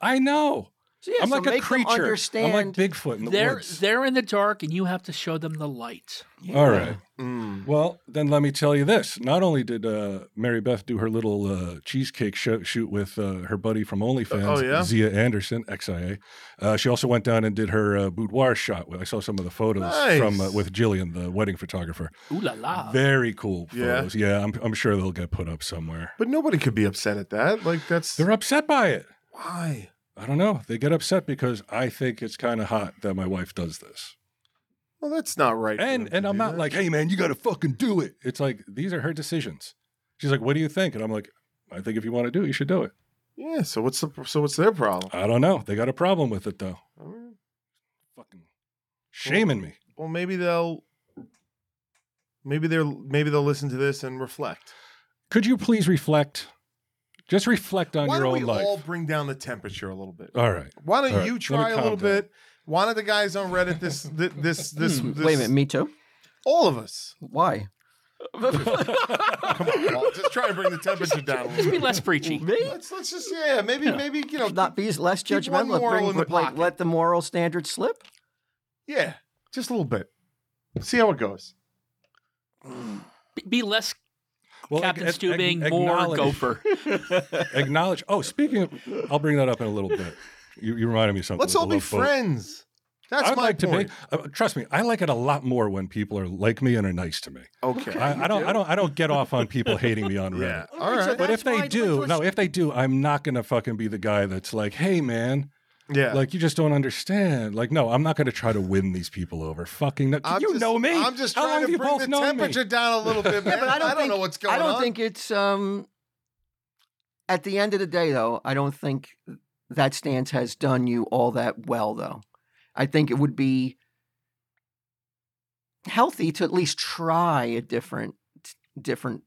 Speaker 1: I know.
Speaker 2: So yeah,
Speaker 1: I'm
Speaker 2: so
Speaker 1: like a
Speaker 2: make them
Speaker 1: creature.
Speaker 2: understand.
Speaker 1: I'm like Bigfoot in the
Speaker 5: They're
Speaker 1: woods.
Speaker 5: they're in the dark, and you have to show them the light.
Speaker 1: All right.
Speaker 3: Mm.
Speaker 1: Well, then let me tell you this. Not only did uh, Mary Beth do her little uh, cheesecake sho shoot with uh, her buddy from OnlyFans,
Speaker 3: Uh, oh, yeah?
Speaker 1: Zia Anderson, XIA, uh, she also went down and did her uh, boudoir shot. I saw some of the photos
Speaker 3: Nice.
Speaker 1: from uh, with Jillian, the wedding photographer.
Speaker 5: Ooh la la.
Speaker 1: Very cool
Speaker 3: Yeah.
Speaker 1: photos. Yeah, I'm, I'm sure they'll get put up somewhere.
Speaker 3: But nobody could be upset at that. Like that's
Speaker 1: They're upset by it.
Speaker 3: why.
Speaker 1: I don't know. They get upset because I think it's kind of hot that my wife does this.
Speaker 3: Well, that's not right. for
Speaker 1: And
Speaker 3: them to
Speaker 1: and I'm
Speaker 3: do
Speaker 1: not
Speaker 3: that.
Speaker 1: like, hey man, you got to fucking do it. It's like these are her decisions. She's like, what do you think? And I'm like, I think if you want to do it, you should do it.
Speaker 3: yeah. So what's the so what's their problem?
Speaker 1: I don't know. They got a problem with it though.
Speaker 3: I mean,
Speaker 1: Fucking shaming me.
Speaker 3: Well, maybe they'll maybe they're maybe they'll listen to this and reflect.
Speaker 1: Could you please reflect? Just reflect on
Speaker 3: Why
Speaker 1: your
Speaker 3: don't
Speaker 1: own
Speaker 3: we
Speaker 1: life.
Speaker 3: all bring down the temperature a little bit?
Speaker 1: all right.
Speaker 3: Why don't
Speaker 1: All right, let
Speaker 3: you
Speaker 1: me
Speaker 3: try a
Speaker 1: calm
Speaker 3: little
Speaker 1: down.
Speaker 3: bit? Why don't the guys on Reddit this this this this,
Speaker 2: Hmm,
Speaker 3: this
Speaker 2: Wait a minute, me too.
Speaker 3: all of us?
Speaker 2: Why?
Speaker 3: Come on, Walt, just try and bring the temperature down. A
Speaker 5: Just
Speaker 3: little
Speaker 5: be
Speaker 3: bit.
Speaker 5: less preachy.
Speaker 2: Me?
Speaker 3: Let's let's just yeah maybe maybe you know
Speaker 2: Not be less
Speaker 3: Keep one
Speaker 2: judgmental.
Speaker 3: moral
Speaker 2: Bring,
Speaker 3: in the
Speaker 2: like,
Speaker 3: pocket.
Speaker 2: let the moral standards slip.
Speaker 3: yeah just a little bit. See how it goes.
Speaker 5: Be- Be less
Speaker 1: Well,
Speaker 5: Captain
Speaker 1: ag- ag-
Speaker 5: Stewbing,
Speaker 1: ag-
Speaker 5: more
Speaker 1: acknowledge-
Speaker 5: gopher.
Speaker 1: Acknowledge. Oh, speaking of, I'll bring that up in a little bit. You, you reminded me of something.
Speaker 3: Let's
Speaker 1: with
Speaker 3: all
Speaker 1: the
Speaker 3: be
Speaker 1: love boat.
Speaker 3: friends. That's
Speaker 1: I would
Speaker 3: my
Speaker 1: like
Speaker 3: point.
Speaker 1: to be. Uh, trust me, I like it a lot more when people are like me and are nice to me.
Speaker 3: okay.
Speaker 1: I, I don't. I don't. I don't get off on people hating me on Reddit.
Speaker 3: yeah. All
Speaker 2: Alright, so
Speaker 3: right.
Speaker 1: But
Speaker 2: That's
Speaker 1: if they
Speaker 2: why-
Speaker 1: do,
Speaker 2: that's
Speaker 1: no, if they do, I'm not gonna fucking be the guy that's like, "Hey, man,
Speaker 3: Yeah.
Speaker 1: like you just don't understand." Like, no, I'm not gonna try to win these people over. Fucking, no.
Speaker 3: I'm
Speaker 1: you
Speaker 3: just-
Speaker 1: know me.
Speaker 3: I'm just
Speaker 1: How long
Speaker 3: trying
Speaker 1: have
Speaker 3: to
Speaker 1: you
Speaker 3: bring
Speaker 1: both
Speaker 3: the
Speaker 1: known me?
Speaker 3: temperature down a little bit, man.
Speaker 2: but I don't, think,
Speaker 3: know what's going on.
Speaker 2: I don't think it's um. At the end of the day, though, I don't think that stance has done you all that well, though. I think it would be healthy to at least try a different, different.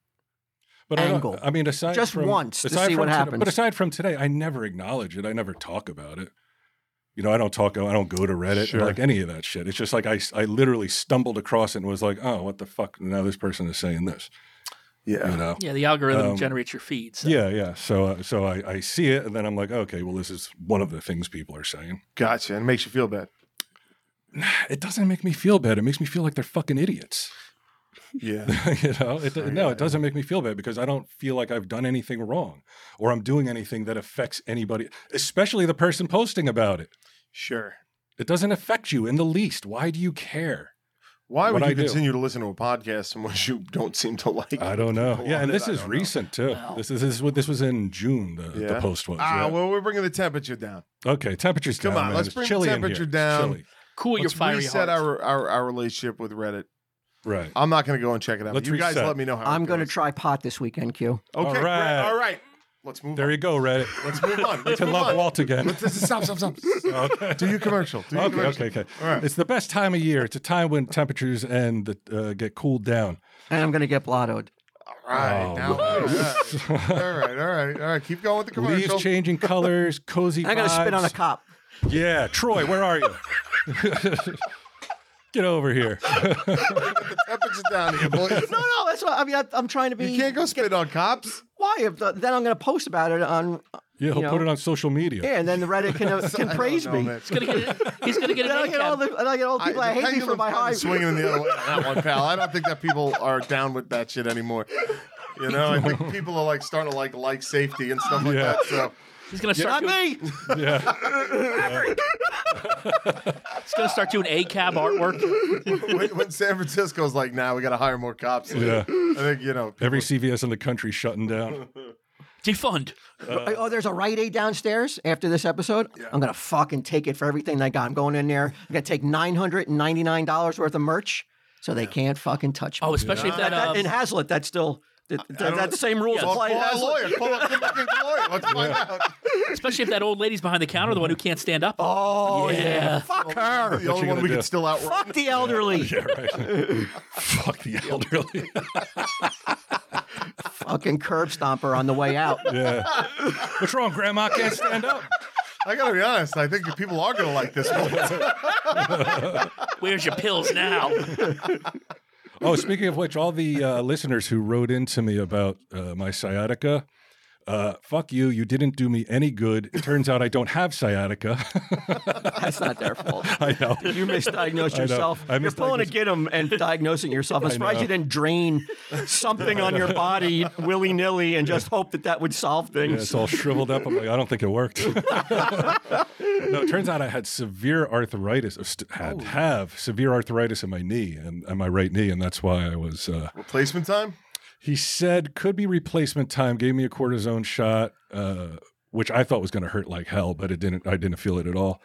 Speaker 1: But I don't-
Speaker 2: angle.
Speaker 1: I, mean, aside
Speaker 2: Just
Speaker 1: from,
Speaker 2: once to
Speaker 1: aside
Speaker 2: see
Speaker 1: from
Speaker 2: what
Speaker 1: today-
Speaker 2: happens.
Speaker 1: But aside from today, I never acknowledge it. I never talk about it. You know, I don't talk. I don't go to Reddit
Speaker 3: Sure.
Speaker 1: or like any of that shit. It's just like I, I literally stumbled across it and was like, oh, what the fuck? Now this person is saying this. You
Speaker 3: Yeah.
Speaker 1: know.
Speaker 5: Yeah, the algorithm
Speaker 1: Um,
Speaker 5: generates your feed. So.
Speaker 1: Yeah, yeah. So, uh, so I, I see it, and then I'm like, okay, well, this is one of the things people are saying.
Speaker 3: Gotcha. And it makes you feel bad.
Speaker 1: It doesn't make me feel bad. It makes me feel like they're fucking idiots.
Speaker 3: Yeah.
Speaker 1: you know, it,
Speaker 3: I
Speaker 1: no,
Speaker 3: got
Speaker 1: it doesn't make me feel bad because I don't feel like I've done anything wrong or I'm doing anything that affects anybody, especially the person posting about it.
Speaker 3: Sure.
Speaker 1: It doesn't affect you in the least. Why do you care?
Speaker 3: Why would
Speaker 1: What I
Speaker 3: you
Speaker 1: do.
Speaker 3: continue to listen to a podcast in which you don't seem to like?
Speaker 1: I don't know.
Speaker 3: Go
Speaker 1: Yeah,
Speaker 3: on
Speaker 1: and
Speaker 3: it,
Speaker 1: this
Speaker 3: I
Speaker 1: is
Speaker 3: don't know.
Speaker 1: recent too. This is this is what this was in June. The, the
Speaker 3: Yeah?
Speaker 1: post was.
Speaker 3: Ah,
Speaker 1: yeah.
Speaker 3: well, we're bringing the temperature down.
Speaker 1: okay, temperature's
Speaker 3: Come
Speaker 1: down,
Speaker 3: on,
Speaker 1: man.
Speaker 3: let's
Speaker 1: It's
Speaker 3: bring the
Speaker 1: chilly in here.
Speaker 3: temperature
Speaker 1: It's
Speaker 3: down.
Speaker 1: chilly.
Speaker 5: Cool your
Speaker 3: Let's
Speaker 5: fiery
Speaker 3: reset
Speaker 5: heart.
Speaker 3: our, our our relationship with Reddit.
Speaker 1: Right.
Speaker 3: I'm not going to go and check it out.
Speaker 1: Let's
Speaker 3: you guys
Speaker 1: reset.
Speaker 3: let me know how.
Speaker 2: I'm going
Speaker 3: going
Speaker 2: to try pot this weekend, Q.
Speaker 3: Okay,
Speaker 1: All
Speaker 3: great.
Speaker 1: right.
Speaker 3: all right. Let's move.
Speaker 1: There
Speaker 3: on.
Speaker 1: you go, Reddit.
Speaker 3: Let's move on.
Speaker 1: You
Speaker 3: Let's
Speaker 1: can
Speaker 3: move
Speaker 1: love
Speaker 3: on.
Speaker 1: Walt again.
Speaker 3: Let's- Stop! Stop! Stop! Do your commercial. Do your
Speaker 1: Okay,
Speaker 3: commercial.
Speaker 1: okay, okay.
Speaker 3: All right.
Speaker 1: It's the best time of year. It's a time when temperatures and the, uh, get cooled down.
Speaker 2: And I'm going to get blottoed.
Speaker 3: All right.
Speaker 1: Oh,
Speaker 3: now, all, right. all right. All right. All right. Keep going with the commercial.
Speaker 1: Leaves changing colors, cozy.
Speaker 2: I'm going to spit on a
Speaker 1: vibes.
Speaker 2: cop.
Speaker 1: Yeah, Troy, where are you? Get over here.
Speaker 3: Temperature down here, boys.
Speaker 2: No, no, that's what I mean. I, I'm trying to be.
Speaker 3: You can't go spit on cops.
Speaker 2: Why? If the, then I'm going to post about it on.
Speaker 1: Yeah, he'll
Speaker 2: You
Speaker 1: put
Speaker 2: know?
Speaker 1: it on social media.
Speaker 2: Yeah, and then the Reddit can uh, can praise
Speaker 3: No,
Speaker 2: me.
Speaker 3: man.
Speaker 5: He's gonna get it. He's gonna get
Speaker 2: Then I
Speaker 5: it.
Speaker 2: get all the and I get all the people that hate me for
Speaker 3: pendulum's
Speaker 2: my
Speaker 3: kinda
Speaker 2: high.
Speaker 3: Swinging in the other way on that one, pal. I don't think that people are down with that shit anymore. You know, I think people are like starting to like like safety and stuff like
Speaker 1: Yeah.
Speaker 3: that. So
Speaker 5: He's gonna start.
Speaker 2: Not
Speaker 5: Doing,
Speaker 2: me.
Speaker 1: Yeah.
Speaker 5: he's gonna start doing a cab artwork.
Speaker 3: when, when San Francisco's like, nah, we got to hire more cops.
Speaker 1: Yeah.
Speaker 3: I think you know.
Speaker 1: Every CVS in the country shutting down.
Speaker 5: Defund.
Speaker 2: oh, there's a Rite Aid downstairs after this episode. I'm going to fucking take it for everything they got. I'm going in there. I'm going to take $999 worth of merch so they can't fucking touch me.
Speaker 5: Oh, especially if that.
Speaker 2: That- in
Speaker 5: um,
Speaker 2: Hazlitt, that's still. That, that, that same rules
Speaker 3: Well,
Speaker 2: apply.
Speaker 3: call
Speaker 2: in
Speaker 3: our
Speaker 2: Hazlitt.
Speaker 3: lawyer. Call up the fucking lawyer. Let's find out.
Speaker 5: especially if that old lady's behind the counter, the one who can't stand up.
Speaker 2: Oh yeah. Fuck her.
Speaker 3: The only
Speaker 1: gonna
Speaker 3: one we
Speaker 1: do?
Speaker 3: can still outrun.
Speaker 2: Fuck the elderly.
Speaker 1: Yeah, right. Fuck the elderly.
Speaker 2: Fucking curb stomper on the way out.
Speaker 1: yeah. What's wrong, Grandma? Can't stand up.
Speaker 3: I gotta be honest. I think people are gonna like this one.
Speaker 5: Where's your pills now?
Speaker 1: Oh, speaking of which, all the uh, listeners who wrote in to me about uh, my sciatica, uh, fuck you. You didn't do me any good. It turns out I don't have sciatica.
Speaker 2: That's not their fault.
Speaker 1: I know.
Speaker 2: You misdiagnosed yourself.
Speaker 1: I
Speaker 2: You're pulling a
Speaker 1: misdiagnosed-
Speaker 2: Gidim and diagnosing yourself. I'm surprised you didn't drain something on your body willy nilly and just hope that that would solve
Speaker 1: Yeah,
Speaker 2: things.
Speaker 1: it's all shriveled up. I'm like, I don't think it worked. no, it turns out I had severe arthritis, or st- had have severe arthritis in my knee and, and my right knee, and that's why I was. Uh,
Speaker 3: Replacement time.
Speaker 1: he said could be replacement time. Gave me a cortisone shot, uh, which I thought was going to hurt like hell, but it didn't. I didn't feel it at all.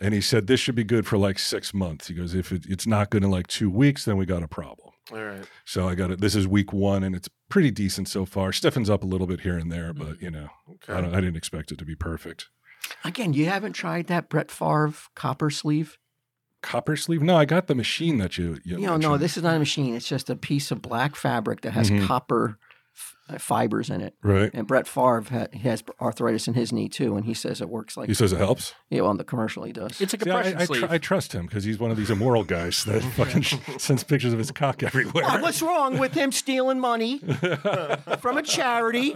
Speaker 1: And he said this should be good for like six months. He goes, if it, it's not good in like two weeks, then we got a problem.
Speaker 3: All right.
Speaker 1: So I got it. This is week one, and it's pretty decent so far. Stiffens up a little bit here and there, but you know, I, don't, I didn't expect it to be perfect.
Speaker 2: Again, you haven't tried that Brett Favre copper sleeve?
Speaker 1: copper sleeve? No, I got the machine that you. you
Speaker 2: You know, no,
Speaker 1: mentioned.
Speaker 2: this is not a machine. It's just a piece of black fabric that has
Speaker 1: Mhm.
Speaker 2: copper f- uh, fibers in it.
Speaker 1: right.
Speaker 2: And Brett Favre had, he has arthritis in his knee too, and he says it works like
Speaker 1: He says it helps.
Speaker 2: yeah, well, on the commercial he does.
Speaker 5: It's a
Speaker 1: See, I,
Speaker 5: compression
Speaker 1: I, tr-
Speaker 5: sleeve.
Speaker 1: I trust him because he's one of these immoral guys that fucking sends pictures of his cock everywhere.
Speaker 2: Why, What's wrong with him stealing money from a charity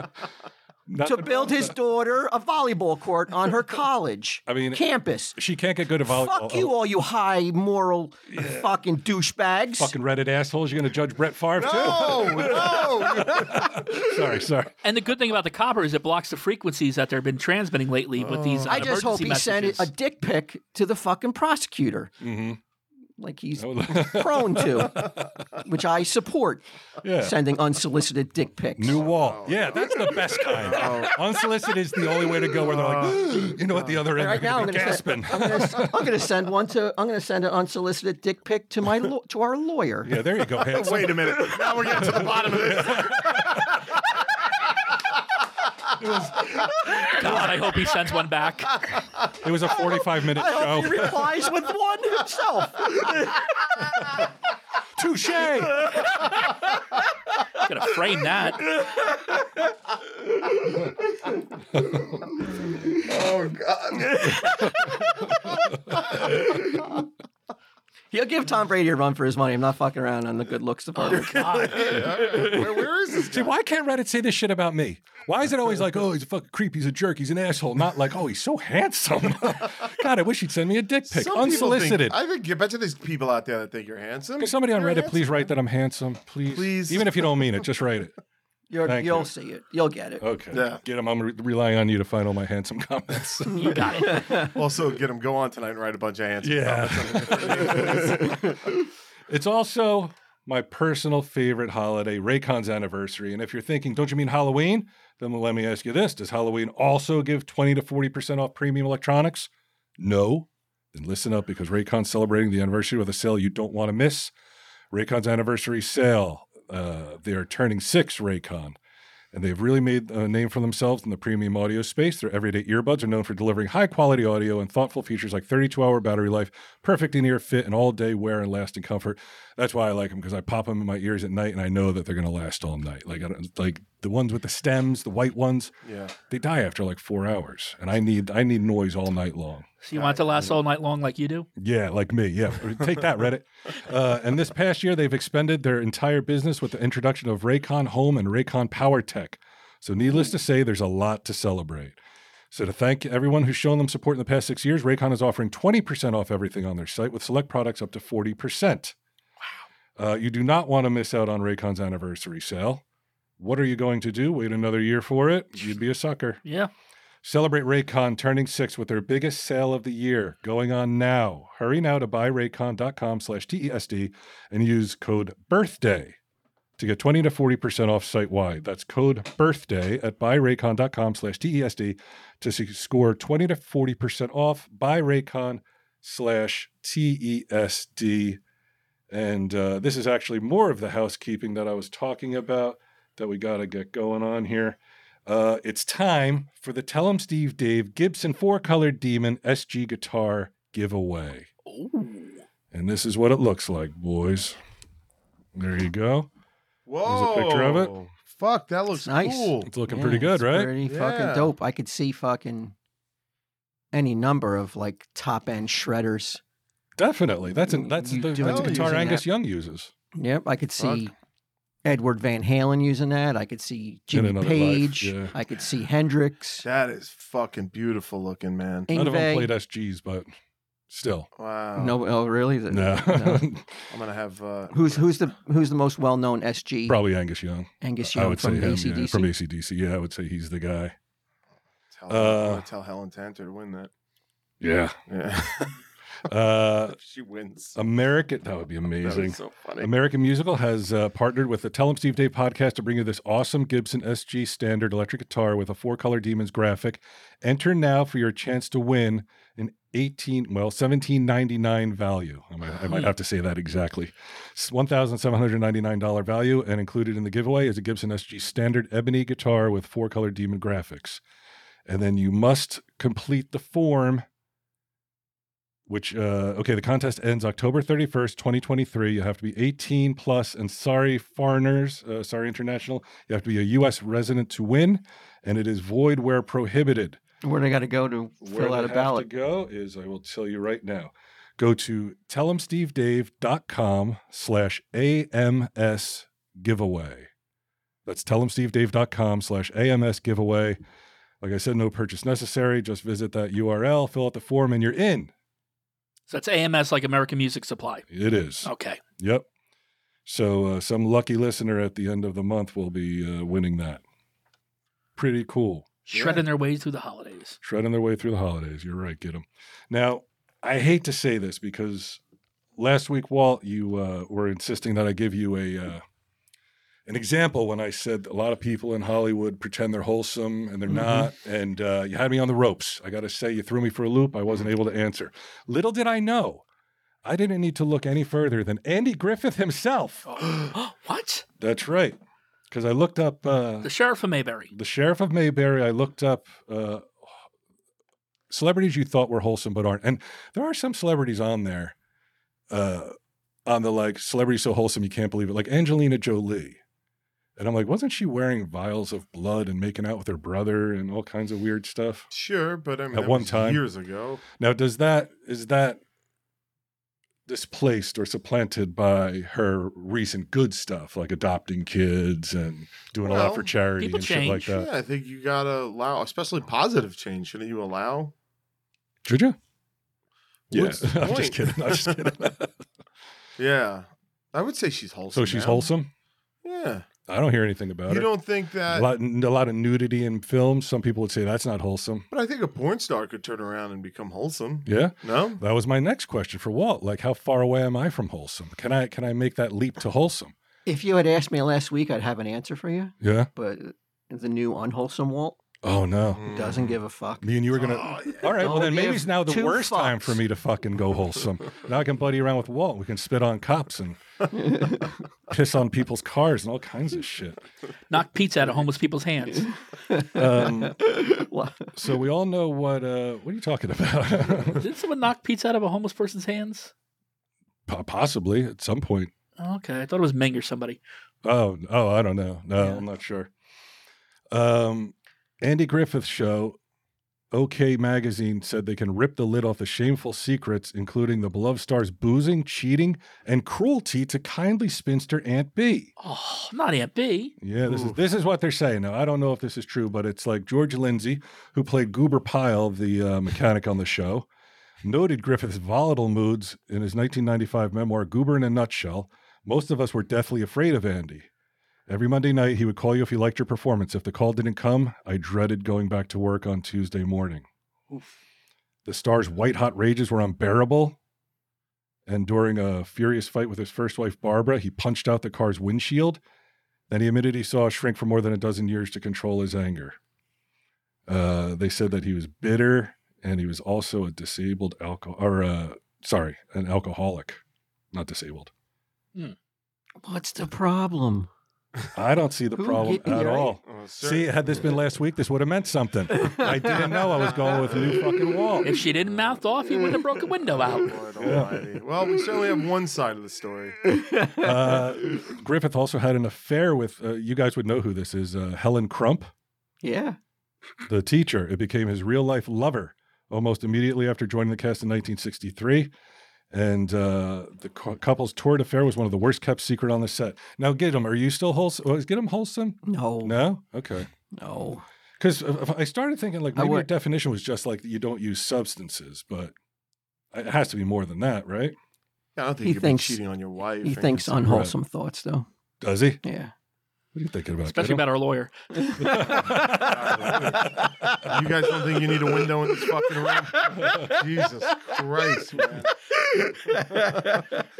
Speaker 1: Not
Speaker 2: to
Speaker 1: that-
Speaker 2: build his daughter a volleyball court on her college
Speaker 1: I mean-
Speaker 2: campus.
Speaker 1: She can't get good at volleyball.
Speaker 2: Fuck you,
Speaker 1: Oh,
Speaker 2: all you high moral fucking douchebags.
Speaker 1: Fucking Reddit assholes. You're going to judge Brett Favre
Speaker 3: No, no.
Speaker 1: too. sorry, sorry.
Speaker 5: and the good thing about the copper is it blocks the frequencies that they've been transmitting lately
Speaker 1: Oh.
Speaker 5: with these. Uh,
Speaker 2: I just hope
Speaker 5: emergency
Speaker 2: he
Speaker 5: messages.
Speaker 2: sent a dick pic to the fucking prosecutor,
Speaker 1: hmm
Speaker 2: like
Speaker 1: Oh,
Speaker 2: he's prone to, which I support
Speaker 1: Yeah.
Speaker 2: sending unsolicited dick pics.
Speaker 1: New wall. Yeah, that's the best kind. Unsolicited is the only way to go where they're like, you know what, the other end,
Speaker 2: right
Speaker 1: they're
Speaker 2: now, I'm
Speaker 1: gonna be
Speaker 2: going
Speaker 1: gasping.
Speaker 2: to send. I'm going to I'm gonna send one to. I'm going to send an unsolicited dick pic to my law to our lawyer.
Speaker 1: Yeah, there you go, handsome.
Speaker 3: Wait a minute. Now we're getting to the bottom of this.
Speaker 5: God, I hope he sends one back.
Speaker 1: It was a 45 minute
Speaker 2: I hope he
Speaker 1: show.
Speaker 2: replies with one himself.
Speaker 1: Touche.
Speaker 5: Gonna frame that.
Speaker 3: Oh God.
Speaker 2: He'll give Tom Brady a run for his money. I'm not fucking around on the good
Speaker 1: Oh,
Speaker 2: looks department.
Speaker 3: Where, where is this?
Speaker 1: See, why can't Reddit say this shit about me? Why is it always like, oh, he's a fucking creep, he's a jerk, he's an asshole? Not like, oh, he's so handsome. God, I wish he'd send me a dick pic,
Speaker 3: Some people
Speaker 1: unsolicited.
Speaker 3: Think, I think I bet you there's people out there that think you're handsome.
Speaker 1: Can somebody on
Speaker 3: You're
Speaker 1: Reddit
Speaker 3: handsome.
Speaker 1: please write that I'm handsome, please?
Speaker 3: Please.
Speaker 1: Even if you don't mean it, just write it.
Speaker 2: You're,
Speaker 1: Thank
Speaker 2: you'll
Speaker 1: you.
Speaker 2: see it. You'll get it.
Speaker 1: Okay.
Speaker 3: Yeah.
Speaker 1: Get him. I'm re- relying on you to find all my handsome comments.
Speaker 5: You got it.
Speaker 1: Oh.
Speaker 3: Also, get them go on tonight and write a bunch of handsome.
Speaker 1: yeah. It's also my personal favorite holiday, Raycon's anniversary. And if you're thinking, don't you mean Halloween? Then let me ask you this Does Halloween also give 20 to 40% off premium electronics? No. Then listen up because Raycon's celebrating the anniversary with a sale you don't want to miss. Raycon's anniversary sale. Uh, they are turning six Raycon, and they've really made a name for themselves in the premium audio space. Their everyday earbuds are known for delivering high quality audio and thoughtful features like 32 hour battery life, perfect in ear fit, and all day wear and lasting comfort. That's why I like them because I pop them in my ears at night and I know that they're going to last all night. Like, I don't, like the ones with the stems, the white ones,
Speaker 3: Yeah.
Speaker 1: they die after like four hours, and I need I need noise all night long.
Speaker 5: So you want it to last all night long like you do?
Speaker 1: Yeah, like me. Yeah, take that Reddit. Uh, and this past year, they've expended their entire business with the introduction of Raycon Home and Raycon Power Tech. So, needless to say, there's a lot to celebrate. So, to thank everyone who's shown them support in the past six years, Raycon is offering 20% off everything on their site, with select products up to 40%. Wow. Uh, you do not want to miss out on Raycon's anniversary sale. What are you going to do? Wait another year for it? You'd be a sucker.
Speaker 5: Yeah.
Speaker 1: Celebrate Raycon turning six with their biggest sale of the year going on now. Hurry now to buyraycon.com slash TESD and use code BIRTHDAY to get 20 to 40% off site wide. That's code BIRTHDAY at buyraycon.com slash TESD to se- score 20 to 40% off buyraycon slash TESD. And uh, this is actually more of the housekeeping that I was talking about that we got to get going on here. Uh, it's time for the Tell 'em Steve Dave Gibson Four Colored Demon SG Guitar giveaway. And this is what it looks like, boys. There you go.
Speaker 3: Whoa.
Speaker 1: picture of it.
Speaker 3: Fuck, that looks
Speaker 2: It's nice.
Speaker 3: cool.
Speaker 1: It's looking
Speaker 2: Yeah,
Speaker 1: pretty good,
Speaker 2: it's
Speaker 1: right?
Speaker 2: Pretty
Speaker 3: Yeah.
Speaker 2: fucking dope. I could see fucking any number of like top end shredders.
Speaker 1: Definitely. That's an, that's
Speaker 2: Mm, You
Speaker 1: the,
Speaker 2: doing
Speaker 1: that's a
Speaker 3: that
Speaker 1: guitar
Speaker 2: using
Speaker 1: Angus
Speaker 2: that.
Speaker 1: Young uses.
Speaker 2: Yep, I could
Speaker 3: Fuck.
Speaker 2: see Edward Van Halen using that. I could see Jimmy
Speaker 1: another life,
Speaker 2: Page.
Speaker 1: yeah.
Speaker 2: I could see Hendrix.
Speaker 3: That is fucking beautiful looking, man.
Speaker 1: None of them
Speaker 2: Yngwie.
Speaker 1: played SGs, but still.
Speaker 3: Wow.
Speaker 2: No, oh really? The-
Speaker 1: No.
Speaker 2: no.
Speaker 3: I'm gonna have. Uh,
Speaker 2: Who's who's the who's the most well known SG?
Speaker 1: Probably Angus Young.
Speaker 2: Angus
Speaker 1: I
Speaker 2: Young
Speaker 1: would say
Speaker 2: from
Speaker 1: him,
Speaker 2: ACDC.
Speaker 1: Yeah, from ACDC. Yeah, I would say he's the guy. Uh,
Speaker 3: Tell, I'm gonna tell Helen Tanter to win that.
Speaker 1: Yeah.
Speaker 3: Yeah.
Speaker 1: Uh,
Speaker 3: she wins.
Speaker 1: American. That would be
Speaker 3: That
Speaker 1: amazing.
Speaker 3: is so funny.
Speaker 1: American Musical has uh, partnered with the Tell 'em Steve Dave podcast to bring you this awesome Gibson SG standard electric guitar with a four color demons graphic. Enter now for your chance to win an 18, well, 1799 value. I might, I might have to say that exactly. It's $1,799 value, and included in the giveaway is a Gibson SG standard ebony guitar with four color demon graphics. And then you must complete the form which uh, okay the contest ends october 31st 2023 you have to be 18 plus and sorry foreigners uh, sorry international you have to be a us resident to win and it is void where prohibited
Speaker 2: Where do I got to go to
Speaker 1: where
Speaker 2: fill out
Speaker 1: they
Speaker 2: a
Speaker 1: have
Speaker 2: ballot?
Speaker 1: to go is i will tell you right now go to tellemstevedave.com slash ams giveaway that's tellemstevedave.com slash ams giveaway like i said no purchase necessary just visit that url fill out the form and you're in
Speaker 5: So that's AMS like American Music Supply.
Speaker 1: it is
Speaker 2: Oh.
Speaker 5: Okay.
Speaker 1: Yep. So uh, some lucky listener at the end of the month will be uh, winning that. Pretty cool.
Speaker 5: Shredding their way through the holidays.
Speaker 1: Shredding their way through the holidays. You're right. Get them. Now, I hate to say this because last week, Walt, you uh, were insisting that I give you a uh, an example when I said a lot of people in Hollywood pretend they're wholesome and they're
Speaker 5: Mm-hmm.
Speaker 1: not, and uh, you had me on the ropes. I got to say, you threw me for a loop. I wasn't able to answer. Little did I know, I didn't need to look any further than Andy Griffith himself.
Speaker 5: Oh. what?
Speaker 1: That's right. Because I looked up uh,
Speaker 5: The sheriff of Mayberry.
Speaker 1: the sheriff of Mayberry. I looked up uh, celebrities you thought were wholesome but aren't, and there are some celebrities on there, uh, on the like celebrity so wholesome you can't believe it, like Angelina Jolie. And I'm like, wasn't she wearing vials of blood and making out with her brother and all kinds of weird stuff?
Speaker 3: Sure, but I mean,
Speaker 1: At
Speaker 3: that
Speaker 1: one
Speaker 3: was
Speaker 1: time.
Speaker 3: years ago.
Speaker 1: Now, does that is that displaced or supplanted by her recent good stuff, like adopting kids and doing a lot
Speaker 3: Well,
Speaker 1: for charity
Speaker 5: people
Speaker 1: and shit like
Speaker 5: change.
Speaker 1: that?
Speaker 3: yeah, I think you gotta allow, especially positive change. Shouldn't you allow?
Speaker 1: Should you? Yeah,
Speaker 3: What's the
Speaker 1: I'm just
Speaker 3: point?
Speaker 1: kidding. I'm just kidding.
Speaker 3: Yeah, I would say she's wholesome.
Speaker 1: so she's
Speaker 3: now.
Speaker 1: wholesome.
Speaker 3: Yeah,
Speaker 1: I don't hear anything about
Speaker 3: You
Speaker 1: it.
Speaker 3: don't think
Speaker 1: a
Speaker 3: that?
Speaker 1: lot, a lot of nudity in films. Some people would say that's not wholesome.
Speaker 3: But I think a porn star could turn around and become wholesome.
Speaker 1: Yeah.
Speaker 3: No,
Speaker 1: That was my next question for Walt. Like, how far away am I from wholesome? Can I can I make that leap to wholesome?
Speaker 2: If you had asked me last week, I'd have an answer for you.
Speaker 1: Yeah.
Speaker 2: But the new unwholesome Walt
Speaker 1: Oh no.
Speaker 2: doesn't give a fuck.
Speaker 1: Me and you are gonna.
Speaker 3: Oh,
Speaker 1: All right. Well,
Speaker 2: Don't
Speaker 1: then maybe
Speaker 2: give
Speaker 1: it's now the
Speaker 2: two
Speaker 1: worst time
Speaker 2: fucks.
Speaker 1: for me to fucking go wholesome. now I can buddy around with Walt. We can spit on cops and piss on people's cars and all kinds of shit.
Speaker 5: Knock pizza out of homeless people's hands.
Speaker 1: Um,
Speaker 2: What?
Speaker 1: so we all know what. Uh, what are you talking about?
Speaker 5: Did someone knock pizza out of a homeless person's hands?
Speaker 1: Po- Possibly at some point.
Speaker 5: Okay, I thought it was Ming or somebody.
Speaker 1: Oh, oh, I don't know. No, I'm not sure. Um, Andy Griffith show. OK Magazine said they can rip the lid off the shameful secrets, including the beloved star's boozing, cheating, and cruelty to kindly spinster Aunt B.
Speaker 5: Oh, not Aunt B.
Speaker 1: Yeah, this is this is what they're saying. Now, I don't know if this is true, but it's like George Lindsay, who played Goober Pyle, the uh, mechanic on the show, noted Griffith's volatile moods in his 1995 memoir Goober in a Nutshell. Most of us were deathly afraid of Andy. Every Monday night, he would call you if he liked your performance. If the call didn't come, I dreaded going back to work on Tuesday morning. The star's white hot rages were unbearable. And during a furious fight with his first wife, Barbara, he punched out the car's windshield. Then he admitted he saw a shrink for more than a dozen years to control his anger. Uh, they said that he was bitter and he was also a disabled alcohol or uh, sorry, an alcoholic, not disabled.
Speaker 2: What's the problem?
Speaker 1: I don't see the
Speaker 2: Who
Speaker 1: problem
Speaker 2: get-
Speaker 1: at
Speaker 2: right?
Speaker 1: all.
Speaker 3: Oh, sir.
Speaker 1: See, had this been last week, this would have meant something. I didn't know I was going with a new fucking wall.
Speaker 5: If she didn't mouth off, he wouldn't have broke a window out.
Speaker 3: Lord almighty. Well, we certainly have one side of the story.
Speaker 1: Uh, Griffith also had an affair with, uh, you guys would know who this is, uh, Helen Crump.
Speaker 2: Yeah.
Speaker 1: the teacher. It became his real life lover almost immediately after joining the cast in 1963. And uh, the cou- couple's torrid affair was one of the worst kept secret on the set. Now, get him. Are you still wholesome? Was get him wholesome?
Speaker 2: No.
Speaker 1: No.
Speaker 2: No.
Speaker 1: Okay. Because I started thinking like
Speaker 2: I
Speaker 1: maybe your
Speaker 2: would-
Speaker 1: definition was just like you don't use substances, but it has to be more than that, right?
Speaker 3: I don't think
Speaker 2: He
Speaker 3: you could be
Speaker 2: thinks-
Speaker 3: cheating on your wife.
Speaker 2: He
Speaker 3: or
Speaker 2: thinks
Speaker 3: anything.
Speaker 2: unwholesome thoughts, though.
Speaker 1: Does he?
Speaker 2: Yeah.
Speaker 1: What are you thinking about?
Speaker 5: Especially
Speaker 1: Gidim?
Speaker 5: about our lawyer.
Speaker 3: You guys don't think you need a window in this fucking room? Jesus Christ, man.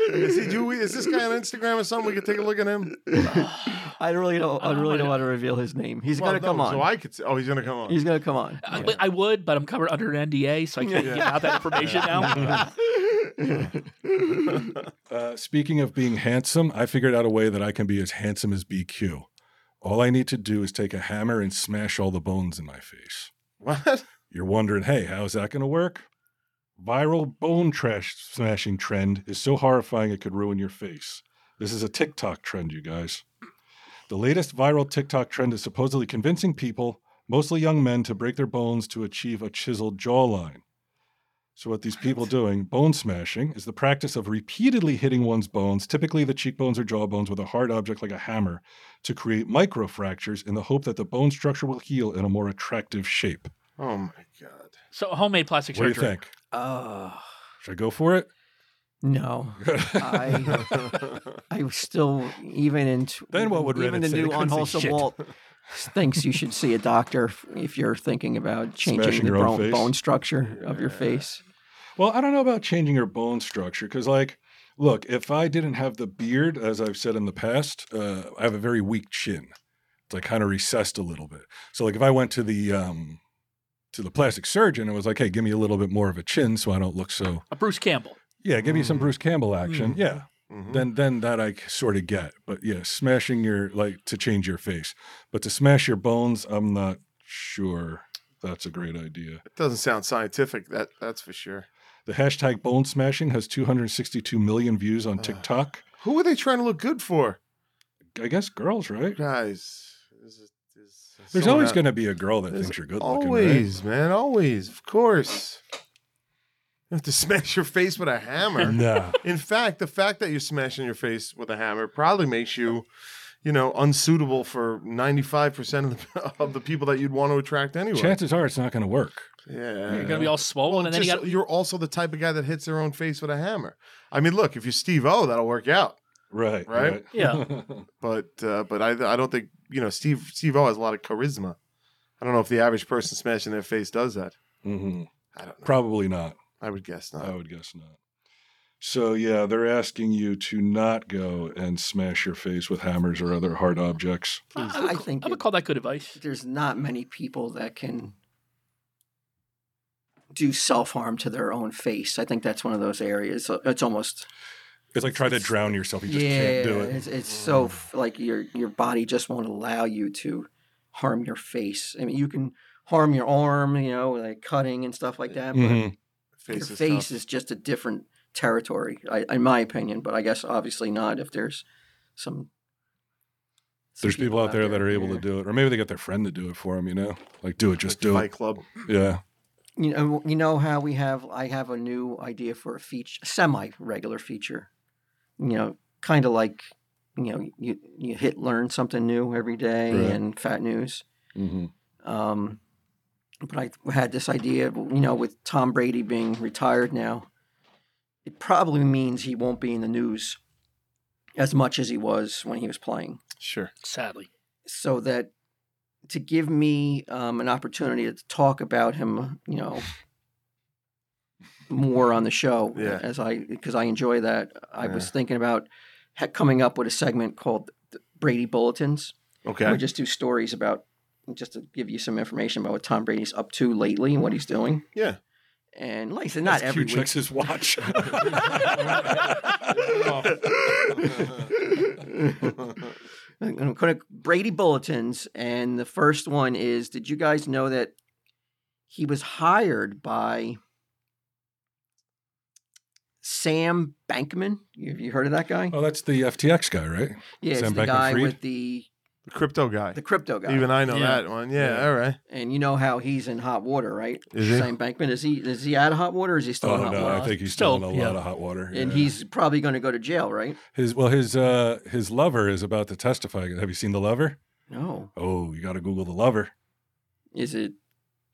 Speaker 3: is, he, do we, is this guy on Instagram or something? We could take a look at him.
Speaker 2: I really don't. I really
Speaker 5: Oh,
Speaker 2: don't
Speaker 5: yeah.
Speaker 2: want to reveal his name. He's
Speaker 3: Well,
Speaker 2: gonna
Speaker 3: no,
Speaker 2: come on.
Speaker 3: So I could. Say, oh, he's gonna come on.
Speaker 2: He's gonna come on.
Speaker 5: I, but I would, but I'm covered under an NDA, so I can't give out that information now.
Speaker 1: Uh, speaking of being handsome, I figured out a way that I can be as handsome as BQ. All I need to do is take a hammer and smash all the bones in my face.
Speaker 3: what?
Speaker 1: You're wondering, hey, how's that going to work? Viral bone trash smashing trend is so horrifying it could ruin your face. This is a TikTok trend, you guys. The latest viral TikTok trend is supposedly convincing people, mostly young men, to break their bones to achieve a chiseled jawline. So, what these people doing, bone smashing, is the practice of repeatedly hitting one's bones, typically the cheekbones or jawbones, with a hard object like a hammer to create microfractures in the hope that the bone structure will heal in a more attractive shape.
Speaker 3: Oh my god.
Speaker 5: So homemade plastic
Speaker 1: What do you
Speaker 5: surgery.
Speaker 1: think?
Speaker 2: Uh,
Speaker 1: Should I go for it?
Speaker 2: no. I I still even in t-
Speaker 1: Then what would
Speaker 2: even
Speaker 1: Reddit
Speaker 2: the
Speaker 1: say? They
Speaker 2: new
Speaker 1: couldn't say
Speaker 2: unwholesome
Speaker 1: shit.
Speaker 2: Walt thinks you should see a doctor f- if you're thinking about changing
Speaker 1: Smashing
Speaker 2: the
Speaker 1: your own
Speaker 2: bone,
Speaker 1: face?
Speaker 2: bone structure of your face.
Speaker 1: Well, I don't know about changing your bone structure because, like, look, if I didn't have the beard, as I've said in the past, uh, I have a very weak chin. It's like kind of recessed a little bit. So, like, if I went to the um, to the plastic surgeon and was like, "Hey, give me a little bit more of a chin, so I don't look so,"
Speaker 5: A Bruce Campbell.
Speaker 1: yeah, give me some Bruce Campbell action, yeah.
Speaker 3: Mhm.
Speaker 1: Then, then that I sort of get. But yeah, smashing your like to change your face, but to smash your bones, I'm not sure that's a great idea.
Speaker 3: It doesn't sound scientific. That that's for sure.
Speaker 1: The hashtag bone smashing has 262 million views on TikTok.
Speaker 3: Who are they trying to look good for,
Speaker 1: I guess girls, right?
Speaker 3: guys? This is- this is
Speaker 1: There's
Speaker 3: someone
Speaker 1: always
Speaker 3: out-
Speaker 1: going to be a girl that
Speaker 3: There's
Speaker 1: thinks you're good looking.
Speaker 3: always, man, always, of course. You have to smash your face with a hammer.
Speaker 1: Right? Nah.
Speaker 3: In fact, the fact that you're smashing your face with a hammer probably makes you, you know, unsuitable for 95% of the, of the people that you'd want to attract anyway.
Speaker 1: Chances are it's not going to work.
Speaker 3: yeah.
Speaker 5: You're gonna be all swollen, and then you
Speaker 3: Just-
Speaker 5: got
Speaker 3: You're also the type of guy that hits their own face with a hammer. I mean, look, if you're Steve O, that'll work out,
Speaker 1: Right.
Speaker 3: Right?
Speaker 5: Yeah.
Speaker 3: but uh, but I I don't think you know Steve Steve O has a lot of charisma. I don't know if the average person smashing their face does that.
Speaker 1: Mhm.
Speaker 3: I don't know.
Speaker 1: Probably not.
Speaker 3: I would guess not.
Speaker 1: I would guess not. So yeah, they're asking you to not go and smash your face with hammers or other hard objects.
Speaker 5: I,
Speaker 2: I
Speaker 5: would, ca-
Speaker 2: think
Speaker 5: I would
Speaker 2: it-
Speaker 5: call that good advice.
Speaker 2: there's not many people that can do self harm to their own face. I think that's one of those areas. So It's almost
Speaker 1: It's like try to drown yourself. You just
Speaker 2: yeah,
Speaker 1: can't do it.
Speaker 2: it's it's so f- like your your body just won't allow you to harm your face. I mean, you can harm your arm, you know, like cutting and stuff like that. But
Speaker 1: Mhm.
Speaker 2: your
Speaker 3: is
Speaker 2: face
Speaker 3: tough.
Speaker 2: is just a different territory, I, in my opinion. But I guess obviously not if there's some. some
Speaker 1: There's people out there that are able to do it, or maybe they got their friend to do it for them. You know, like do it, just do
Speaker 3: Fight
Speaker 1: it.
Speaker 3: Club.
Speaker 1: Yeah.
Speaker 2: You know, you know how we have. I have a new idea for a feature, semi-regular feature. You know, kind of like, you know, you you hit learn something new every day
Speaker 1: Right.
Speaker 2: and fat news.
Speaker 1: hmm
Speaker 2: Um, but I had this idea, you know, with Tom Brady being retired now, it probably means he won't be in the news as much as he was when he was playing.
Speaker 3: Sure.
Speaker 5: Sadly.
Speaker 2: So that to give me um, an opportunity to talk about him, you know, more on the show
Speaker 3: Yeah.
Speaker 2: as I because I enjoy that. I was thinking about ha- coming up with a segment called the Brady Bulletins.
Speaker 3: Okay.
Speaker 2: We just do stories about just to give you some information about what Tom Brady's up to lately and what he's doing.
Speaker 3: yeah.
Speaker 2: And like I said, not
Speaker 1: Q
Speaker 2: every week.
Speaker 1: checks his watch.
Speaker 2: I'm going to Brady bulletins, and the first one is: Did you guys know that he was hired by Sam Bankman? You, you heard of that guy?
Speaker 1: oh, that's the FTX guy, right?
Speaker 2: yeah,
Speaker 1: Sam
Speaker 2: it's the
Speaker 1: Bankman
Speaker 2: guy
Speaker 1: Fried?
Speaker 2: with the
Speaker 3: the crypto guy.
Speaker 2: the crypto guy.
Speaker 3: Even I know
Speaker 5: Yeah.
Speaker 3: that one. Yeah,
Speaker 1: Yeah.
Speaker 3: All right.
Speaker 2: and you know how he's in hot water, right?
Speaker 3: Is he?
Speaker 2: Sam Bankman is he is he out of hot water? Or is he still
Speaker 1: Oh
Speaker 2: in hot
Speaker 1: no,
Speaker 2: water?
Speaker 1: I think he's
Speaker 5: Still,
Speaker 1: still in a
Speaker 5: yeah.
Speaker 1: lot of hot water.
Speaker 2: and
Speaker 1: yeah.
Speaker 2: he's probably going to go to jail, right?
Speaker 1: his well, his uh, his lover is about to testify. Have you seen the lover?
Speaker 2: No.
Speaker 1: Oh, you got to Google the lover.
Speaker 2: Is it?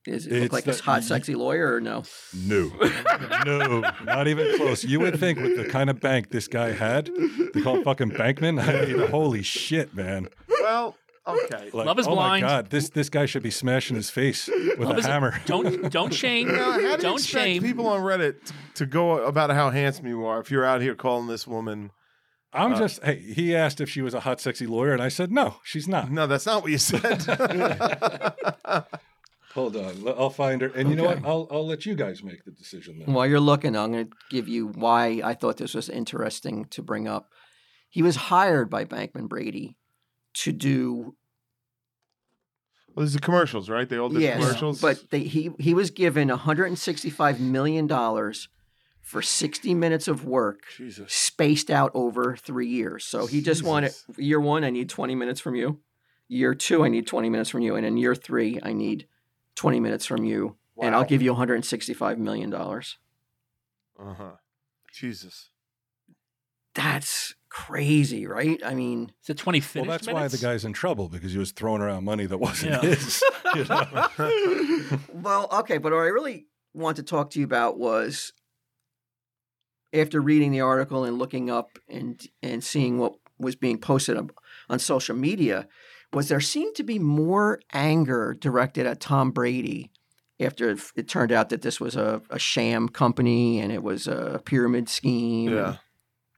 Speaker 2: Is it
Speaker 1: It's
Speaker 2: look like
Speaker 1: the-
Speaker 2: a hot, sexy lawyer or no?
Speaker 1: No, no, not even close. You would think with the kind of bank this guy had, they call him fucking Bankman. I mean, holy shit, man!
Speaker 3: Well, okay.
Speaker 1: Like,
Speaker 5: Love is
Speaker 1: oh
Speaker 5: blind.
Speaker 1: my god, this this guy should be smashing his face with
Speaker 5: Love
Speaker 1: a
Speaker 5: is-
Speaker 1: hammer.
Speaker 5: Don't don't shame.
Speaker 3: Now, how do you
Speaker 5: don't
Speaker 3: expect
Speaker 5: shame.
Speaker 3: people on Reddit t- to go about how handsome you are if you're out here calling this woman?
Speaker 1: I'm just hey. He asked if she was a hot, sexy lawyer, and I said no, she's not.
Speaker 3: No, that's not what you said.
Speaker 1: Hold on, l- I'll find her. And you know what? I'll I'll let you guys make the decision then.
Speaker 2: While you're looking, I'm going to give you why I thought this was interesting to bring up. He was hired by Bankman Brady to do
Speaker 3: Well, these are commercials, right? They all did
Speaker 2: yes,
Speaker 3: commercials.
Speaker 2: but they, he he was given 165 million dollars for 60 minutes of work
Speaker 3: Jesus.
Speaker 2: spaced out over three years. So he just wanted year one, I need 20 minutes from you. Year two, I need 20 minutes from you. And in year three, I need 20 minutes from you. And I'll
Speaker 3: Wow.
Speaker 2: give you $165 million.
Speaker 3: Uh huh. Jesus.
Speaker 2: That's crazy, right? I mean,
Speaker 5: Is it 20 finished
Speaker 1: Well, that's why
Speaker 5: minutes?
Speaker 1: the guy's in trouble because he was throwing around money that wasn't
Speaker 5: Yeah.
Speaker 1: his. you know?
Speaker 2: well, okay. But what I really want to talk to you about was after reading the article and looking up and and seeing what was being posted on, on social media was there seemed to be more anger directed at Tom Brady after it, it turned out that this was a, a sham company and it was a pyramid scheme.
Speaker 3: Yeah.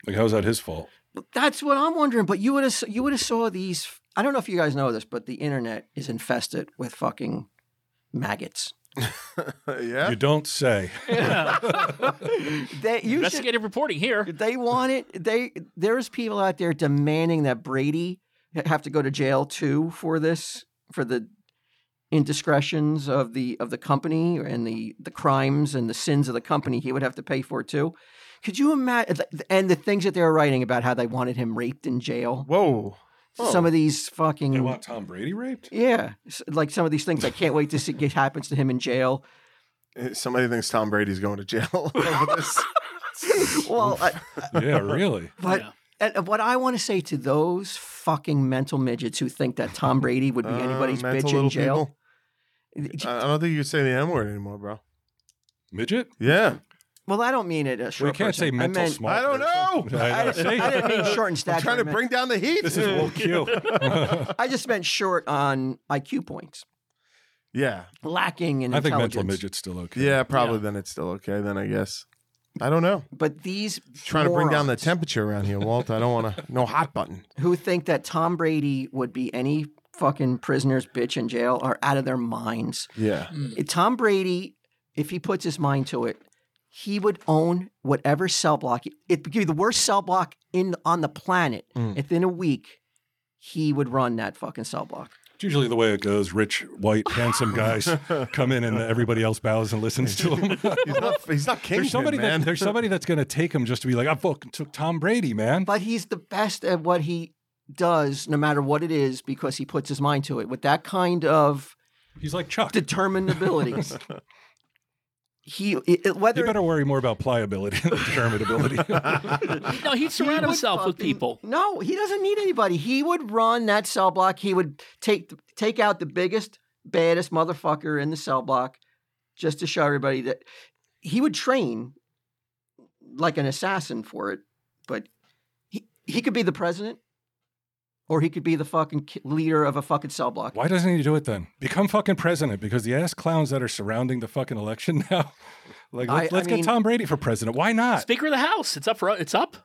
Speaker 1: Like, how's that his fault?
Speaker 2: But That's what I'm wondering. But you would have you would have saw these. I don't know if you guys know this, but the internet is infested with fucking maggots.
Speaker 3: yeah.
Speaker 1: You don't say.
Speaker 5: Yeah.
Speaker 2: They you should,
Speaker 5: Investigative reporting here.
Speaker 2: they want it. They there's people out there demanding that Brady have to go to jail too for this for the indiscretions of the of the company and the the crimes and the sins of the company he would have to pay for too. Could you imagine? And the things that they were writing about how they wanted him raped in jail.
Speaker 3: Whoa.
Speaker 2: Some of these
Speaker 1: They
Speaker 2: fucking
Speaker 1: want Tom Brady raped?
Speaker 2: Yeah, s- like some of these things. I can't wait to see what happens to him in jail.
Speaker 3: Eh, Somebody thinks Tom Brady's going to jail over this.
Speaker 2: Well, I,
Speaker 1: Yeah, really.
Speaker 2: but
Speaker 5: Yeah.
Speaker 2: and and what I want to say to those fucking mental midgets who think that Tom Brady would be anybody's
Speaker 3: Uh,
Speaker 2: bitch
Speaker 3: mental
Speaker 2: in
Speaker 3: little Uh,
Speaker 2: jail.
Speaker 3: people. I I don't think you say the M word anymore, bro.
Speaker 1: Midget?
Speaker 3: Yeah.
Speaker 2: Well, I don't mean it. A short
Speaker 1: We can't
Speaker 2: person.
Speaker 1: say mental
Speaker 2: I meant,
Speaker 1: smart.
Speaker 3: I don't know.
Speaker 1: I
Speaker 2: I,
Speaker 1: know.
Speaker 2: didn't- I didn't mean short in stature.
Speaker 3: Trying
Speaker 2: I,
Speaker 3: to
Speaker 2: meant-
Speaker 3: bring down the heat.
Speaker 1: This is woke you.
Speaker 2: I just meant short on IQ points,
Speaker 3: yeah,
Speaker 2: lacking in
Speaker 1: I think mental
Speaker 2: intelligence.
Speaker 1: midget's still okay.
Speaker 3: yeah. Probably then it's still okay. Then I guess. I don't know.
Speaker 2: But these
Speaker 3: Trying to bring down the
Speaker 2: morons
Speaker 3: temperature around here, Walt. I don't want to. No hot button.
Speaker 2: who think that Tom Brady would be any fucking prisoner's bitch in jail are out of their minds.
Speaker 3: Yeah.
Speaker 2: Tom Brady, if he puts his mind to it, he would own whatever cell block. It would be the worst cell block in on the planet. Within a week, he would run that fucking cell block.
Speaker 1: It's usually the way it goes. Rich, white, handsome guys come in and everybody else bows and listens to them.
Speaker 3: He's not. He's not king.
Speaker 1: there's somebody
Speaker 3: man.
Speaker 1: that, there's somebody that's going to take him just to be like, I fucking took Tom Brady, man.
Speaker 2: But he's the best at what he does, no matter what it is, because he puts his mind to it. With that kind of
Speaker 1: He's like Chuck.
Speaker 2: determined ability, he it- it-
Speaker 1: You
Speaker 2: whether
Speaker 1: better worry more about pliability than determinability.
Speaker 5: No, he'd surround
Speaker 2: would
Speaker 5: himself with
Speaker 2: fucking-
Speaker 5: people.
Speaker 2: No, he doesn't need anybody. He would run that cell block. He would take take out the biggest, baddest motherfucker in the cell block, just to show everybody that he would train like an assassin for it. But he he could be the president, or he could be the fucking ki- leader of a fucking cell block.
Speaker 1: Why doesn't he do it then? Become fucking president because the ass clowns that are surrounding the fucking election now. Like,
Speaker 2: I-
Speaker 1: let's,
Speaker 2: I
Speaker 1: let's get
Speaker 2: mean-
Speaker 1: Tom Brady for president. Why not?
Speaker 5: Speaker of the House. It's up for it's up.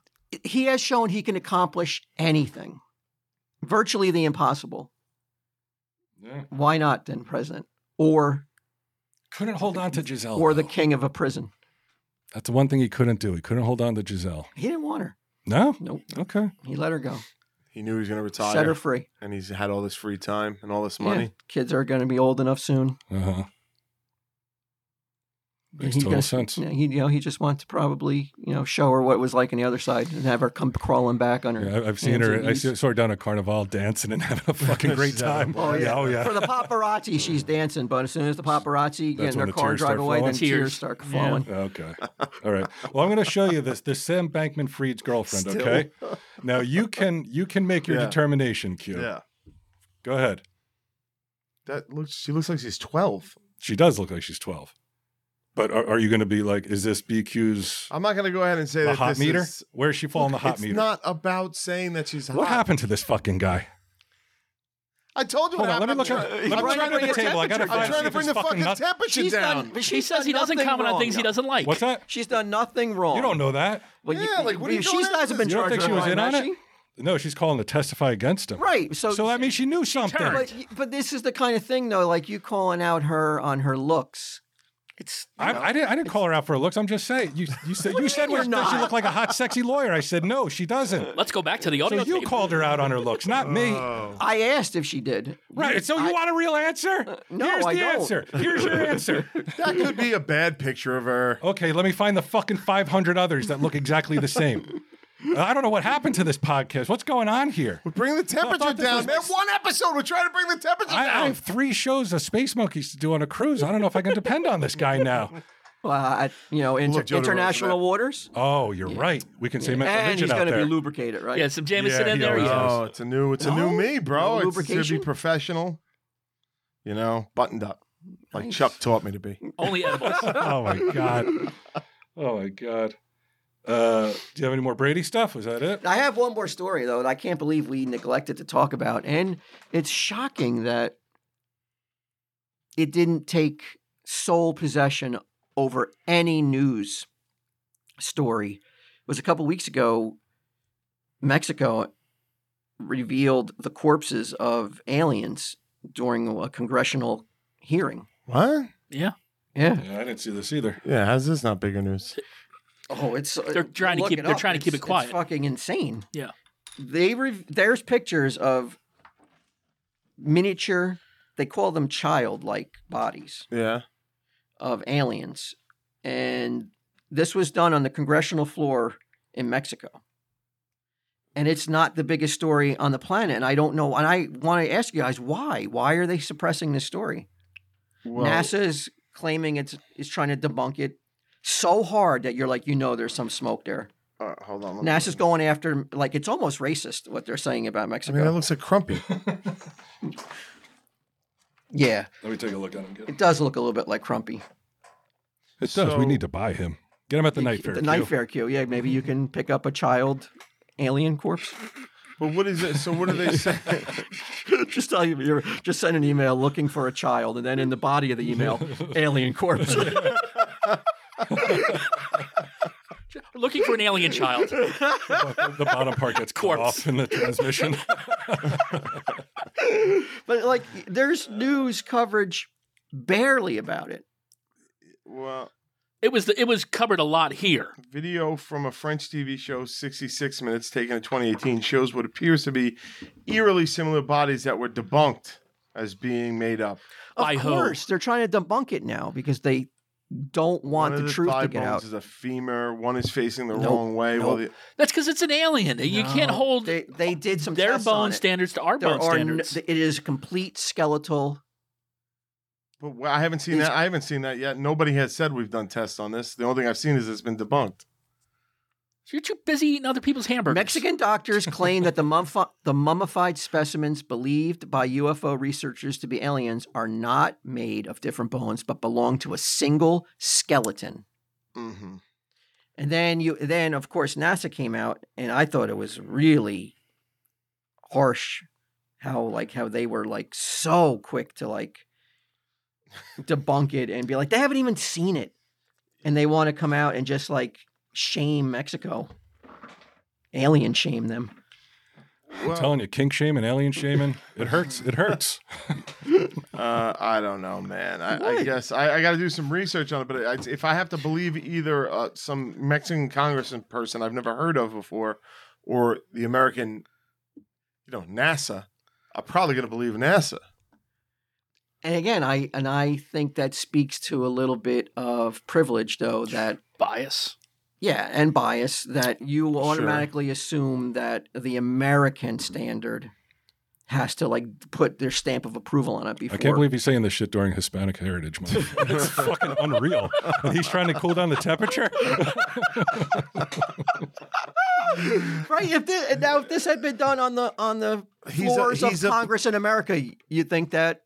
Speaker 2: He has shown he can accomplish anything, virtually the impossible.
Speaker 1: Yeah.
Speaker 2: Why not then, president? Or
Speaker 1: Couldn't hold on to Giselle.
Speaker 2: or the
Speaker 1: though.
Speaker 2: king of a prison.
Speaker 1: That's the one thing he couldn't do. He couldn't hold on to Giselle.
Speaker 2: He didn't want her.
Speaker 1: No?
Speaker 2: Nope.
Speaker 1: Okay.
Speaker 2: He let her go.
Speaker 3: He knew he was going to retire,
Speaker 2: Set her free.
Speaker 3: and he's had all this free time and all this
Speaker 2: Yeah.
Speaker 3: money.
Speaker 2: Kids are going to be old enough soon.
Speaker 1: Uh-huh. Makes
Speaker 2: He's
Speaker 1: total
Speaker 2: gonna-
Speaker 1: sense.
Speaker 2: yeah, He, you know, he just wants to probably, you know, show her what it was like on the other side and have her come crawling back on her.
Speaker 1: Yeah, I- I've seen
Speaker 2: hands
Speaker 1: her.
Speaker 2: and
Speaker 1: I
Speaker 2: knees.
Speaker 1: see- saw her down at Carnival dancing and having a fucking great
Speaker 3: She's having
Speaker 1: time.
Speaker 3: a ball.
Speaker 1: oh yeah.
Speaker 2: For the paparazzi, she's dancing, but as soon as the paparazzi get
Speaker 1: That's
Speaker 2: in
Speaker 1: when
Speaker 2: their
Speaker 1: the
Speaker 2: car
Speaker 1: tears
Speaker 2: and drive
Speaker 1: start
Speaker 2: away, then
Speaker 1: falling?
Speaker 2: tears,
Speaker 5: Tears.
Speaker 2: start
Speaker 5: Yeah.
Speaker 2: falling.
Speaker 1: Okay. All right. Well, I'm going to show you this. This Sam Bankman Fried's girlfriend.
Speaker 3: Still.
Speaker 1: Okay. Now you can you can make your
Speaker 3: Yeah.
Speaker 1: determination, Q.
Speaker 3: Yeah.
Speaker 1: Go ahead.
Speaker 3: That looks. She looks like she's twelve.
Speaker 1: She does look like she's 12. But are, are you going to be like, is this BQ's
Speaker 3: I'm not going to go ahead and say
Speaker 1: the
Speaker 3: that
Speaker 1: hot
Speaker 3: this
Speaker 1: meter?
Speaker 3: Is,
Speaker 1: Where is she fall on the hot
Speaker 3: it's
Speaker 1: meter?
Speaker 3: not about saying that she's hot.
Speaker 1: what happened to this fucking guy?
Speaker 3: I told you.
Speaker 1: Hold
Speaker 3: what
Speaker 1: on, let me
Speaker 3: happened.
Speaker 1: look
Speaker 3: I'm
Speaker 1: at. Let
Speaker 3: try-
Speaker 1: me
Speaker 3: I'm
Speaker 1: look
Speaker 3: trying to
Speaker 1: under the
Speaker 3: bring
Speaker 1: table. I got to
Speaker 3: I'm
Speaker 1: find.
Speaker 3: trying
Speaker 1: see
Speaker 3: to
Speaker 1: if
Speaker 3: bring the
Speaker 1: this
Speaker 3: fucking
Speaker 1: nut-
Speaker 3: temperature
Speaker 2: She's
Speaker 3: down.
Speaker 2: done, she's
Speaker 5: He says
Speaker 2: done
Speaker 5: he doesn't
Speaker 2: nothing
Speaker 5: comment on
Speaker 2: wrong,
Speaker 5: things he
Speaker 2: though.
Speaker 5: doesn't like.
Speaker 1: What's that?
Speaker 2: She's done nothing wrong.
Speaker 1: You don't know that.
Speaker 2: Well,
Speaker 3: Yeah, like, what are you
Speaker 2: She
Speaker 3: going at
Speaker 2: hasn't
Speaker 3: this?
Speaker 2: been
Speaker 1: You don't think
Speaker 2: charged with
Speaker 1: she was
Speaker 2: crime,
Speaker 1: in on
Speaker 2: has
Speaker 1: it?
Speaker 2: she?
Speaker 1: No, she's calling to testify against him.
Speaker 2: Right. So,
Speaker 1: So that means she knew something.
Speaker 5: turned.
Speaker 2: but, but this is the kind of thing, though, like you calling out her on her looks. It's you
Speaker 1: I,
Speaker 2: know.
Speaker 1: I didn't. I didn't call her out for her looks. I'm just saying. You, you said you said
Speaker 2: mean
Speaker 1: when
Speaker 2: you're
Speaker 1: does she
Speaker 2: not?
Speaker 1: look like a hot, sexy lawyer. I said no, she doesn't.
Speaker 5: Let's go back to the
Speaker 1: So
Speaker 5: audio.
Speaker 1: you
Speaker 5: tape.
Speaker 1: called her out on her looks, not me.
Speaker 2: I asked if she did.
Speaker 1: Oh. right. So you
Speaker 2: I-
Speaker 1: want a real answer?
Speaker 2: no,
Speaker 1: Here's
Speaker 2: I
Speaker 1: the
Speaker 2: don't.
Speaker 1: answer. Here's your answer.
Speaker 3: That could be a bad picture of her.
Speaker 1: okay, let me find the fucking 500 others that look exactly the same. I don't know what happened to this podcast. What's going on here?
Speaker 3: Bring the temperature
Speaker 1: this
Speaker 3: down,
Speaker 1: was-
Speaker 3: man. One episode, we're trying to bring the temperature
Speaker 1: I, I
Speaker 3: down.
Speaker 1: have three shows of Space Monkeys to do on a cruise. I don't know if I can depend on this guy now.
Speaker 2: Well, uh, I- you know, inter-
Speaker 3: Joe DeRosa
Speaker 2: international
Speaker 3: that.
Speaker 2: waters,
Speaker 1: Oh, you're right. We can say mental
Speaker 2: and
Speaker 1: midget
Speaker 2: he's
Speaker 1: out
Speaker 2: going to be
Speaker 1: there.
Speaker 2: lubricated, right?
Speaker 5: Yeah, some Jameson
Speaker 1: Yeah,
Speaker 5: in
Speaker 1: he
Speaker 5: there.
Speaker 1: always
Speaker 5: Yeah.
Speaker 1: does.
Speaker 3: oh, it's a new, it's a new
Speaker 2: No?
Speaker 3: me, bro.
Speaker 2: No
Speaker 3: it's to be
Speaker 2: lubrication?
Speaker 3: professional. You know, buttoned up, like Chuck taught me to be.
Speaker 5: Only edibles.
Speaker 1: oh my god. Oh my god. Uh, do you have any more Brady stuff? Was that it?
Speaker 2: I have one more story though that I can't believe we neglected to talk about, and it's shocking that it didn't take sole possession over any news story. It was a couple weeks ago. Mexico revealed the corpses of aliens during a congressional hearing.
Speaker 3: What?
Speaker 5: yeah.
Speaker 2: Yeah.
Speaker 1: Yeah, I didn't see this either.
Speaker 3: Yeah, how's this not bigger news?
Speaker 2: Oh, it's
Speaker 5: They're trying to
Speaker 2: look
Speaker 5: keep-
Speaker 2: it
Speaker 5: they're
Speaker 2: up.
Speaker 5: trying to keep
Speaker 2: It's-
Speaker 5: it quiet.
Speaker 2: It's fucking insane.
Speaker 5: Yeah.
Speaker 2: They re- there's pictures of miniature. They call them childlike bodies
Speaker 3: Yeah.
Speaker 2: of aliens, and this was done on the congressional floor in Mexico. And it's not the biggest story on the planet. And I don't know. And I want to ask you guys why? Why are they suppressing this story?
Speaker 3: Well,
Speaker 2: NASA is claiming it's is trying to debunk it so hard that you're like, you know, there's some smoke there.
Speaker 3: all right, Uh, hold on. let me-
Speaker 2: NASA's going after like it's almost racist what they're saying about
Speaker 3: I
Speaker 2: Mexico.
Speaker 3: mean, that looks like Crumpy.
Speaker 2: yeah,
Speaker 1: Let me take a look at him.
Speaker 2: it does look a little bit like Crumpy.
Speaker 1: It does.
Speaker 3: So-
Speaker 1: we need to buy him. Get them at the night fair.
Speaker 2: the
Speaker 1: Q.
Speaker 2: night fair queue. Yeah, maybe you can pick up a child alien corpse.
Speaker 3: But what is it? So what are they saying?
Speaker 2: just tell you, you're just send an email looking for a child, and then in the body of the email, alien corpse.
Speaker 5: Looking for an alien child.
Speaker 1: The bottom part gets cut
Speaker 5: Corpse.
Speaker 1: off in the transmission.
Speaker 2: but like, there's news coverage barely about it.
Speaker 3: well,
Speaker 5: It was the, it was covered a lot here.
Speaker 3: video from a French TV show, 66 minutes, taken in 2018, shows what appears to be eerily similar bodies that were debunked as being made up.
Speaker 2: Of
Speaker 5: I hope.
Speaker 2: course, they're trying to debunk it now because they don't
Speaker 3: One
Speaker 2: want
Speaker 3: of
Speaker 2: the truth
Speaker 3: thigh
Speaker 2: to get
Speaker 3: bones
Speaker 2: out.
Speaker 3: is a femur. One is facing the
Speaker 2: Nope,
Speaker 3: wrong way. Well,
Speaker 2: nope.
Speaker 5: That's because it's an alien. You can't hold
Speaker 2: They they did some
Speaker 5: their
Speaker 2: tests on
Speaker 5: bone
Speaker 2: it.
Speaker 5: standards to our
Speaker 2: There
Speaker 5: bone
Speaker 2: are n-
Speaker 5: standards.
Speaker 2: it is complete skeletal.
Speaker 3: but wh- I haven't seen
Speaker 2: These-
Speaker 3: that. I haven't seen that yet. Nobody has said we've done tests on this. The only thing I've seen is it's been debunked.
Speaker 5: You're too busy eating other people's hamburgers.
Speaker 2: Mexican doctors claim that the, mumfi- the mummified specimens believed by UFO researchers to be aliens are not made of different bones, but belong to a single skeleton.
Speaker 3: Mm-hmm.
Speaker 2: And then you, then of course NASA came out, and I thought it was really harsh how like how they were like so quick to like debunk it and be like they haven't even seen it, and they want to come out and just like shame Mexico, alien shame them.
Speaker 1: I'm telling you, kink shaming, alien shaming, it hurts. It hurts.
Speaker 3: Uh, I don't know, man. I, I
Speaker 2: What?
Speaker 3: guess I, I got to do some research on it. But I, if I have to believe either uh, some Mexican congressman person I've never heard of before, or the American, you know, NASA, I'm probably gonna believe NASA.
Speaker 2: And again, I and I think that speaks to a little bit of privilege, though that
Speaker 5: bias.
Speaker 2: Yeah, and bias that you automatically assume that the American standard has to like put their stamp of approval on it before.
Speaker 1: I can't believe he's saying this shit during Hispanic Heritage Month. it's fucking unreal. And he's trying to cool down the temperature.
Speaker 2: right. If this, and now if this had been done on the on the
Speaker 3: He's a-
Speaker 2: floors
Speaker 3: he's a-
Speaker 2: of Congress in America, you think that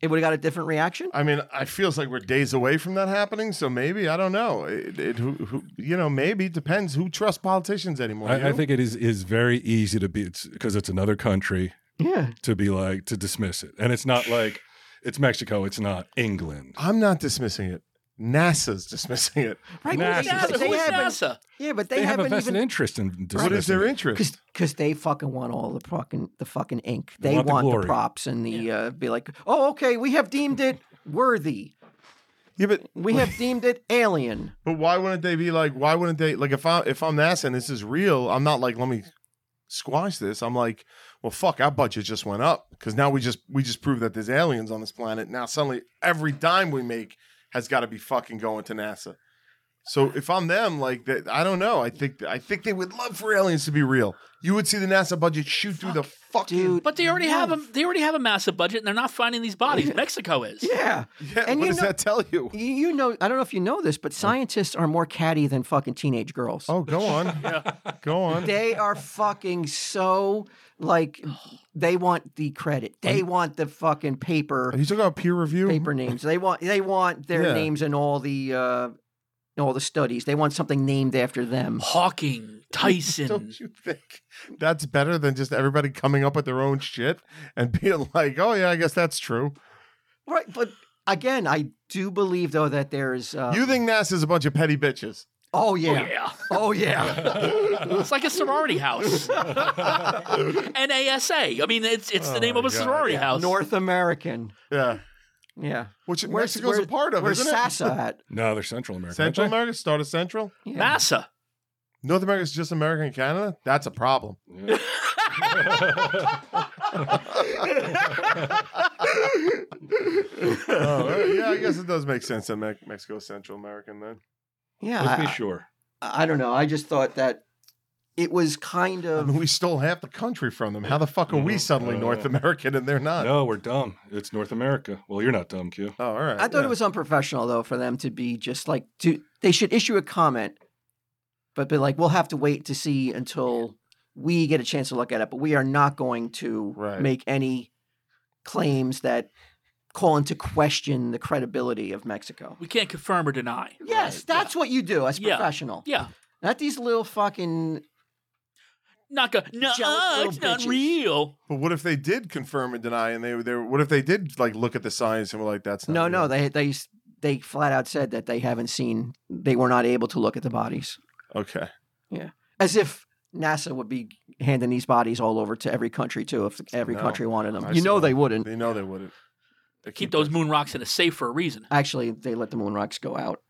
Speaker 2: it would have got a different reaction?
Speaker 3: I mean, I feels like we're days away from that happening. So maybe I don't know. It, it who, who, you know, maybe it depends who trusts politicians anymore. you
Speaker 1: I, I
Speaker 3: know?
Speaker 1: think it is is very easy to be it's because it's another country
Speaker 2: Yeah.
Speaker 1: to be like to dismiss it, and it's not like it's Mexico, it's not England.
Speaker 3: I'm not dismissing it. NASA's dismissing it.
Speaker 2: Right.
Speaker 1: NASA.
Speaker 2: but they-
Speaker 5: NASA.
Speaker 2: they
Speaker 5: Who is
Speaker 2: haven't-
Speaker 5: NASA?
Speaker 2: Yeah, but they,
Speaker 1: They, have a
Speaker 2: haven't
Speaker 1: vested
Speaker 2: even
Speaker 1: interest in dismissing
Speaker 3: What is their
Speaker 1: it.
Speaker 3: interest?
Speaker 2: because because they fucking want all the fucking the fucking ink. They,
Speaker 1: want
Speaker 2: want,
Speaker 1: the
Speaker 2: the,
Speaker 1: glory.
Speaker 2: props and the uh, be like, oh, okay, we have deemed it worthy.
Speaker 3: Yeah, but
Speaker 2: We have deemed it alien.
Speaker 3: But why wouldn't they be like? Why wouldn't they like? If I if I'm NASA and this is real, I'm not like let me squash this. I'm like, well, fuck, our budget just went up because now we just we just proved that there's aliens on this planet. Now suddenly every dime we make has got to be fucking going to NASA. So if I'm them, like that, I don't know. I think I think they would love for aliens to be real. You would see the NASA budget shoot through the fucking.
Speaker 2: Dude,
Speaker 5: But they already have a they already have a massive budget, and they're not finding these bodies. Mexico is.
Speaker 2: Yeah.
Speaker 3: Yeah,
Speaker 2: and
Speaker 3: what
Speaker 2: you
Speaker 3: does
Speaker 2: know-
Speaker 3: that tell you?
Speaker 2: You- You know, I don't know if you know this, but scientists are more catty than fucking teenage girls.
Speaker 3: Oh, go on, go on.
Speaker 2: They are fucking so like they want the credit. They want the fucking paper
Speaker 3: Are you talking about peer review?
Speaker 2: paper names. They want they want their
Speaker 3: Yeah.
Speaker 2: names in all the uh in all the studies. They want something named after them.
Speaker 5: Hawking, Tyson.
Speaker 3: Don't you think that's better than just everybody coming up with their own shit and being like, "Oh yeah, I guess that's true."
Speaker 2: Right, but again, I do believe though that there's uh,
Speaker 3: you think NASA's a bunch of petty bitches?
Speaker 2: Oh yeah.
Speaker 5: Yeah.
Speaker 2: Oh yeah.
Speaker 5: It's like a sorority house. NASA. I mean, it's it's the name of a sorority house.
Speaker 2: North American.
Speaker 3: Yeah,
Speaker 2: Yeah.
Speaker 3: which
Speaker 2: Where's-
Speaker 3: Mexico's
Speaker 2: where-
Speaker 3: a part of,
Speaker 2: Where's
Speaker 3: isn't
Speaker 2: Sasa at?
Speaker 1: No, they're Central America.
Speaker 3: it?
Speaker 1: aren't
Speaker 3: Central
Speaker 1: they?
Speaker 3: America, start of Central.
Speaker 2: Yeah.
Speaker 5: NASA.
Speaker 3: North America's just America and Canada. That's a problem. Oh, yeah, I guess it does make sense that Me- Mexico's Central American then.
Speaker 2: Yeah.
Speaker 1: Let's be
Speaker 2: I-
Speaker 1: sure.
Speaker 2: I don't know. I just thought that it was kind
Speaker 3: I mean,
Speaker 2: of
Speaker 3: we stole half the country from them. How the fuck are we
Speaker 1: Mhm.
Speaker 3: suddenly
Speaker 1: Uh,
Speaker 3: North American and they're not?
Speaker 1: No, we're dumb. It's North America. Well, you're not dumb, Q.
Speaker 3: Oh, all right.
Speaker 2: I thought
Speaker 3: yeah.
Speaker 2: it was unprofessional though for them to be just like to they should issue a comment but be like we'll have to wait to see until we get a chance to look at it but we are not going to
Speaker 3: Right.
Speaker 2: make any claims that call into question the credibility of Mexico.
Speaker 5: We can't confirm or deny.
Speaker 2: Yes, that's what you do as a
Speaker 5: Yeah.
Speaker 2: professional.
Speaker 5: Yeah.
Speaker 2: Not these little fucking.
Speaker 5: Not go, no,
Speaker 2: Jealous little
Speaker 5: it's not
Speaker 2: bitches.
Speaker 5: real.
Speaker 3: But what if they did confirm and deny, and they they what if they did like look at the science and were like, that's not
Speaker 2: No,
Speaker 3: real?
Speaker 2: no, they they they flat out said that they haven't seen. They were not able to look at the bodies,
Speaker 3: okay,
Speaker 2: as if NASA would be handing these bodies all over to every country too, if every
Speaker 3: No,
Speaker 2: country wanted them.
Speaker 3: I
Speaker 2: you know
Speaker 3: saw
Speaker 2: they
Speaker 3: it.
Speaker 2: wouldn't.
Speaker 3: they know they wouldn't. They
Speaker 5: Keep those moon rocks in a safe for a reason.
Speaker 2: Actually, they let the moon rocks go out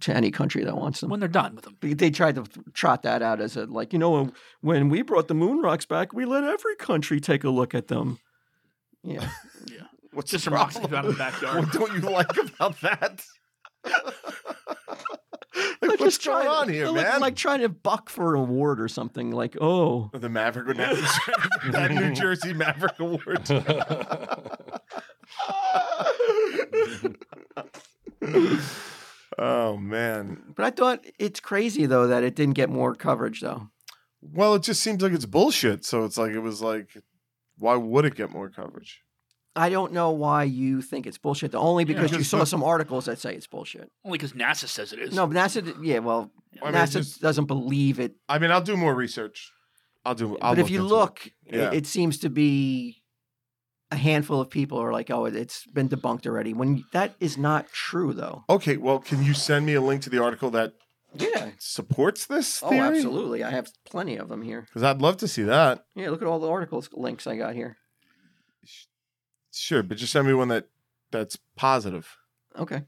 Speaker 2: to any country that wants them.
Speaker 5: When they're done with them.
Speaker 2: They- they tried to trot that out as a like you know when we brought the moon rocks back we let every country take a look at them yeah
Speaker 3: What's
Speaker 5: Just
Speaker 3: the
Speaker 5: some rocks that
Speaker 3: problem?
Speaker 5: go out of the backyard.
Speaker 3: What don't you like about that? like,
Speaker 2: They're
Speaker 3: what's
Speaker 2: just trying
Speaker 3: going on
Speaker 2: to-
Speaker 3: here,
Speaker 2: they're looking
Speaker 3: man?
Speaker 2: like trying to buck for an award or something like oh
Speaker 3: the Maverick would have that New Jersey Maverick Award. oh man.
Speaker 2: but i thought it's crazy though that it didn't get more coverage though
Speaker 3: Well, it just seems like it's bullshit. So it's like it was like, why would it get more coverage?
Speaker 2: i don't know why you think it's bullshit though only because you
Speaker 3: Because
Speaker 2: saw
Speaker 3: the-
Speaker 2: some articles that say it's bullshit
Speaker 5: Only because NASA says it is.
Speaker 2: no but nasa d- yeah well
Speaker 3: I mean,
Speaker 2: nasa
Speaker 3: just-
Speaker 2: doesn't believe it
Speaker 3: I mean, I'll do more research. I'll do. I'll
Speaker 2: but if you
Speaker 3: into it.
Speaker 2: look, i-
Speaker 3: Yeah.
Speaker 2: it, seems to be a handful of people are like, "Oh, it- it's been debunked already." When that is not true, though.
Speaker 3: okay. Well, can you send me a link to the article that
Speaker 2: Yeah.
Speaker 3: supports this
Speaker 2: Oh,
Speaker 3: theory?
Speaker 2: absolutely. I have plenty of them here.
Speaker 3: Because I'd love to see that.
Speaker 2: Yeah, look at all the articles links I got here.
Speaker 3: Sure, but just send me one that that's positive
Speaker 2: Okay.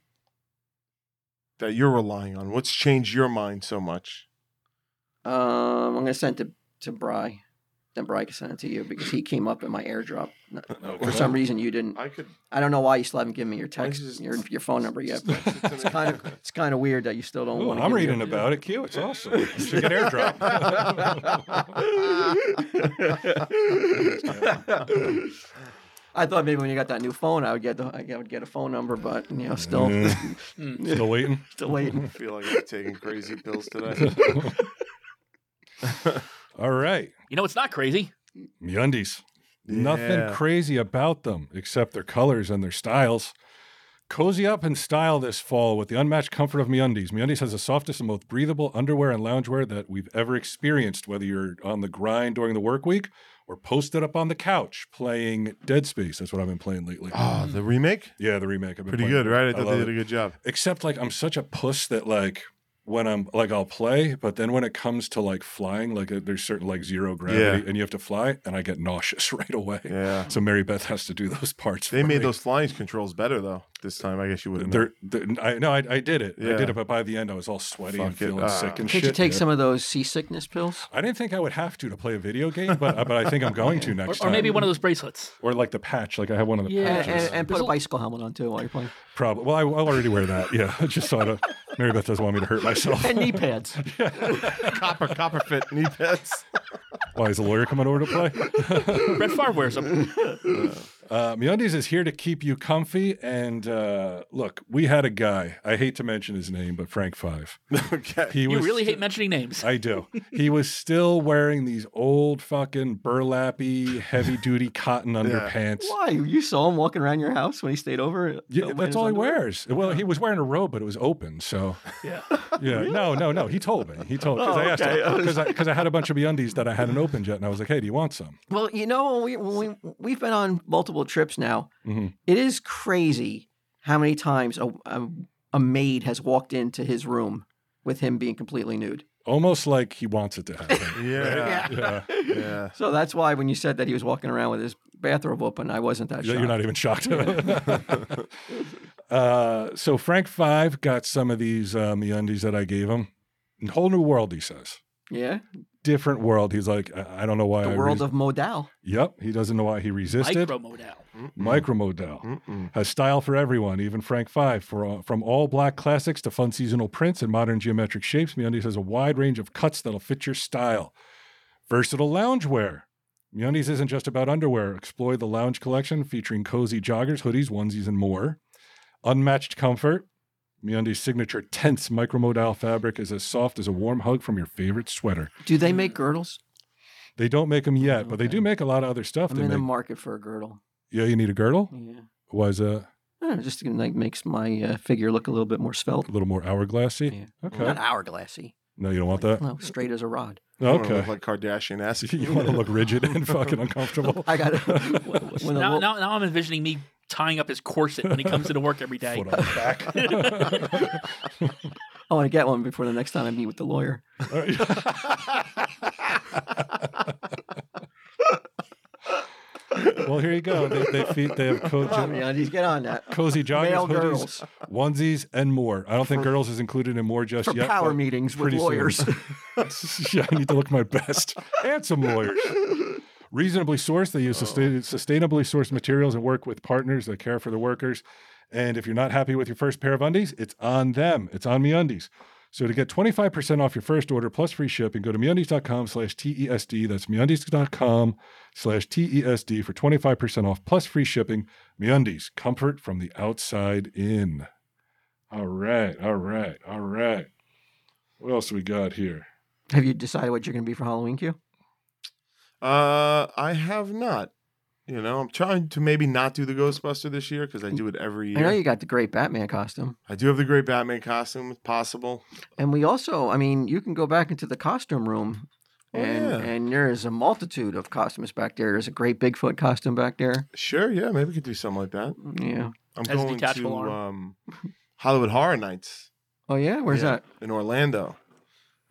Speaker 3: that you're relying on. What's changed your mind so much?
Speaker 2: Um, I'm gonna send it to Bry. Then Bry can send it to you because he came up in my airdrop. N- For some reason, you didn't.
Speaker 3: I could.
Speaker 2: I don't know why you still haven't given me your
Speaker 3: don't
Speaker 2: text,
Speaker 3: you just-
Speaker 2: your your phone number yet. But it's kind of it's kind of weird that you still don't
Speaker 1: Ooh,
Speaker 2: want.
Speaker 1: I'm reading about it. Cute. It's awesome. You should get
Speaker 3: airdrop.
Speaker 2: I thought maybe when you got that new phone, I would get the I would get a phone number, but you know, still
Speaker 1: airdrop. Still waiting.
Speaker 2: still waiting.
Speaker 3: feel like I'm taking crazy pills today.
Speaker 1: All right.
Speaker 5: You know, it's not crazy.
Speaker 1: Meundies. Nothing
Speaker 3: Yeah.
Speaker 1: crazy about them except their colors and their styles. Cozy up in style this fall with the unmatched comfort of MeUndies. MeUndies has the softest and most breathable underwear and loungewear that we've ever experienced, whether you're on the grind during the work week or posted up on the couch playing Dead Space. That's what I've been playing lately.
Speaker 3: Oh, the remake?
Speaker 1: Yeah, the remake. I've been
Speaker 3: Pretty
Speaker 1: playing.
Speaker 3: good, right? I thought
Speaker 1: love
Speaker 3: they
Speaker 1: it
Speaker 3: did a good job.
Speaker 1: except like I'm such a puss that like when I'm like I'll play, but then when it comes to like flying, like uh, there's certain like zero gravity and you have to fly, and I get nauseous right away.
Speaker 3: Yeah.
Speaker 1: So Mary Beth has to do those parts.
Speaker 3: They
Speaker 1: for
Speaker 3: made
Speaker 1: me.
Speaker 3: those flying controls better, though, this time. I guess you wouldn't.
Speaker 1: They're, they're, I no, I, I did it. I did
Speaker 3: Yeah.
Speaker 1: it, but by the end I was all sweaty and
Speaker 3: Fuck it.
Speaker 1: feeling
Speaker 3: Ah.
Speaker 1: sick and
Speaker 2: Can't
Speaker 1: shit.
Speaker 2: you take some of those seasickness pills?
Speaker 1: I didn't think I would have to to play a video game, but but I think I'm going to
Speaker 5: Or,
Speaker 1: next
Speaker 5: or
Speaker 1: time.
Speaker 5: maybe one of those bracelets.
Speaker 1: or like the patch, like I have one of the
Speaker 5: Yeah,
Speaker 2: And,
Speaker 1: patches.
Speaker 2: and, and put a bicycle helmet on too while you're playing.
Speaker 1: Probably. Well, I, I'll already wear that. Yeah, I just sort of. Mary Beth doesn't want me to hurt myself.
Speaker 2: And knee pads.
Speaker 3: copper, copper fit knee pads.
Speaker 1: Why is the lawyer coming over to play?
Speaker 5: Brett Favre wears them.
Speaker 1: Uh, MeUndies is here to keep you comfy. And uh, look, we had a guy. I hate to mention his name, but Frank Five.
Speaker 3: okay.
Speaker 1: He
Speaker 5: You
Speaker 1: was.
Speaker 5: really hate mentioning names.
Speaker 1: I do. He was still wearing these old fucking burlappy, heavy duty cotton underpants.
Speaker 2: Why you saw him walking around your house when he stayed over?
Speaker 1: Yeah,
Speaker 2: uh, in
Speaker 1: that's
Speaker 2: his
Speaker 1: all he
Speaker 2: underwear?
Speaker 1: wears. Well, he was wearing a robe, but it was open. So,
Speaker 5: Yeah.
Speaker 1: yeah. No, no, no. He told me. He told
Speaker 2: Oh,
Speaker 1: because I asked him because I, 'cause I had a bunch of MeUndies that I hadn't opened yet, and I was like, "Hey, do you want some?"
Speaker 2: Well, you know, when we, when we we've been on multiple trips now.
Speaker 1: Mhm.
Speaker 2: It is crazy how many times a, a a maid has walked into his room with him being completely nude.
Speaker 1: Almost like he wants it to happen.
Speaker 3: Yeah.
Speaker 1: yeah.
Speaker 3: Yeah.
Speaker 2: So that's why when you said that he was walking around with his bathrobe open, I wasn't that
Speaker 1: Yeah,
Speaker 2: shocked.
Speaker 1: You're not even shocked. uh, so Frank Five got some of these uh, MeUndies that I gave him. A whole new world, he says.
Speaker 2: yeah,
Speaker 1: Different world. He's like, I, I don't know why.
Speaker 2: the
Speaker 1: I
Speaker 2: world
Speaker 1: res-
Speaker 2: of modal.
Speaker 1: Yep. He doesn't know why he resisted.
Speaker 5: Micro modal.
Speaker 1: Micromodal
Speaker 3: Mm-mm.
Speaker 1: has style for everyone, even Frank Five. For all, from all black classics to fun seasonal prints and modern geometric shapes, MeUndies has a wide range of cuts that'll fit your style. Versatile loungewear. MeUndies isn't just about underwear. Explore the lounge collection featuring cozy joggers, hoodies, onesies, and more. Unmatched comfort. MeUndies' signature tense micromodal fabric is as soft as a warm hug from your favorite sweater.
Speaker 2: Do they make girdles?
Speaker 1: They don't make them yet, but they do make a lot of other stuff.
Speaker 2: I'm
Speaker 1: They
Speaker 2: in the
Speaker 1: make,
Speaker 2: market for a girdle.
Speaker 1: yeah, you need a girdle.
Speaker 2: Yeah.
Speaker 1: Was a
Speaker 2: I don't know, just like makes my uh, figure look a little bit more svelte.
Speaker 1: A little more hourglassy.
Speaker 2: Yeah. Not
Speaker 1: Okay.
Speaker 2: hourglassy.
Speaker 1: No, you don't want that.
Speaker 2: No, straight as a rod.
Speaker 3: I wanna
Speaker 1: Okay.
Speaker 3: look like Kardashian ass.
Speaker 1: you want to look rigid and fucking uncomfortable.
Speaker 2: I got it. When the
Speaker 5: Now,
Speaker 2: wo-
Speaker 5: now, now I'm envisioning me tying up his corset when he comes into work every day.
Speaker 1: Foot on the back.
Speaker 2: I want to get one before the next time I meet with the lawyer.
Speaker 1: All right. well, here you go. They, they, feed, they have co-
Speaker 2: Come on, man, just get on that.
Speaker 1: cozy joggers,
Speaker 2: Male
Speaker 1: hoodies,
Speaker 2: girls
Speaker 1: onesies, and more. I don't think girls is included in more just
Speaker 2: for
Speaker 1: yet.
Speaker 2: power
Speaker 1: but
Speaker 2: meetings with
Speaker 1: pretty soon.
Speaker 2: lawyers.
Speaker 1: yeah, I need to look my best. And some lawyers. Reasonably sourced, they use
Speaker 2: Oh.
Speaker 1: sustain- sustainably sourced materials and work with partners that care for the workers. And if you're not happy with your first pair of undies, it's on them. It's on MeUndies. So to get 25% off your first order plus free shipping, go to MeUndies.com slash TESD. That's MeUndies.com slash TESD for 25% off plus free shipping. MeUndies, comfort from the outside in. All right, all right, all right. What else we got here?
Speaker 2: Have you decided what you're going to be for Halloween, Q?
Speaker 3: Uh, I have not. You know, I'm trying to maybe not do the Ghostbuster this year because I do it every
Speaker 2: I know
Speaker 3: year.
Speaker 2: you got the great Batman costume.
Speaker 3: I do have the great Batman costume, if possible.
Speaker 2: And we also, I mean, you can go back into the costume room.
Speaker 3: Oh,
Speaker 2: And,
Speaker 3: yeah.
Speaker 2: and there is a multitude of costumes back there. There's a great Bigfoot costume back there.
Speaker 3: Sure, yeah, maybe we could do something like that.
Speaker 2: Yeah.
Speaker 3: I'm
Speaker 5: Has a
Speaker 3: going to
Speaker 5: detachable arm.
Speaker 3: um, Hollywood Horror Nights
Speaker 2: Oh yeah, where's
Speaker 3: Yeah.
Speaker 2: that?
Speaker 3: in Orlando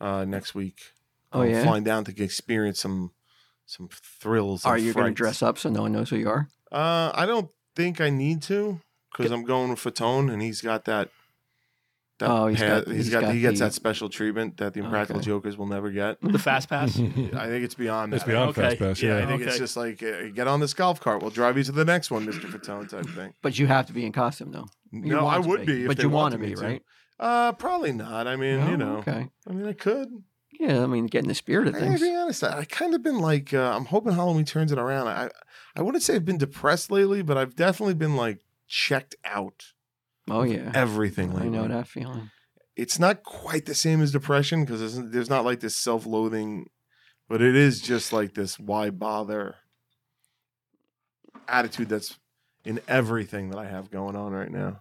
Speaker 3: uh, next week.
Speaker 2: Oh
Speaker 3: I'm
Speaker 2: yeah.
Speaker 3: um, flying down to experience some some thrills.
Speaker 2: Are
Speaker 3: and
Speaker 2: you going to
Speaker 3: frights.
Speaker 2: dress up so no one knows who you are?
Speaker 3: Uh, I don't think I need to because I'm going with Fatone, and he's got that. that
Speaker 2: Oh, he's
Speaker 3: pa-
Speaker 2: got-
Speaker 3: he's got, he gets
Speaker 2: the-
Speaker 3: that special treatment that the Impractical
Speaker 2: Okay. Mm.
Speaker 3: Jokers will never get.
Speaker 5: The fast pass.
Speaker 3: I think it's beyond that.
Speaker 1: It's beyond
Speaker 5: Okay.
Speaker 1: Fast Pass.
Speaker 3: Yeah,
Speaker 1: Yeah.
Speaker 3: I think it's
Speaker 5: Okay.
Speaker 3: just like uh, get on this golf cart. We'll drive you to the next one, Mister Fatone type thing.
Speaker 2: But you have to be in costume though. You
Speaker 3: no,
Speaker 2: want
Speaker 3: I
Speaker 2: to
Speaker 3: would be, if
Speaker 2: but
Speaker 3: they
Speaker 2: you want to
Speaker 3: wanted
Speaker 2: be,
Speaker 3: me
Speaker 2: right?
Speaker 3: Uh, probably not. I mean,
Speaker 2: Oh,
Speaker 3: you know,
Speaker 2: Okay.
Speaker 3: I mean, I could.
Speaker 2: Yeah, I mean, get in the spirit of
Speaker 3: I gotta
Speaker 2: things.
Speaker 3: be honest. I, I kind of been like, uh, I'm hoping Halloween turns it around. I, I wouldn't say I've been depressed lately, but I've definitely been like checked out
Speaker 2: Oh yeah,
Speaker 3: everything lately.
Speaker 2: I know that feeling.
Speaker 3: It's not quite the same as depression because there's not like this self loathing, but it is just like this why bother attitude that's in everything that I have going on right now.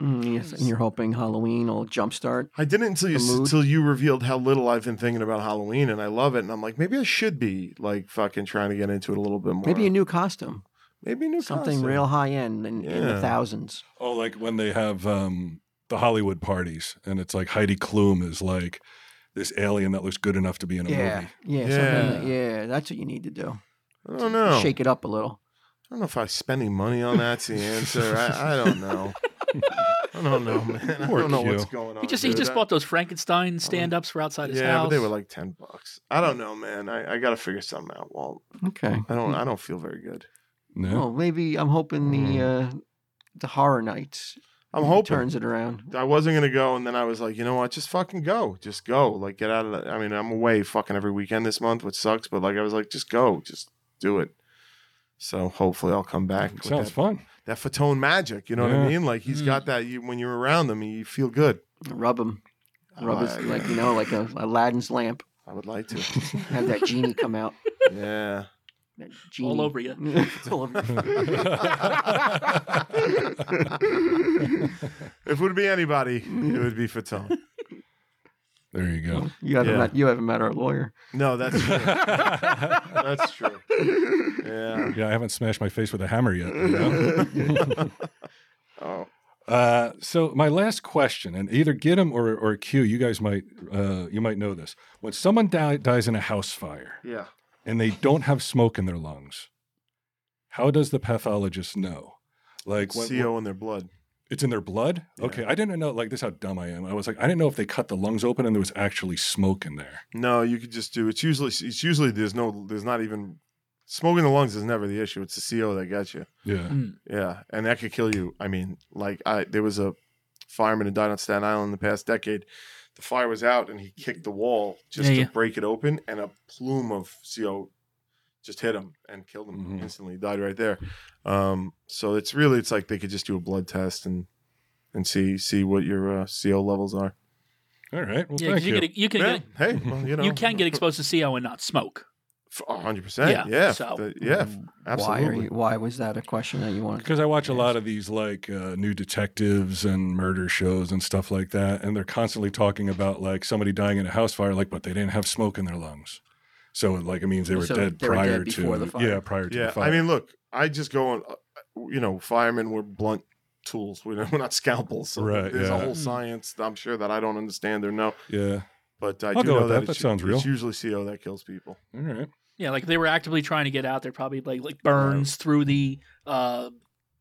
Speaker 2: Mm, yes, and you're hoping Halloween will jumpstart.
Speaker 3: I didn't until you
Speaker 2: The mood.
Speaker 3: until you revealed how little I've been thinking about Halloween, and I love it. And I'm like, maybe I should be like fucking trying to get into it a little bit more.
Speaker 2: Maybe a new costume,
Speaker 3: maybe a new
Speaker 2: something
Speaker 3: concept.
Speaker 2: real high end in, in the
Speaker 3: Yeah.
Speaker 2: thousands.
Speaker 1: Oh, like when they have um, the Hollywood parties, and it's like Heidi Klum is like this alien that looks good enough to be in a
Speaker 2: Yeah,
Speaker 1: movie.
Speaker 2: yeah, something like-
Speaker 3: Yeah. Oh.
Speaker 2: yeah. That's what you need to do.
Speaker 3: I don't know.
Speaker 2: Shake it up a little.
Speaker 3: I don't know if I'm spending money on that's the answer. I, I don't know. I don't know, man. I
Speaker 1: Poor
Speaker 3: don't know
Speaker 1: Q.
Speaker 3: what's going on.
Speaker 5: He just he
Speaker 3: dude.
Speaker 5: just
Speaker 3: I-
Speaker 5: bought those Frankenstein stand ups for outside his
Speaker 3: Yeah,
Speaker 5: house.
Speaker 3: but they were like ten bucks. I don't know, man. I, I got to figure something out, Walt.
Speaker 2: Okay.
Speaker 3: I
Speaker 5: Hmm.
Speaker 3: don't. I don't feel very good.
Speaker 1: No.
Speaker 2: Well, Oh, maybe I'm hoping the uh, the horror nights
Speaker 3: Mm. I'm hoping.
Speaker 2: turns it around.
Speaker 3: I wasn't gonna go, and then I was like, you know what? Just fucking go. Just go. Like, get out of. The, I mean, I'm away fucking every weekend this month, which sucks. But like, I was like, just go. Just do it. So hopefully, I'll come back. with
Speaker 1: Sounds
Speaker 3: that,
Speaker 1: fun.
Speaker 3: That Fatone magic. You know what
Speaker 1: Yeah.
Speaker 3: I mean? Like, he's
Speaker 5: Mm.
Speaker 3: got that. You, when you're around him, you feel good.
Speaker 2: Rub them. Rub
Speaker 3: Oh,
Speaker 2: his,
Speaker 3: I-
Speaker 2: like you know, like a Aladdin's lamp.
Speaker 3: I would like to.
Speaker 2: Have that genie come out.
Speaker 3: yeah.
Speaker 2: That genie.
Speaker 5: over you.
Speaker 2: It's all over you.
Speaker 3: if it would be anybody, it would be Fatone.
Speaker 1: there you go.
Speaker 2: You haven't
Speaker 3: Yeah.
Speaker 2: met. You haven't met our lawyer.
Speaker 3: No, that's true.
Speaker 1: yeah,
Speaker 3: That's true. Yeah.
Speaker 1: I haven't smashed my face with a hammer yet. you know?
Speaker 3: Oh.
Speaker 1: Uh, so my last question, and either get him or or Q, you guys might uh, you might know this. When someone di- dies in a house fire
Speaker 3: Yeah.
Speaker 1: and they don't have smoke in their lungs, how does the pathologist know? Like when-
Speaker 3: CO in their blood.
Speaker 1: It's in their blood.
Speaker 3: Yeah.
Speaker 1: Okay, I didn't know. Like this, is how dumb I am. I was like, I didn't know if they cut the lungs open and there was actually smoke in there.
Speaker 3: No, you could just do. It's usually it's usually there's no there's not even smoke in the lungs is never the issue. It's the CO that got you.
Speaker 1: Yeah.
Speaker 3: Yeah, and that could kill you. I mean, like I there was a fireman who died on Staten Island in the past decade. The fire was out, and he kicked the wall just
Speaker 5: Yeah,
Speaker 3: to
Speaker 5: yeah.
Speaker 3: break it open, and a plume of CO just hit him and killed him
Speaker 2: Mm-hmm.
Speaker 1: Mhm.
Speaker 3: instantly. He died right there. Um, so it's really it's like they could just do a blood test and and see see what your uh, CO levels are.
Speaker 1: All right. Well,
Speaker 5: yeah, 'cause
Speaker 1: thank
Speaker 5: you,
Speaker 1: you.
Speaker 5: Can, you can
Speaker 3: Yeah,
Speaker 5: get
Speaker 3: hey, well, you know
Speaker 5: you can get exposed to CO and not smoke.
Speaker 3: hundred percent.
Speaker 5: Yeah,
Speaker 3: Yeah,
Speaker 5: so-
Speaker 3: the- yeah, absolutely.
Speaker 2: Mm, Why are you, Why was that a question that you wanted?
Speaker 1: Because I watch a lot of these like uh, new detectives and murder shows and stuff like that, and they're constantly talking about like somebody dying in a house fire, like, but they didn't have smoke in their lungs, so like it means they were
Speaker 2: So
Speaker 1: dead
Speaker 2: they were
Speaker 1: prior
Speaker 2: dead
Speaker 1: to
Speaker 2: before the fire.
Speaker 1: yeah prior to
Speaker 3: Yeah,
Speaker 1: the fire.
Speaker 3: I mean, look, I just go on. uh, You know, firemen were blunt tools. We're not, we're not scalpels. So
Speaker 1: Right,
Speaker 3: There's
Speaker 1: yeah.
Speaker 3: a whole science. that I'm sure that I don't understand or know,
Speaker 1: yeah,
Speaker 3: but I
Speaker 1: I'll
Speaker 3: do
Speaker 1: go
Speaker 3: know
Speaker 1: with that. That
Speaker 3: it's,
Speaker 1: sounds real.
Speaker 3: It's usually CO that kills people.
Speaker 1: all right,
Speaker 5: Yeah, like if they were actively trying to get out, they're probably like like burns through the uh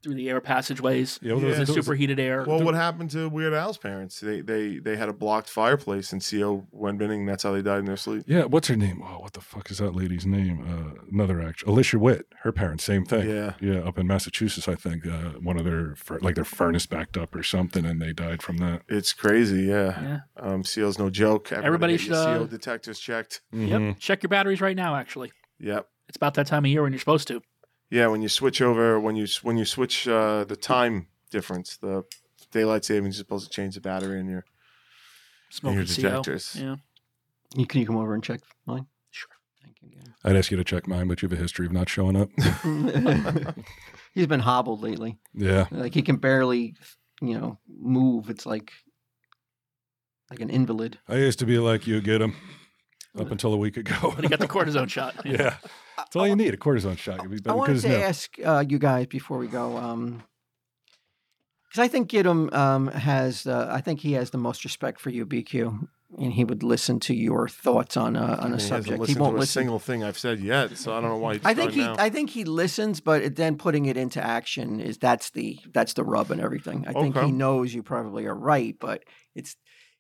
Speaker 5: through the air passageways,
Speaker 1: yeah, well, those-
Speaker 3: Yeah.
Speaker 5: the
Speaker 1: those-
Speaker 5: superheated air.
Speaker 3: Well, what happened to Weird Al's parents? They they they had a blocked fireplace, and CO went binning. That's how they died in their sleep.
Speaker 1: yeah, what's her name? Oh, what the fuck is that lady's name? Uh, another actress, Alicia Witt. Her parents, same thing.
Speaker 3: Yeah.
Speaker 1: Yeah, up in Massachusetts, I think uh, one of their fur- like their furnace backed up or something, and they died from that.
Speaker 3: It's crazy, yeah.
Speaker 5: yeah.
Speaker 3: Um, CO's no joke.
Speaker 5: Everybody
Speaker 3: get your
Speaker 5: should, uh,
Speaker 3: CO detectors checked.
Speaker 1: Mhm.
Speaker 2: Mm-hmm.
Speaker 3: Mm-hmm.
Speaker 5: Yep. Check your batteries right now. Actually,
Speaker 3: Yep.
Speaker 5: it's about that time of year when you're supposed to.
Speaker 3: Yeah, when you switch over, when you when you switch uh, the time difference, the daylight savings, you're supposed to change the battery in your in
Speaker 1: Oh,
Speaker 5: Smoke
Speaker 3: your
Speaker 5: and CO.
Speaker 3: detectors.
Speaker 5: Yeah.
Speaker 2: You can you come over and check mine?
Speaker 5: Sure.
Speaker 2: Thank you.
Speaker 1: I'd ask you to check mine, but you have a history of not showing up.
Speaker 2: Dan. He's been hobbled lately.
Speaker 1: yeah,
Speaker 2: Like he can barely, you know, move. It's like like an invalid.
Speaker 1: I used to be like you, get him. Up until a week ago.
Speaker 5: But he got the cortisone shot.
Speaker 1: Yeah. That's all you need, a cortisone shot. You'll be
Speaker 2: I
Speaker 1: better good
Speaker 2: wanted
Speaker 1: as
Speaker 2: to
Speaker 1: new.
Speaker 2: ask uh, you guys before we go, because I think Gidim um, has, uh, I think he has the most respect for you, BQ, and he would listen to your thoughts on a, on
Speaker 3: I
Speaker 2: a
Speaker 3: mean, he hasn't
Speaker 2: subject.
Speaker 3: listened
Speaker 2: He won't
Speaker 3: to a
Speaker 2: listen.
Speaker 3: single thing I've said yet, so I don't know why.
Speaker 2: I think he,
Speaker 3: now.
Speaker 2: I think he listens, but it- then putting it into action is that's the that's the rub and everything. I think
Speaker 3: Okay.
Speaker 2: he knows you probably are right, but it's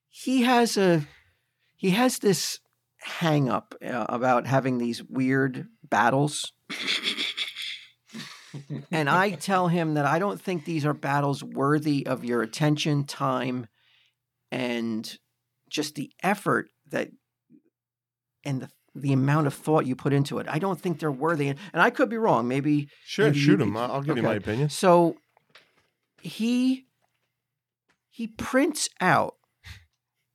Speaker 2: he has a he has this hang up uh, about having these weird battles. and I tell him that I don't think these are battles worthy of your attention, time, and just the effort that and the the amount of thought you put into it. I don't think they're worthy. And, and I could be wrong. Maybe
Speaker 3: sure,
Speaker 2: Maybe you
Speaker 3: shoot
Speaker 2: could-
Speaker 3: him. I'll I'll give you my
Speaker 2: okay.
Speaker 3: opinion.
Speaker 2: so he he prints out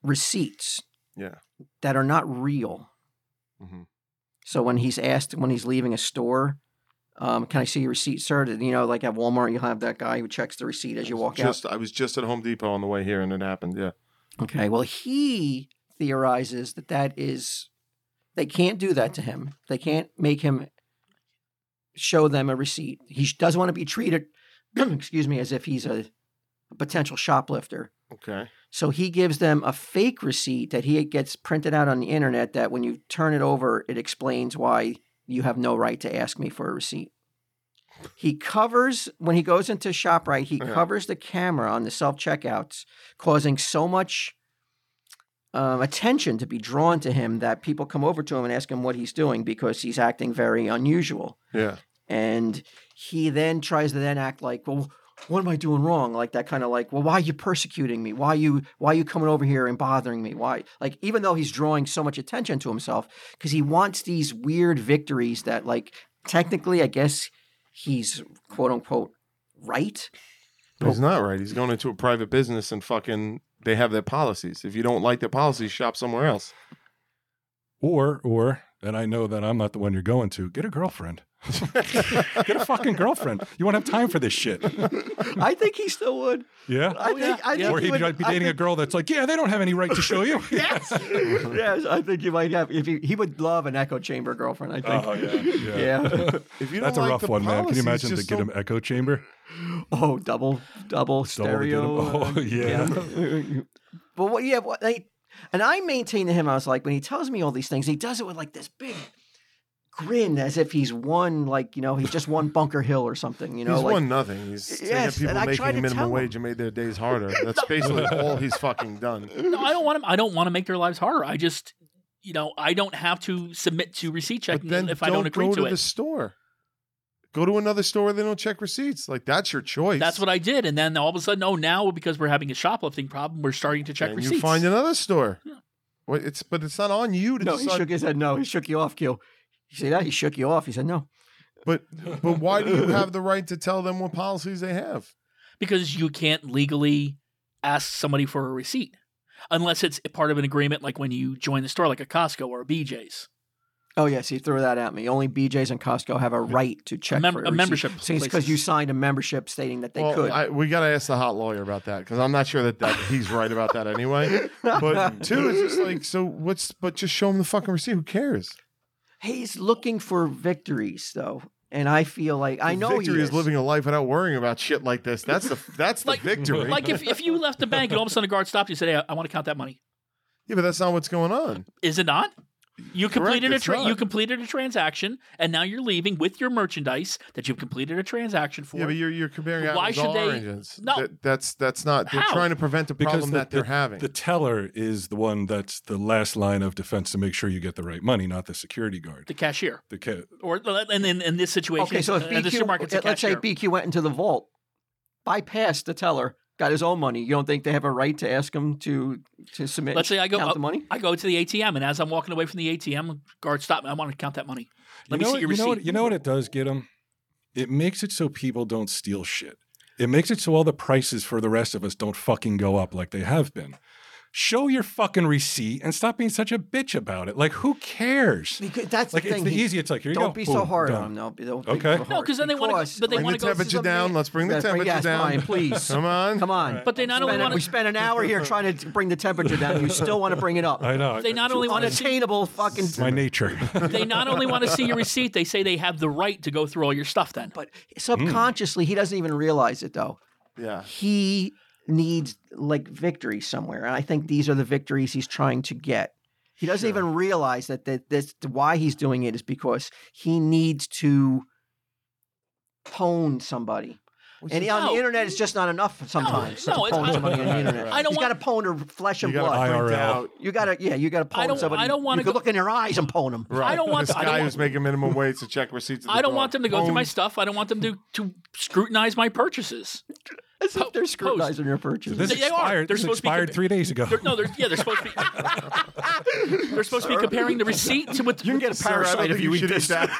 Speaker 2: receipts
Speaker 3: Yeah.
Speaker 2: that are not real.
Speaker 3: Mhm.
Speaker 2: So when he's asked when he's leaving a store, um, can I see your receipt, sir? Did- You know, like at Walmart, you'll have that guy who checks the receipt as you walk
Speaker 3: Just I was just at Home Depot on the way here, and it happened. Yeah.
Speaker 2: out. Okay. Well, he theorizes that that is they can't do that to him. They can't make him show them a receipt. He doesn't want to be treated, excuse me, as if he's a potential shoplifter.
Speaker 3: Okay.
Speaker 2: So he gives them a fake receipt that he gets printed out on the internet that when you turn it over, it explains why you have no right to ask me for a receipt. He covers, when he goes into ShopRite, he
Speaker 3: Yeah.
Speaker 2: covers the camera on the self checkouts, causing so much um, attention to be drawn to him that people come over to him and ask him what he's doing because he's acting very unusual
Speaker 3: Yeah.
Speaker 2: and he then tries to then act like well what am i doing wrong like that kind of like well why are you persecuting me why you why you coming over here and bothering me why like even though he's drawing so much attention to himself because he wants these weird victories that like technically i guess he's quote unquote right
Speaker 3: But he's not right. He's going into a private business and fucking. They have their policies. If you don't like their policies, shop somewhere else.
Speaker 1: Or, or, and I know that I'm not the one you're going to, get a girlfriend. get a fucking girlfriend. You won't have time for this shit.
Speaker 2: i think he still would
Speaker 1: Yeah.
Speaker 2: i think i think
Speaker 1: Or
Speaker 2: he
Speaker 1: he'd
Speaker 2: would-
Speaker 1: be
Speaker 2: I
Speaker 1: dating a
Speaker 2: think-
Speaker 1: girl that's like, yeah, they don't have any right to show you.
Speaker 2: yes yes i think he might have if he, he would love an echo chamber girlfriend i think
Speaker 1: Oh, yeah. Yeah.
Speaker 2: yeah.
Speaker 3: If you don't
Speaker 1: That's a
Speaker 3: like
Speaker 1: rough
Speaker 3: the
Speaker 1: one, man. Can you
Speaker 3: policies,
Speaker 1: imagine to
Speaker 3: just
Speaker 1: get
Speaker 3: don't
Speaker 1: him echo chamber?
Speaker 2: Oh, double, double stereo.
Speaker 1: Double to get him. Oh,
Speaker 2: but what? Yeah, what they. And I maintain to him, I was like, when he tells me all these things, he does it with like this big grin, as if he's won, like you know, he just won Bunker Hill or something. You know,
Speaker 3: he's
Speaker 2: like,
Speaker 3: won nothing. He's
Speaker 2: Yes,
Speaker 3: taking
Speaker 2: and I
Speaker 3: people
Speaker 2: tried
Speaker 3: making
Speaker 2: to tell
Speaker 3: minimum
Speaker 2: him.
Speaker 3: wage and made their days harder. That's basically all he's fucking done.
Speaker 5: No, I don't want them. I don't want to make their lives harder. I just, you know, I don't have to submit to receipt
Speaker 3: But
Speaker 5: checking
Speaker 3: then
Speaker 5: if I don't agree
Speaker 3: go
Speaker 5: to,
Speaker 3: to,
Speaker 5: it.
Speaker 3: the store. Go to another store where they don't check receipts. Like that's your choice.
Speaker 5: That's what I did, and then all of a sudden, oh, now because we're having a shoplifting problem, we're starting to check
Speaker 3: and
Speaker 5: receipts.
Speaker 3: you find another store.
Speaker 5: Yeah.
Speaker 3: Well, it's but it's not on you to
Speaker 2: No, he
Speaker 3: decide.
Speaker 2: shook his head. No, he shook you off, Gil. He said that he shook you off. He said no.
Speaker 3: But but why do you have the right to tell them what policies they have?
Speaker 5: because you can't legally ask somebody for a receipt unless it's part of an agreement, like when you join the store, like a Costco or a BJ's.
Speaker 2: Oh yes, he threw that at me. Only BJ's and Costco have a right to check
Speaker 5: A mem-
Speaker 2: for
Speaker 5: a membership
Speaker 2: because you signed a membership stating that they
Speaker 3: well,
Speaker 2: could.
Speaker 3: I, we got to ask the hot lawyer about that because I'm not sure that, that he's right about that anyway. But two, it's just like, so what's, but just show him the fucking receipt. Who cares?
Speaker 2: He's looking for victories though, and I feel like I
Speaker 3: The
Speaker 2: know
Speaker 3: victory
Speaker 2: he
Speaker 3: is.
Speaker 2: is.
Speaker 3: living a life without worrying about shit like this. That's the that's the
Speaker 5: Like-
Speaker 3: victory.
Speaker 5: Like if, if you left the bank and all of a sudden a guard stopped you and said, "Hey, I, want to count that money."
Speaker 3: yeah, but that's not what's going on.
Speaker 5: Is it not? You completed
Speaker 3: it's
Speaker 5: a tra-
Speaker 3: not.
Speaker 5: you completed a transaction, and now you're leaving with your merchandise that you've completed a transaction for.
Speaker 3: Yeah, but you're you're comparing apples
Speaker 5: Why
Speaker 3: to
Speaker 5: should they-
Speaker 3: oranges.
Speaker 5: No.
Speaker 3: That- that's that's not. They're
Speaker 5: How?
Speaker 3: trying to prevent a problem that they're
Speaker 1: the,
Speaker 3: having.
Speaker 1: The teller is the one that's the last line of defense to make sure you get the right money, not the security guard.
Speaker 5: the cashier,
Speaker 1: The ca-
Speaker 5: or uh, and in, in this situation,
Speaker 2: okay, so if
Speaker 5: uh, the supermarket's a
Speaker 2: BQ, let's say
Speaker 5: cashier.
Speaker 2: BQ went into the vault, bypassed the teller, got his own money. You don't think they have a right to ask him to to submit?
Speaker 5: Let's say I go
Speaker 2: count
Speaker 5: up-
Speaker 2: the money.
Speaker 5: I go to the ATM, and as I'm walking away from the ATM, guard stop me. I want to count that money. Let
Speaker 1: you know,
Speaker 5: me see
Speaker 1: what-
Speaker 5: your
Speaker 1: you know
Speaker 5: receipt.
Speaker 1: what, you know what it does get them? It makes it so people don't steal shit. It makes it so all the prices for the rest of us don't fucking go up like they have been. Show your fucking receipt and stop being such a bitch about it. Like, who cares?
Speaker 2: Because that's
Speaker 1: Like,
Speaker 2: the
Speaker 1: it's
Speaker 2: thing.
Speaker 1: the
Speaker 2: he-
Speaker 1: easy. It's like, here you go.
Speaker 2: Don't be so
Speaker 1: Boom,
Speaker 2: hard
Speaker 1: done.
Speaker 2: on him. No, don't be
Speaker 1: Okay.
Speaker 2: so
Speaker 1: No,
Speaker 2: hard,
Speaker 5: 'cause then they wanna go-
Speaker 2: because-
Speaker 5: but they
Speaker 2: I mean,
Speaker 3: bring
Speaker 5: wanna
Speaker 3: the
Speaker 5: go-
Speaker 2: this is
Speaker 3: temperature
Speaker 2: a man-
Speaker 3: down. Let's bring the
Speaker 2: Yes,
Speaker 3: temperature
Speaker 2: yes,
Speaker 3: down.
Speaker 2: Brian, please.
Speaker 3: Come on.
Speaker 2: Come on.
Speaker 5: But they not
Speaker 2: Spend
Speaker 5: only
Speaker 2: it-
Speaker 5: want
Speaker 2: we
Speaker 5: to,
Speaker 2: spent an hour here trying to bring the temperature down. You still want to bring it up.
Speaker 1: I know.
Speaker 5: they not only want to see,
Speaker 2: Unattainable fucking.
Speaker 1: It's my nature.
Speaker 5: they not only want to see your receipt, they say they have the right to go through all your stuff. Then,
Speaker 2: But subconsciously, he doesn't even realize it though.
Speaker 3: Yeah.
Speaker 2: He needs like victories somewhere, and I think these are the victories he's trying to get. He doesn't even realize that that this why he's doing it is because he needs to tone somebody. and on
Speaker 5: No.
Speaker 2: the internet, it's just not enough sometimes
Speaker 5: no,
Speaker 2: to
Speaker 5: it's-
Speaker 2: pone
Speaker 5: I-
Speaker 2: somebody on the
Speaker 3: Right,
Speaker 2: internet.
Speaker 3: right.
Speaker 5: I don't
Speaker 2: He's
Speaker 5: want-
Speaker 2: got to pone her flesh and
Speaker 3: You gotta
Speaker 2: blood.
Speaker 1: I-
Speaker 3: print
Speaker 1: IRL.
Speaker 3: out.
Speaker 2: You gotta, yeah, you gotta pone
Speaker 5: don't-
Speaker 2: somebody.
Speaker 5: I don't wanna
Speaker 2: You could
Speaker 5: go-
Speaker 2: look in their eyes and pone them.
Speaker 3: Right.
Speaker 5: I don't want
Speaker 3: this
Speaker 5: to- I
Speaker 3: guy
Speaker 5: don't
Speaker 3: who's making minimum wage to check receipts. At the
Speaker 5: I don't
Speaker 3: door. Oh,
Speaker 5: want them to go through
Speaker 3: Boom.
Speaker 5: my stuff. I don't want them to to scrutinize my purchases.
Speaker 2: As if they're scrutinizing your purchase.
Speaker 1: This
Speaker 5: They are.
Speaker 1: expired,
Speaker 5: They're
Speaker 1: this
Speaker 5: supposed to be
Speaker 1: expired
Speaker 5: compa-
Speaker 1: three days ago.
Speaker 5: They're, no, they're yeah, they're supposed to be. they're supposed to be comparing the receipt to what
Speaker 2: can get a
Speaker 3: Sir, I don't
Speaker 2: parasite if
Speaker 3: think
Speaker 2: you eat
Speaker 3: should
Speaker 2: this.
Speaker 3: that.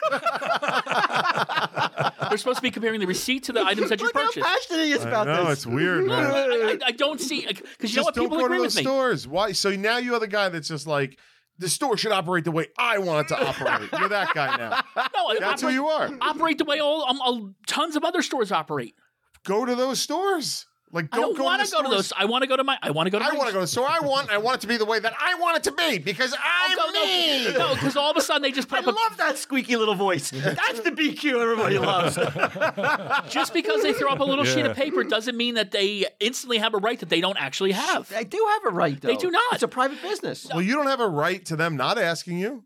Speaker 5: they're supposed to be comparing the receipt to the items that you
Speaker 2: Look how
Speaker 5: purchased.
Speaker 2: passionate he is about
Speaker 3: No,
Speaker 2: this.
Speaker 3: it's weird, man.
Speaker 5: I, I, I don't see because you know
Speaker 3: just
Speaker 5: what
Speaker 3: don't
Speaker 5: people
Speaker 3: go to
Speaker 5: agree
Speaker 3: those
Speaker 5: with me.
Speaker 3: stores. Why? So now you are the guy that's just like the store should operate the way I want it to operate. You're that guy now.
Speaker 5: No, I-
Speaker 3: That's who
Speaker 5: operate-
Speaker 3: you are.
Speaker 5: Operate the way all um, all- tons of other stores operate.
Speaker 3: Go to those stores. Like
Speaker 5: I
Speaker 3: don't,
Speaker 5: don't
Speaker 3: go
Speaker 5: want
Speaker 3: to
Speaker 5: to go to those. I want to go to my. I want to go to.
Speaker 3: I
Speaker 5: my-
Speaker 3: want to go to the store I want. I want it to be the way that I want it to be because I'm
Speaker 5: No,
Speaker 3: me.
Speaker 5: no, no, because all of a sudden they just
Speaker 2: I
Speaker 5: put up a
Speaker 2: love that squeaky little voice. That's the BQ everybody loves.
Speaker 5: Just because they throw up a little sheet
Speaker 1: Yeah.
Speaker 5: of paper doesn't mean that they instantly have a right that they don't actually have.
Speaker 2: They do have a right, though.
Speaker 5: They do not.
Speaker 2: It's a private business.
Speaker 3: Well, you don't have a right to them not asking you.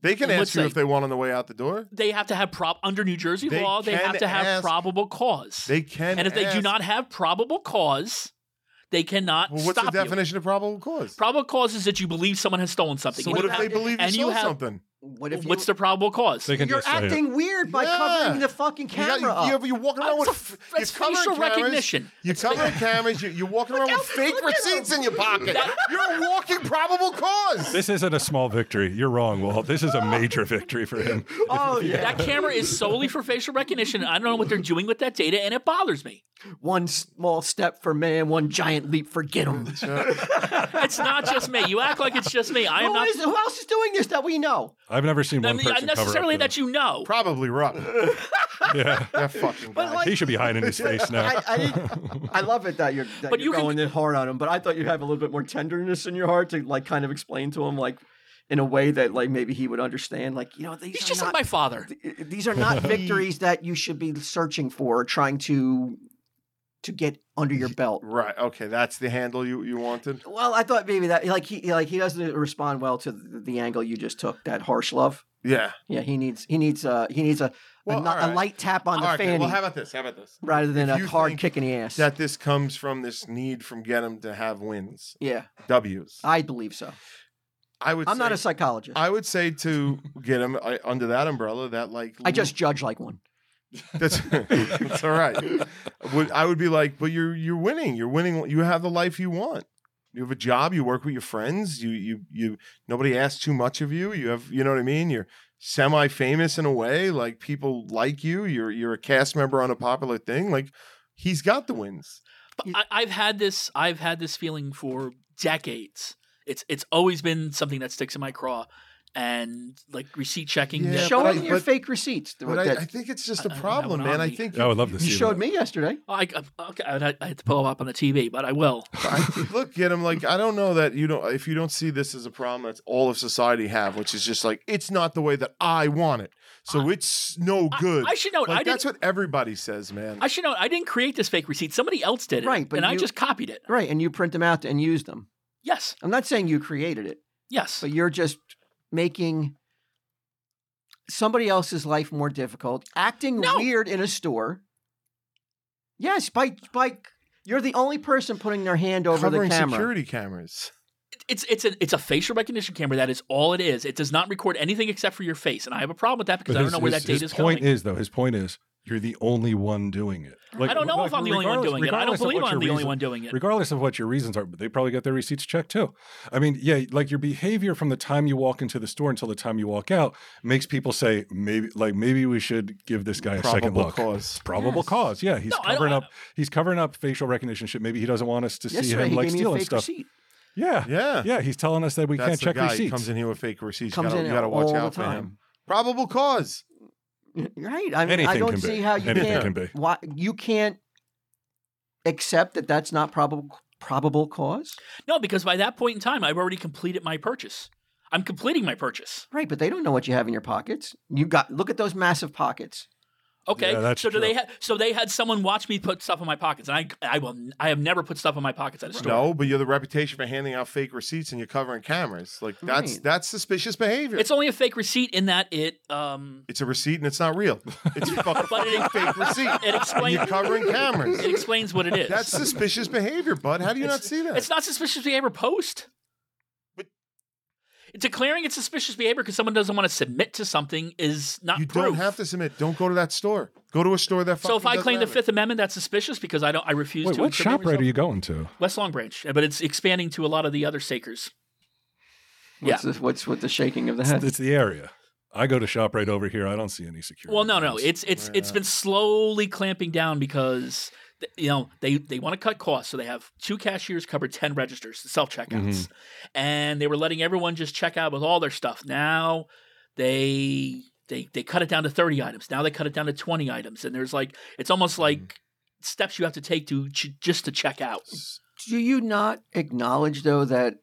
Speaker 3: They can
Speaker 5: Let's
Speaker 3: ask you
Speaker 5: say-
Speaker 3: if they want on the way out the door.
Speaker 5: They have to have prob under New Jersey
Speaker 3: They
Speaker 5: law. They
Speaker 3: can
Speaker 5: have to have
Speaker 3: ask-
Speaker 5: probable cause.
Speaker 3: They can.
Speaker 5: and if they do
Speaker 3: ask-
Speaker 5: not have probable cause, they cannot
Speaker 3: well, what's the
Speaker 5: stop you.
Speaker 3: definition of probable cause?
Speaker 5: Probable cause is that you believe someone has stolen something.
Speaker 3: so
Speaker 5: And
Speaker 3: what
Speaker 5: you
Speaker 3: if they
Speaker 5: have-
Speaker 3: believe you
Speaker 5: and you
Speaker 3: stole
Speaker 5: have-
Speaker 3: something?
Speaker 2: What if you,
Speaker 5: What's the probable cause?
Speaker 1: They can
Speaker 2: You're
Speaker 1: just say it.
Speaker 2: acting weird by
Speaker 3: Yeah.
Speaker 2: covering the fucking
Speaker 3: You got-
Speaker 2: camera
Speaker 3: you,
Speaker 2: up.
Speaker 3: You, are walking around with
Speaker 5: That's Uh, a-
Speaker 3: f-
Speaker 5: that's
Speaker 3: you're covering
Speaker 5: facial
Speaker 3: cameras,
Speaker 5: recognition.
Speaker 3: You're covering cameras. You, you're walking around with fake receipts in your pocket. You're a walking probable cause.
Speaker 1: This isn't a small victory. You're wrong, Walt. This is a major victory for him.
Speaker 2: oh, yeah.
Speaker 5: That camera is solely for facial recognition. I don't know what they're doing with that data, and it bothers me.
Speaker 2: One small step for man, one giant leap for get 'em.
Speaker 5: It's not just me. You act like it's just me. I am
Speaker 2: Who,
Speaker 5: not
Speaker 2: is, who else is doing this that we know?
Speaker 1: I've never seen
Speaker 5: I
Speaker 1: one
Speaker 5: mean,
Speaker 1: person
Speaker 5: necessarily
Speaker 1: cover
Speaker 5: that you know.
Speaker 3: Probably rough. That fucking guy.
Speaker 1: He should be hiding his face now.
Speaker 2: I, I, didn't- I love it that you're, that
Speaker 5: But
Speaker 2: you're
Speaker 5: you can-
Speaker 2: going in hard on him, but I thought you'd have a little bit more tenderness in your heart to like kind of explain to him like in a way that like maybe he would understand. Like you know, these
Speaker 5: He's
Speaker 2: are
Speaker 5: just
Speaker 2: not,
Speaker 5: like my father.
Speaker 2: th- these are not victories that you should be searching for, or trying to to get under your belt.
Speaker 3: right. Okay. That's the handle you, you wanted.
Speaker 2: Well, I thought maybe that like he like he doesn't respond well to the, the angle you just took that harsh love.
Speaker 3: Yeah.
Speaker 2: Yeah, he needs he needs uh he needs a
Speaker 3: Well,
Speaker 2: a, no-
Speaker 3: all right.
Speaker 2: a light tap on
Speaker 3: All
Speaker 2: the
Speaker 3: right.
Speaker 2: fanny
Speaker 3: Well, how about this? How about this?
Speaker 2: rather than
Speaker 3: if
Speaker 2: a
Speaker 3: you
Speaker 2: hard
Speaker 3: think
Speaker 2: kick in the ass.
Speaker 3: That this comes from this need from Getem to have wins,
Speaker 2: yeah,
Speaker 3: W's. I,
Speaker 2: I believe so.
Speaker 3: would.
Speaker 2: I'm
Speaker 3: say,
Speaker 2: not a psychologist.
Speaker 3: I would say to get him I, under that umbrella that like
Speaker 2: I just judge like one.
Speaker 3: That's, that's all right. Would, I would be like, but you're you're winning. You're winning. You have the life you want. You have a job. You work with your friends. You you you. Nobody asks too much of you. You have. You know what I mean. You're semi famous in a way. Like people like you. You're you're a cast member on a popular thing. Like he's got the wins.
Speaker 5: But I, I've had this. I've had this feeling for decades. It's it's always been something that sticks in my craw. and like receipt checking.
Speaker 3: Yeah,
Speaker 5: that-
Speaker 3: but
Speaker 2: Show
Speaker 3: I-
Speaker 2: him your
Speaker 3: but-
Speaker 2: fake receipts. th-
Speaker 3: But
Speaker 2: that
Speaker 3: I, I think it's just a
Speaker 5: I don't have
Speaker 3: problem,
Speaker 5: one
Speaker 3: man.
Speaker 5: on
Speaker 3: I
Speaker 5: me.
Speaker 3: think
Speaker 1: I would love to
Speaker 2: you
Speaker 1: see
Speaker 2: showed
Speaker 1: that.
Speaker 2: me yesterday.
Speaker 5: I, I- uh, okay, I would have, I had to pull up on the TV, but I will.
Speaker 3: I- look at him like I don't know that you don't if you don't see this as a problem that's all of society have, which is just like it's not the way that I want it, so it's no good.
Speaker 5: I should note,
Speaker 3: Like,
Speaker 5: I
Speaker 3: that's
Speaker 5: didn't.
Speaker 3: what everybody says, man.
Speaker 5: I should note, I didn't create this fake receipt. Somebody else did it,
Speaker 2: Right, but
Speaker 5: and I
Speaker 2: you-
Speaker 5: just copied it.
Speaker 2: Right, and you print them out and use them.
Speaker 5: Yes,
Speaker 2: I'm not saying you created it,
Speaker 5: yes.
Speaker 2: but you're just making somebody else's life more difficult, acting
Speaker 5: No.
Speaker 2: weird in a store. Yes, by by you're the only person putting their hand over
Speaker 3: Covering
Speaker 2: the camera.
Speaker 3: security cameras.
Speaker 5: It's it's a it's a facial recognition camera. That is all it is. It does not record anything except for your face, and I have a problem with that because I don't know where
Speaker 1: his,
Speaker 5: that data
Speaker 1: his
Speaker 5: is
Speaker 1: point
Speaker 5: going.
Speaker 1: is though. His point is you're the only one doing it. Like,
Speaker 5: I don't know
Speaker 1: like,
Speaker 5: if I'm the only one
Speaker 1: regardless-
Speaker 5: doing it. I don't
Speaker 1: regardless of
Speaker 5: believe
Speaker 1: what
Speaker 5: I'm
Speaker 1: your
Speaker 5: the only
Speaker 1: reason-
Speaker 5: one doing it.
Speaker 1: Regardless of what your reasons are, they probably got their receipts checked too. I mean, yeah, like your behavior from the time you walk into the store until the time you walk out makes people say maybe, like maybe we should give this guy a second
Speaker 3: Probable
Speaker 1: look.
Speaker 3: cause.
Speaker 1: Probable cause. Yeah, he's
Speaker 5: No, I don't-
Speaker 1: covering
Speaker 5: I-
Speaker 1: up. He's covering up facial recognition shit. Maybe he doesn't want us to see
Speaker 2: Yesterday
Speaker 1: him
Speaker 2: he
Speaker 1: like
Speaker 2: gave me a
Speaker 1: stealing
Speaker 2: fake
Speaker 1: stuff.
Speaker 2: receipt.
Speaker 1: Yeah,
Speaker 3: Yeah.
Speaker 1: yeah. He's telling us that we
Speaker 3: That's
Speaker 1: can't
Speaker 3: the
Speaker 1: check
Speaker 3: guy. He
Speaker 1: receipts.
Speaker 3: comes in here with fake receipts. You
Speaker 2: Comes
Speaker 3: gotta,
Speaker 2: in
Speaker 3: you gotta watch
Speaker 2: all the
Speaker 3: out for
Speaker 2: time.
Speaker 3: him. Probable cause.
Speaker 2: Right. I mean,
Speaker 1: Anything
Speaker 2: I don't
Speaker 1: can be.
Speaker 2: see how you
Speaker 1: Anything
Speaker 2: can't.
Speaker 1: can be.
Speaker 2: Why you can't accept that that's not probable probable cause?
Speaker 5: No, because by that point in time, I've already completed my purchase. I'm completing my purchase.
Speaker 2: Right, but they don't know what you have in your pockets. You got look at those massive pockets.
Speaker 5: Okay,
Speaker 1: Yeah, that's
Speaker 5: so do
Speaker 1: true.
Speaker 5: they? Ha- so they had someone watch me put stuff in my pockets, and I, I will, I have never put stuff in my pockets at a store.
Speaker 3: No, but you're the reputation for handing out fake receipts and you're covering cameras. Like that's
Speaker 2: Right.
Speaker 3: that's suspicious behavior.
Speaker 5: It's only a fake receipt in that it, um,
Speaker 3: It's a receipt and it's not real. It's a fucking
Speaker 5: But it-
Speaker 3: fake receipt.
Speaker 5: it
Speaker 3: And
Speaker 5: explains
Speaker 3: you're covering cameras.
Speaker 5: it explains what it is.
Speaker 3: That's suspicious behavior, bud. How do you not see that?
Speaker 5: It's not suspicious behavior post. Declaring it's suspicious behavior because someone doesn't want to submit to something is not
Speaker 3: you
Speaker 5: proof.
Speaker 3: don't have to submit. Don't go to that store. Go to a store that.
Speaker 5: so if
Speaker 3: fucking
Speaker 5: I
Speaker 3: doesn't
Speaker 5: claim the
Speaker 3: have it.
Speaker 5: Fifth Amendment, that's suspicious because I don't. I refuse
Speaker 1: Wait,
Speaker 5: to.
Speaker 1: what
Speaker 5: incriminate
Speaker 1: shop right are
Speaker 5: myself.
Speaker 1: you going to?
Speaker 5: West Long Branch, but it's expanding to a lot of the other sakers.
Speaker 2: What's
Speaker 5: yeah.
Speaker 2: this, what's with the shaking of the head?
Speaker 1: It's the area. I go to shop right over here. I don't see any security.
Speaker 5: Well, no, no,
Speaker 1: guards.
Speaker 5: it's it's it's been slowly clamping down because th- you know they they want to cut costs, so they have two cashiers cover ten registers, self checkouts, and they were letting everyone just check out with all their stuff. Now they they they cut it down to thirty items. Now they cut it down to twenty items, and there's like it's almost like steps you have to take to ch- just to check out.
Speaker 2: Do you not acknowledge though that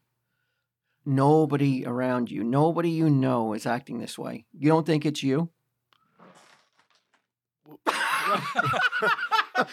Speaker 2: nobody around you, nobody you know is acting this way? You don't think it's you?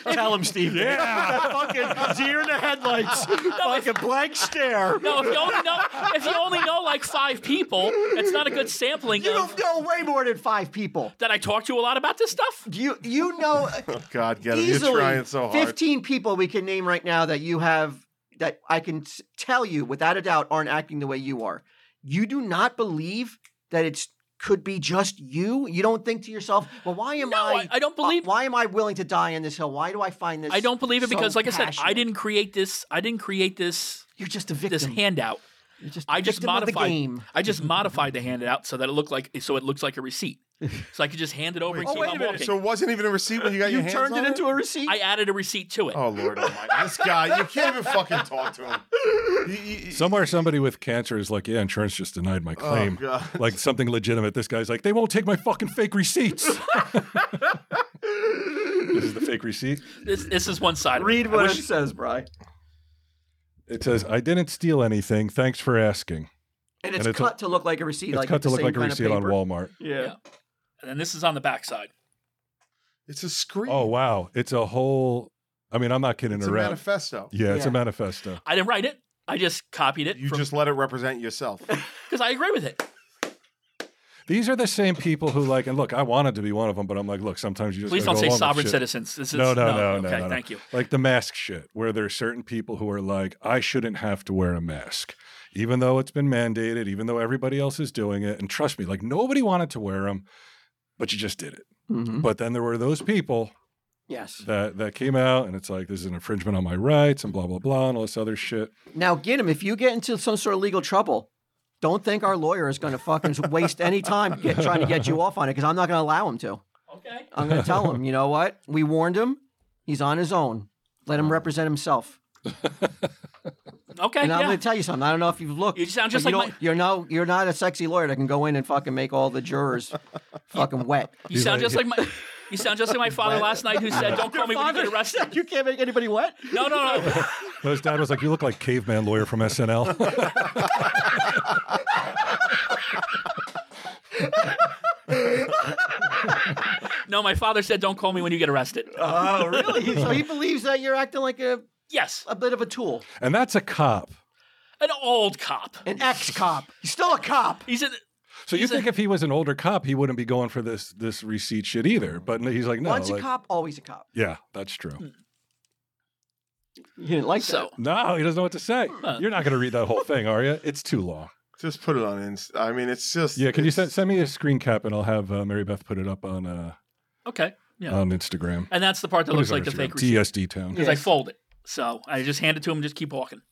Speaker 6: Tell him, Steve. Yeah. Fucking deer in the headlights. like a blank stare.
Speaker 5: No, if you only know if you only know like five people, it's not a good sampling
Speaker 2: You
Speaker 5: of
Speaker 2: know way more than five people.
Speaker 5: that I talk to a lot about this stuff.
Speaker 2: Do you you know
Speaker 3: Oh God, get him. You're
Speaker 2: easily
Speaker 3: trying so hard.
Speaker 2: fifteen people we can name right now that you have that I can s- tell you without a doubt aren't acting the way you are. You do not believe that it's could be just you. You don't think to yourself, well, why am uh,
Speaker 5: No, I, I don't believe
Speaker 2: Why am I willing to die on this hill? Why do I find this?
Speaker 5: I don't believe it
Speaker 2: so
Speaker 5: because, like I said, I
Speaker 2: passionate?
Speaker 5: didn't create this. I didn't create this
Speaker 2: You're just a victim.
Speaker 5: this handout.
Speaker 2: You're just a
Speaker 5: I just
Speaker 2: victim of the
Speaker 5: modified.
Speaker 2: game.
Speaker 5: I just modified the handout so that it looked like so it looks like a receipt. So I could just hand it over. and
Speaker 3: Oh,
Speaker 5: keep
Speaker 3: wait
Speaker 5: on
Speaker 3: a minute.
Speaker 5: walking.
Speaker 3: So it wasn't even a receipt when you got
Speaker 2: You
Speaker 3: your hands
Speaker 2: turned
Speaker 3: on
Speaker 2: it into a receipt.
Speaker 5: I added a receipt to it.
Speaker 3: Oh Lord, oh my God. this guy. You can't even fucking talk to him. He- he- he-
Speaker 1: Somewhere, somebody with cancer is like, yeah, insurance just denied my claim.
Speaker 3: Oh, God.
Speaker 1: Like something legitimate. This guy's like, they won't take my fucking fake receipts. this is the fake receipt.
Speaker 5: This, this is one side. of it.
Speaker 2: Read
Speaker 5: I
Speaker 2: what
Speaker 5: wish-
Speaker 2: it says, Bry.
Speaker 1: It says, I didn't steal anything. Thanks for asking.
Speaker 2: And it's
Speaker 1: it's a-
Speaker 2: cut to look like a receipt.
Speaker 1: It's
Speaker 2: like
Speaker 1: cut
Speaker 2: with
Speaker 1: to
Speaker 2: the
Speaker 1: look
Speaker 2: same
Speaker 1: like a
Speaker 2: kind of
Speaker 1: receipt on
Speaker 2: paper.
Speaker 1: Walmart.
Speaker 5: Yeah. And then this is on the backside.
Speaker 3: It's a screen.
Speaker 1: Oh, wow. It's a whole, I mean, I'm not kidding
Speaker 3: it's a
Speaker 1: around.
Speaker 3: manifesto.
Speaker 1: yeah, it's a
Speaker 2: Yeah.
Speaker 1: manifesto.
Speaker 5: I didn't write it. I just copied it
Speaker 3: You just let it represent yourself.
Speaker 5: because I agree with it.
Speaker 1: These are the same people who like, and look, I wanted to be one of them, but I'm like, look, sometimes you just
Speaker 5: Please
Speaker 1: gotta
Speaker 5: don't
Speaker 1: go
Speaker 5: say
Speaker 1: along with
Speaker 5: sovereign
Speaker 1: shit.
Speaker 5: citizens. This is
Speaker 1: No, no, no, no,
Speaker 5: Okay,
Speaker 1: no, no.
Speaker 5: thank you.
Speaker 1: Like the mask shit, where there's certain people who are like, I shouldn't have to wear a mask, even though it's been mandated, even though everybody else is doing it. And trust me, like nobody wanted to wear them, but you just did it.
Speaker 2: Mhm.
Speaker 1: But then there were those people
Speaker 2: Yes.
Speaker 1: that that came out, and it's like this is an infringement on my rights, and blah blah blah, and all this other shit.
Speaker 2: Now, get him. If you get into some sort of legal trouble, don't think our lawyer is going to fucking waste any time get, trying to get you off on it because I'm not going to allow him to.
Speaker 5: Okay.
Speaker 2: I'm going to tell him, you know what? We warned him. He's on his own. Let him represent himself.
Speaker 5: Okay,
Speaker 2: And I'm
Speaker 5: yeah.
Speaker 2: going to tell you something. I don't know if you've looked.
Speaker 5: You sound
Speaker 2: but
Speaker 5: just
Speaker 2: you
Speaker 5: like
Speaker 2: don't-
Speaker 5: my-
Speaker 2: you're no, you're not a sexy lawyer that can go in and fucking make all the jurors fucking wet.
Speaker 5: you sound just like my. You sound just like my father last night, who said, "Don't call me when you get arrested."
Speaker 2: you can't make anybody wet.
Speaker 5: No, no, no.
Speaker 1: His dad was like, "You look like caveman lawyer from SNL."
Speaker 5: No, my father said, "Don't call me when you get arrested."
Speaker 2: Oh, really? so he believes that you're acting like a,
Speaker 5: yes,
Speaker 2: a bit of a tool,
Speaker 1: and that's a cop.
Speaker 5: an old cop.
Speaker 2: an ex cop. Still a cop.
Speaker 5: He's in.
Speaker 1: So you
Speaker 5: He's a-
Speaker 1: think if he was an older cop, he wouldn't be going for this this receipt shit either? But no, he's like, no,
Speaker 2: Once
Speaker 1: like-
Speaker 2: a cop, always a cop.
Speaker 1: yeah, that's true.
Speaker 2: You didn't like
Speaker 5: So
Speaker 1: No, he doesn't know what to say. You're not going to read that whole thing, are you? It's too long.
Speaker 3: Just put it on. Inst- I mean, it's just.
Speaker 1: Yeah, can you
Speaker 3: it's-
Speaker 1: send, send me a screen cap and I'll have uh, Mary Beth put it up on uh,
Speaker 5: okay, yeah,
Speaker 1: on Instagram.
Speaker 5: and that's the part that
Speaker 1: What
Speaker 5: looks
Speaker 1: is our
Speaker 5: like the
Speaker 1: Instagram?
Speaker 5: fake receipt
Speaker 1: TSD Town.
Speaker 5: because I fold it. So I just hand it to him and just keep walking.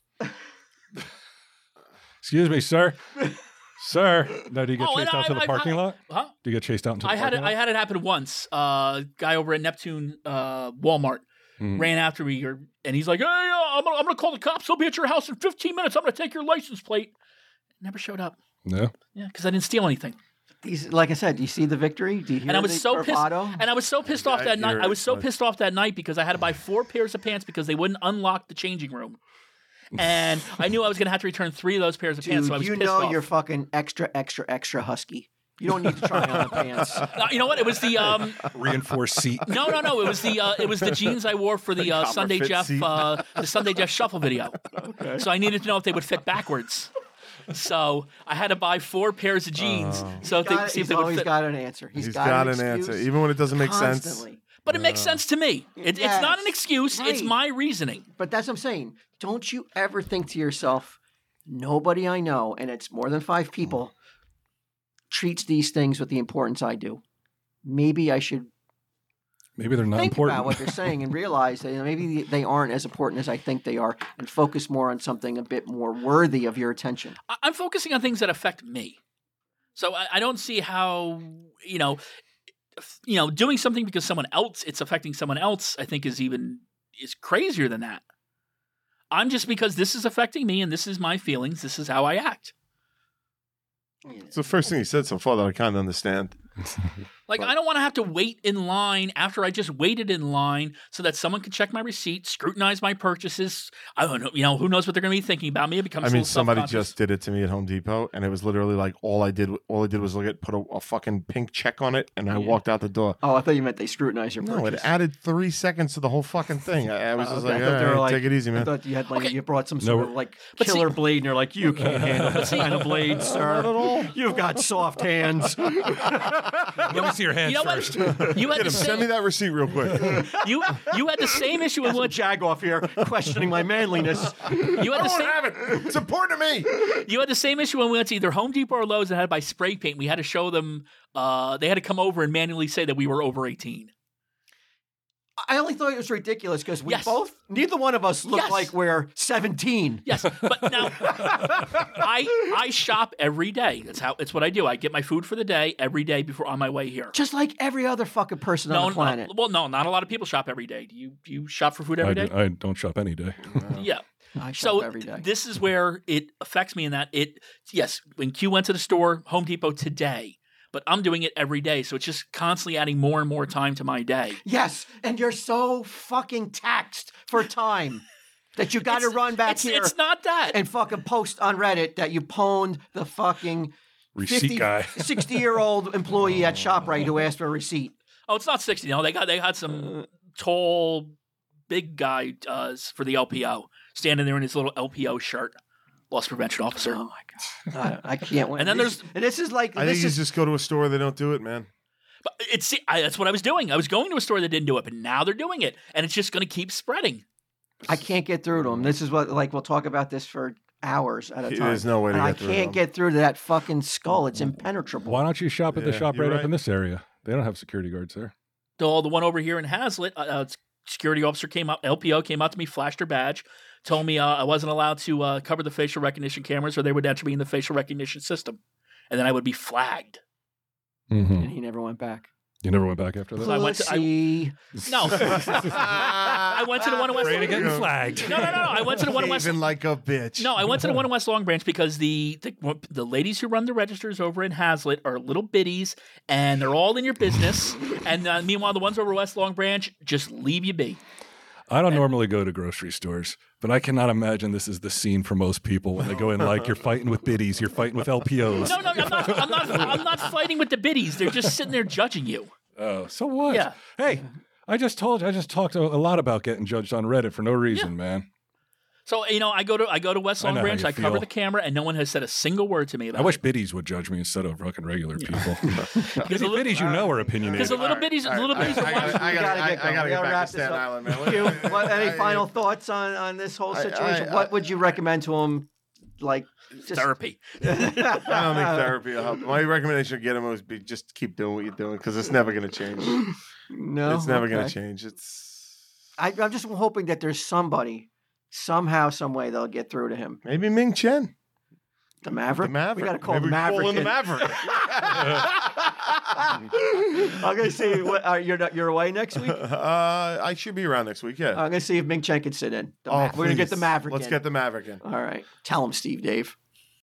Speaker 1: Excuse me, sir. sir. Now, do you get
Speaker 5: Oh, and
Speaker 1: chased out to
Speaker 5: I-
Speaker 1: the
Speaker 5: I-
Speaker 1: parking lot?
Speaker 5: Huh?
Speaker 1: Do you get chased out into the
Speaker 5: Uh-huh. I had
Speaker 1: parking
Speaker 5: it. I
Speaker 1: lot?
Speaker 5: had it happen once. Uh, guy over at Neptune uh, Walmart
Speaker 1: Hmm.
Speaker 5: ran after me, or, and he's like, "Hey, uh, I'm gonna, I'm gonna call the cops. They'll be at your house in 15 minutes. I'm gonna take your license plate." Never showed up.
Speaker 1: No.
Speaker 5: Yeah, because I didn't steal anything.
Speaker 2: These, like I said, do you see the victory? Do you hear
Speaker 5: and I was
Speaker 2: the
Speaker 5: so pissed.
Speaker 2: bravado?
Speaker 5: And I was so pissed off
Speaker 3: I
Speaker 5: that night.
Speaker 3: hear
Speaker 5: I
Speaker 3: it,
Speaker 5: was so
Speaker 3: but-
Speaker 5: pissed off that night because I had to buy four pairs of pants because they wouldn't unlock the changing room, and I knew I was gonna have to return three of those pairs of
Speaker 2: Dude,
Speaker 5: pants. So I was
Speaker 2: you
Speaker 5: pissed
Speaker 2: know
Speaker 5: off.
Speaker 2: you're fucking extra, extra, extra husky. You don't need to try on the pants.
Speaker 5: Uh, you know what? It was the um,
Speaker 1: Reinforced seat.
Speaker 5: No, no, no. It was the uh, it was the jeans I wore for the, uh,
Speaker 3: copper
Speaker 5: Sunday
Speaker 3: fit
Speaker 5: Jeff
Speaker 3: seat.
Speaker 5: uh, the Sunday Jeff shuffle video. So I needed to know if they would fit backwards. So I had to buy four pairs of jeans.
Speaker 3: Oh.
Speaker 5: So if they,
Speaker 2: Got it.
Speaker 5: see if
Speaker 2: He's
Speaker 5: they would
Speaker 2: always
Speaker 5: fit.
Speaker 2: got an answer.
Speaker 3: He's
Speaker 2: got,
Speaker 3: got,
Speaker 2: an,
Speaker 3: an answer,
Speaker 2: excuse
Speaker 3: even when it doesn't make
Speaker 2: constantly.
Speaker 3: sense.
Speaker 5: But it makes sense to me. It, It's not an
Speaker 2: Yes.
Speaker 5: excuse. It's
Speaker 2: Right.
Speaker 5: my reasoning.
Speaker 2: But that's what I'm saying. Don't you ever think to yourself, nobody I know, and it's more than
Speaker 3: Hmm.
Speaker 2: five people, treats these things with the importance I do. Maybe I should
Speaker 1: Maybe they're not
Speaker 2: think
Speaker 1: important.
Speaker 2: about what they're saying and realize that you know, maybe they aren't as important as I think they are and focus more on something a bit more worthy of your attention.
Speaker 5: I- I'm focusing on things that affect me. So I, I don't see how you know, if- you know, doing something because someone else it's affecting someone else. I think is even is crazier than that. I'm just because this is affecting me and this is my feelings. This is how I act.
Speaker 3: It's the first thing he said so far that I kind of understand.
Speaker 5: Like I don't want to have to wait in line after I just waited in line so that someone can check my receipt, scrutinize my purchases. I don't know, you know, who knows what they're going to be thinking about me. It becomes.
Speaker 3: I
Speaker 5: a
Speaker 3: mean,
Speaker 5: little
Speaker 3: somebody
Speaker 5: self-conscious.
Speaker 3: just did it to me at Home Depot, and it was literally like all I did. All I did was look at, put a, a fucking pink check on it, and I walked out the door.
Speaker 2: Oh, I thought you meant they scrutinize your
Speaker 3: No, it
Speaker 2: purchase.
Speaker 3: added three seconds to the whole fucking thing. I, I was
Speaker 2: Oh,
Speaker 3: just
Speaker 2: okay.
Speaker 3: like,
Speaker 2: I thought they
Speaker 3: "All
Speaker 2: were
Speaker 3: right,
Speaker 2: like-
Speaker 3: take it easy, man.
Speaker 2: I thought you had like
Speaker 5: Okay.
Speaker 2: you brought some
Speaker 1: No,
Speaker 2: sort
Speaker 1: we're-
Speaker 2: of like
Speaker 5: But see-
Speaker 2: killer blade, and you're like, you can't handle this
Speaker 5: see-
Speaker 2: kind of blade,
Speaker 3: Not at
Speaker 2: sir.
Speaker 3: all.
Speaker 2: You've got soft hands.
Speaker 1: Let me see your hands
Speaker 5: You know
Speaker 1: first.
Speaker 5: what? You had, the
Speaker 3: Send me
Speaker 5: same,
Speaker 3: that receipt real quick.
Speaker 5: you, you had the same issue with what
Speaker 2: jag off here questioning my manliness.
Speaker 5: you had the same,
Speaker 3: have it. It's important to me.
Speaker 5: You had the same issue when we went to either Home Depot or Lowe's and had to buy spray paint. We had to show them, uh, they had to come over and manually say that we were over 18.
Speaker 2: I only thought it was ridiculous because we
Speaker 5: Yes.
Speaker 2: both, neither one of us look
Speaker 5: Yes.
Speaker 2: like we're 17.
Speaker 5: Yes, but now I I shop every day. That's how it's what I do. I get my food for the day every day before on my way here.
Speaker 2: Just like every other fucking person
Speaker 5: No,
Speaker 2: on
Speaker 5: no,
Speaker 2: the planet.
Speaker 5: well, no, not a lot of people shop every day. Do you you shop for food
Speaker 1: I,
Speaker 5: every day?
Speaker 1: do, Uh-huh. I don't shop any day.
Speaker 5: Yeah.
Speaker 2: I shop
Speaker 5: So
Speaker 2: every day.
Speaker 5: th- this is where it affects me in that it yes, when Q went to the store, Home Depot today, but I'm doing it every day, so it's just constantly adding more and more time to my day.
Speaker 2: yes, and you're so fucking taxed for time that you got to
Speaker 5: It's-
Speaker 2: run back
Speaker 5: it's,
Speaker 2: here
Speaker 5: It's not that.
Speaker 2: and fucking post on Reddit that you pwned the fucking
Speaker 1: Receipt
Speaker 2: 50,
Speaker 1: guy.
Speaker 2: 60 year old employee at ShopRite who asked for a receipt.
Speaker 5: oh, it's not sixty. No, they got they got
Speaker 2: Uh.
Speaker 5: some tall, big guy uh, for the LPO standing there in his little LPO shirt, loss prevention officer.
Speaker 2: Oh my god, I, I can't win.
Speaker 5: And then
Speaker 2: This-
Speaker 5: there's-
Speaker 2: and this is like
Speaker 3: I
Speaker 2: this
Speaker 3: think you
Speaker 2: is
Speaker 3: just go to a store. They don't do it, man.
Speaker 5: But it's I, that's what I was doing. I was going to a store that didn't do it, but now they're doing it, and it's just going to keep spreading.
Speaker 2: I can't get through to them. This is what like we'll talk about this for hours at a time.
Speaker 3: There's no way to
Speaker 2: and
Speaker 3: get
Speaker 2: I
Speaker 3: through to
Speaker 2: can't
Speaker 3: them.
Speaker 2: get through to that fucking skull. It's impenetrable.
Speaker 1: Why don't you shop at the
Speaker 3: Yeah,
Speaker 1: shop
Speaker 3: you're
Speaker 1: right,
Speaker 3: right.
Speaker 1: up in this area? They don't have security guards there.
Speaker 5: So the one over here in Hazlitt, uh, uh, security officer came up, LPO came out to me, flashed her badge, told me uh, I wasn't allowed to uh, cover the facial recognition cameras, or they would enter me in the facial recognition system, and then I would be flagged.
Speaker 1: Mm-hmm.
Speaker 2: And he never went back.
Speaker 1: You never went back after that.
Speaker 5: I went to- I-
Speaker 2: Pussy.
Speaker 5: No, I went to the one in West.
Speaker 1: Afraid of getting flagged.
Speaker 5: No, no, no, no. I went to the one in West.
Speaker 3: Even like a bitch.
Speaker 5: No, I went to the one in West Long Branch because the, the the ladies who run the registers over in Hazlitt are little biddies, and they're all in your business. and uh, meanwhile, the ones over West Long Branch just leave you be.
Speaker 1: I don't normally go to grocery stores, but I cannot imagine this is the scene for most people when they go in like you're fighting with biddies, you're fighting with LPOs.
Speaker 5: No, no, I'm not. I'm not. I'm not fighting with the biddies. They're just sitting there judging you.
Speaker 1: Oh, so what?
Speaker 5: Yeah.
Speaker 1: Hey, I just told you, I just talked a, a lot about getting judged on Reddit for no reason, man.
Speaker 5: So you know, I go to I go to West
Speaker 1: I
Speaker 5: Long
Speaker 1: know how
Speaker 5: Branch.
Speaker 1: you
Speaker 5: I cover
Speaker 1: feel.
Speaker 5: the camera, and no one has said a single word to me about.
Speaker 1: I wish biddies would judge me instead of fucking regular people.
Speaker 5: it. because a little,
Speaker 1: biddies, you know, are
Speaker 5: because
Speaker 1: opinionated.
Speaker 5: the little biddies, little biddies.
Speaker 3: I,
Speaker 5: are watching-
Speaker 3: gotta, I,
Speaker 2: gotta
Speaker 3: gotta, I,
Speaker 2: get
Speaker 3: I
Speaker 2: going.
Speaker 3: gotta
Speaker 2: We
Speaker 3: get
Speaker 2: gotta
Speaker 3: back
Speaker 2: wrap
Speaker 3: to
Speaker 2: this
Speaker 3: Staten
Speaker 2: up.
Speaker 3: Island, man.
Speaker 2: You, what, any
Speaker 3: I-
Speaker 2: final thoughts on, on this whole
Speaker 3: I-
Speaker 2: situation?
Speaker 3: I-
Speaker 2: what would you recommend to him? Like, just
Speaker 5: therapy.
Speaker 3: I don't think therapy will help. My recommendation to get him would be just keep doing what you're doing because it's never gonna change.
Speaker 2: no,
Speaker 3: it's never gonna
Speaker 2: okay.
Speaker 3: change. It's
Speaker 2: I, I'm just hoping that there's somebody, somehow, some way they'll get through to him.
Speaker 3: maybe Ming Chen,
Speaker 2: The Maverick.
Speaker 3: the Maverick.
Speaker 2: We gotta call
Speaker 3: Maybe we
Speaker 2: Maverick.
Speaker 3: Call in the
Speaker 2: in.
Speaker 3: Maverick.
Speaker 2: I'm gonna see. What, uh, you're not- you're away next week.
Speaker 3: uh, I should be around next week. Yeah.
Speaker 2: I'm gonna see if Ming Chen can sit in. The
Speaker 3: Oh,
Speaker 2: Ma- We're gonna get the
Speaker 3: please.
Speaker 2: Maverick.
Speaker 3: Let's
Speaker 2: in.
Speaker 3: get the Maverick in.
Speaker 2: All right. Tell him, Steve, Dave.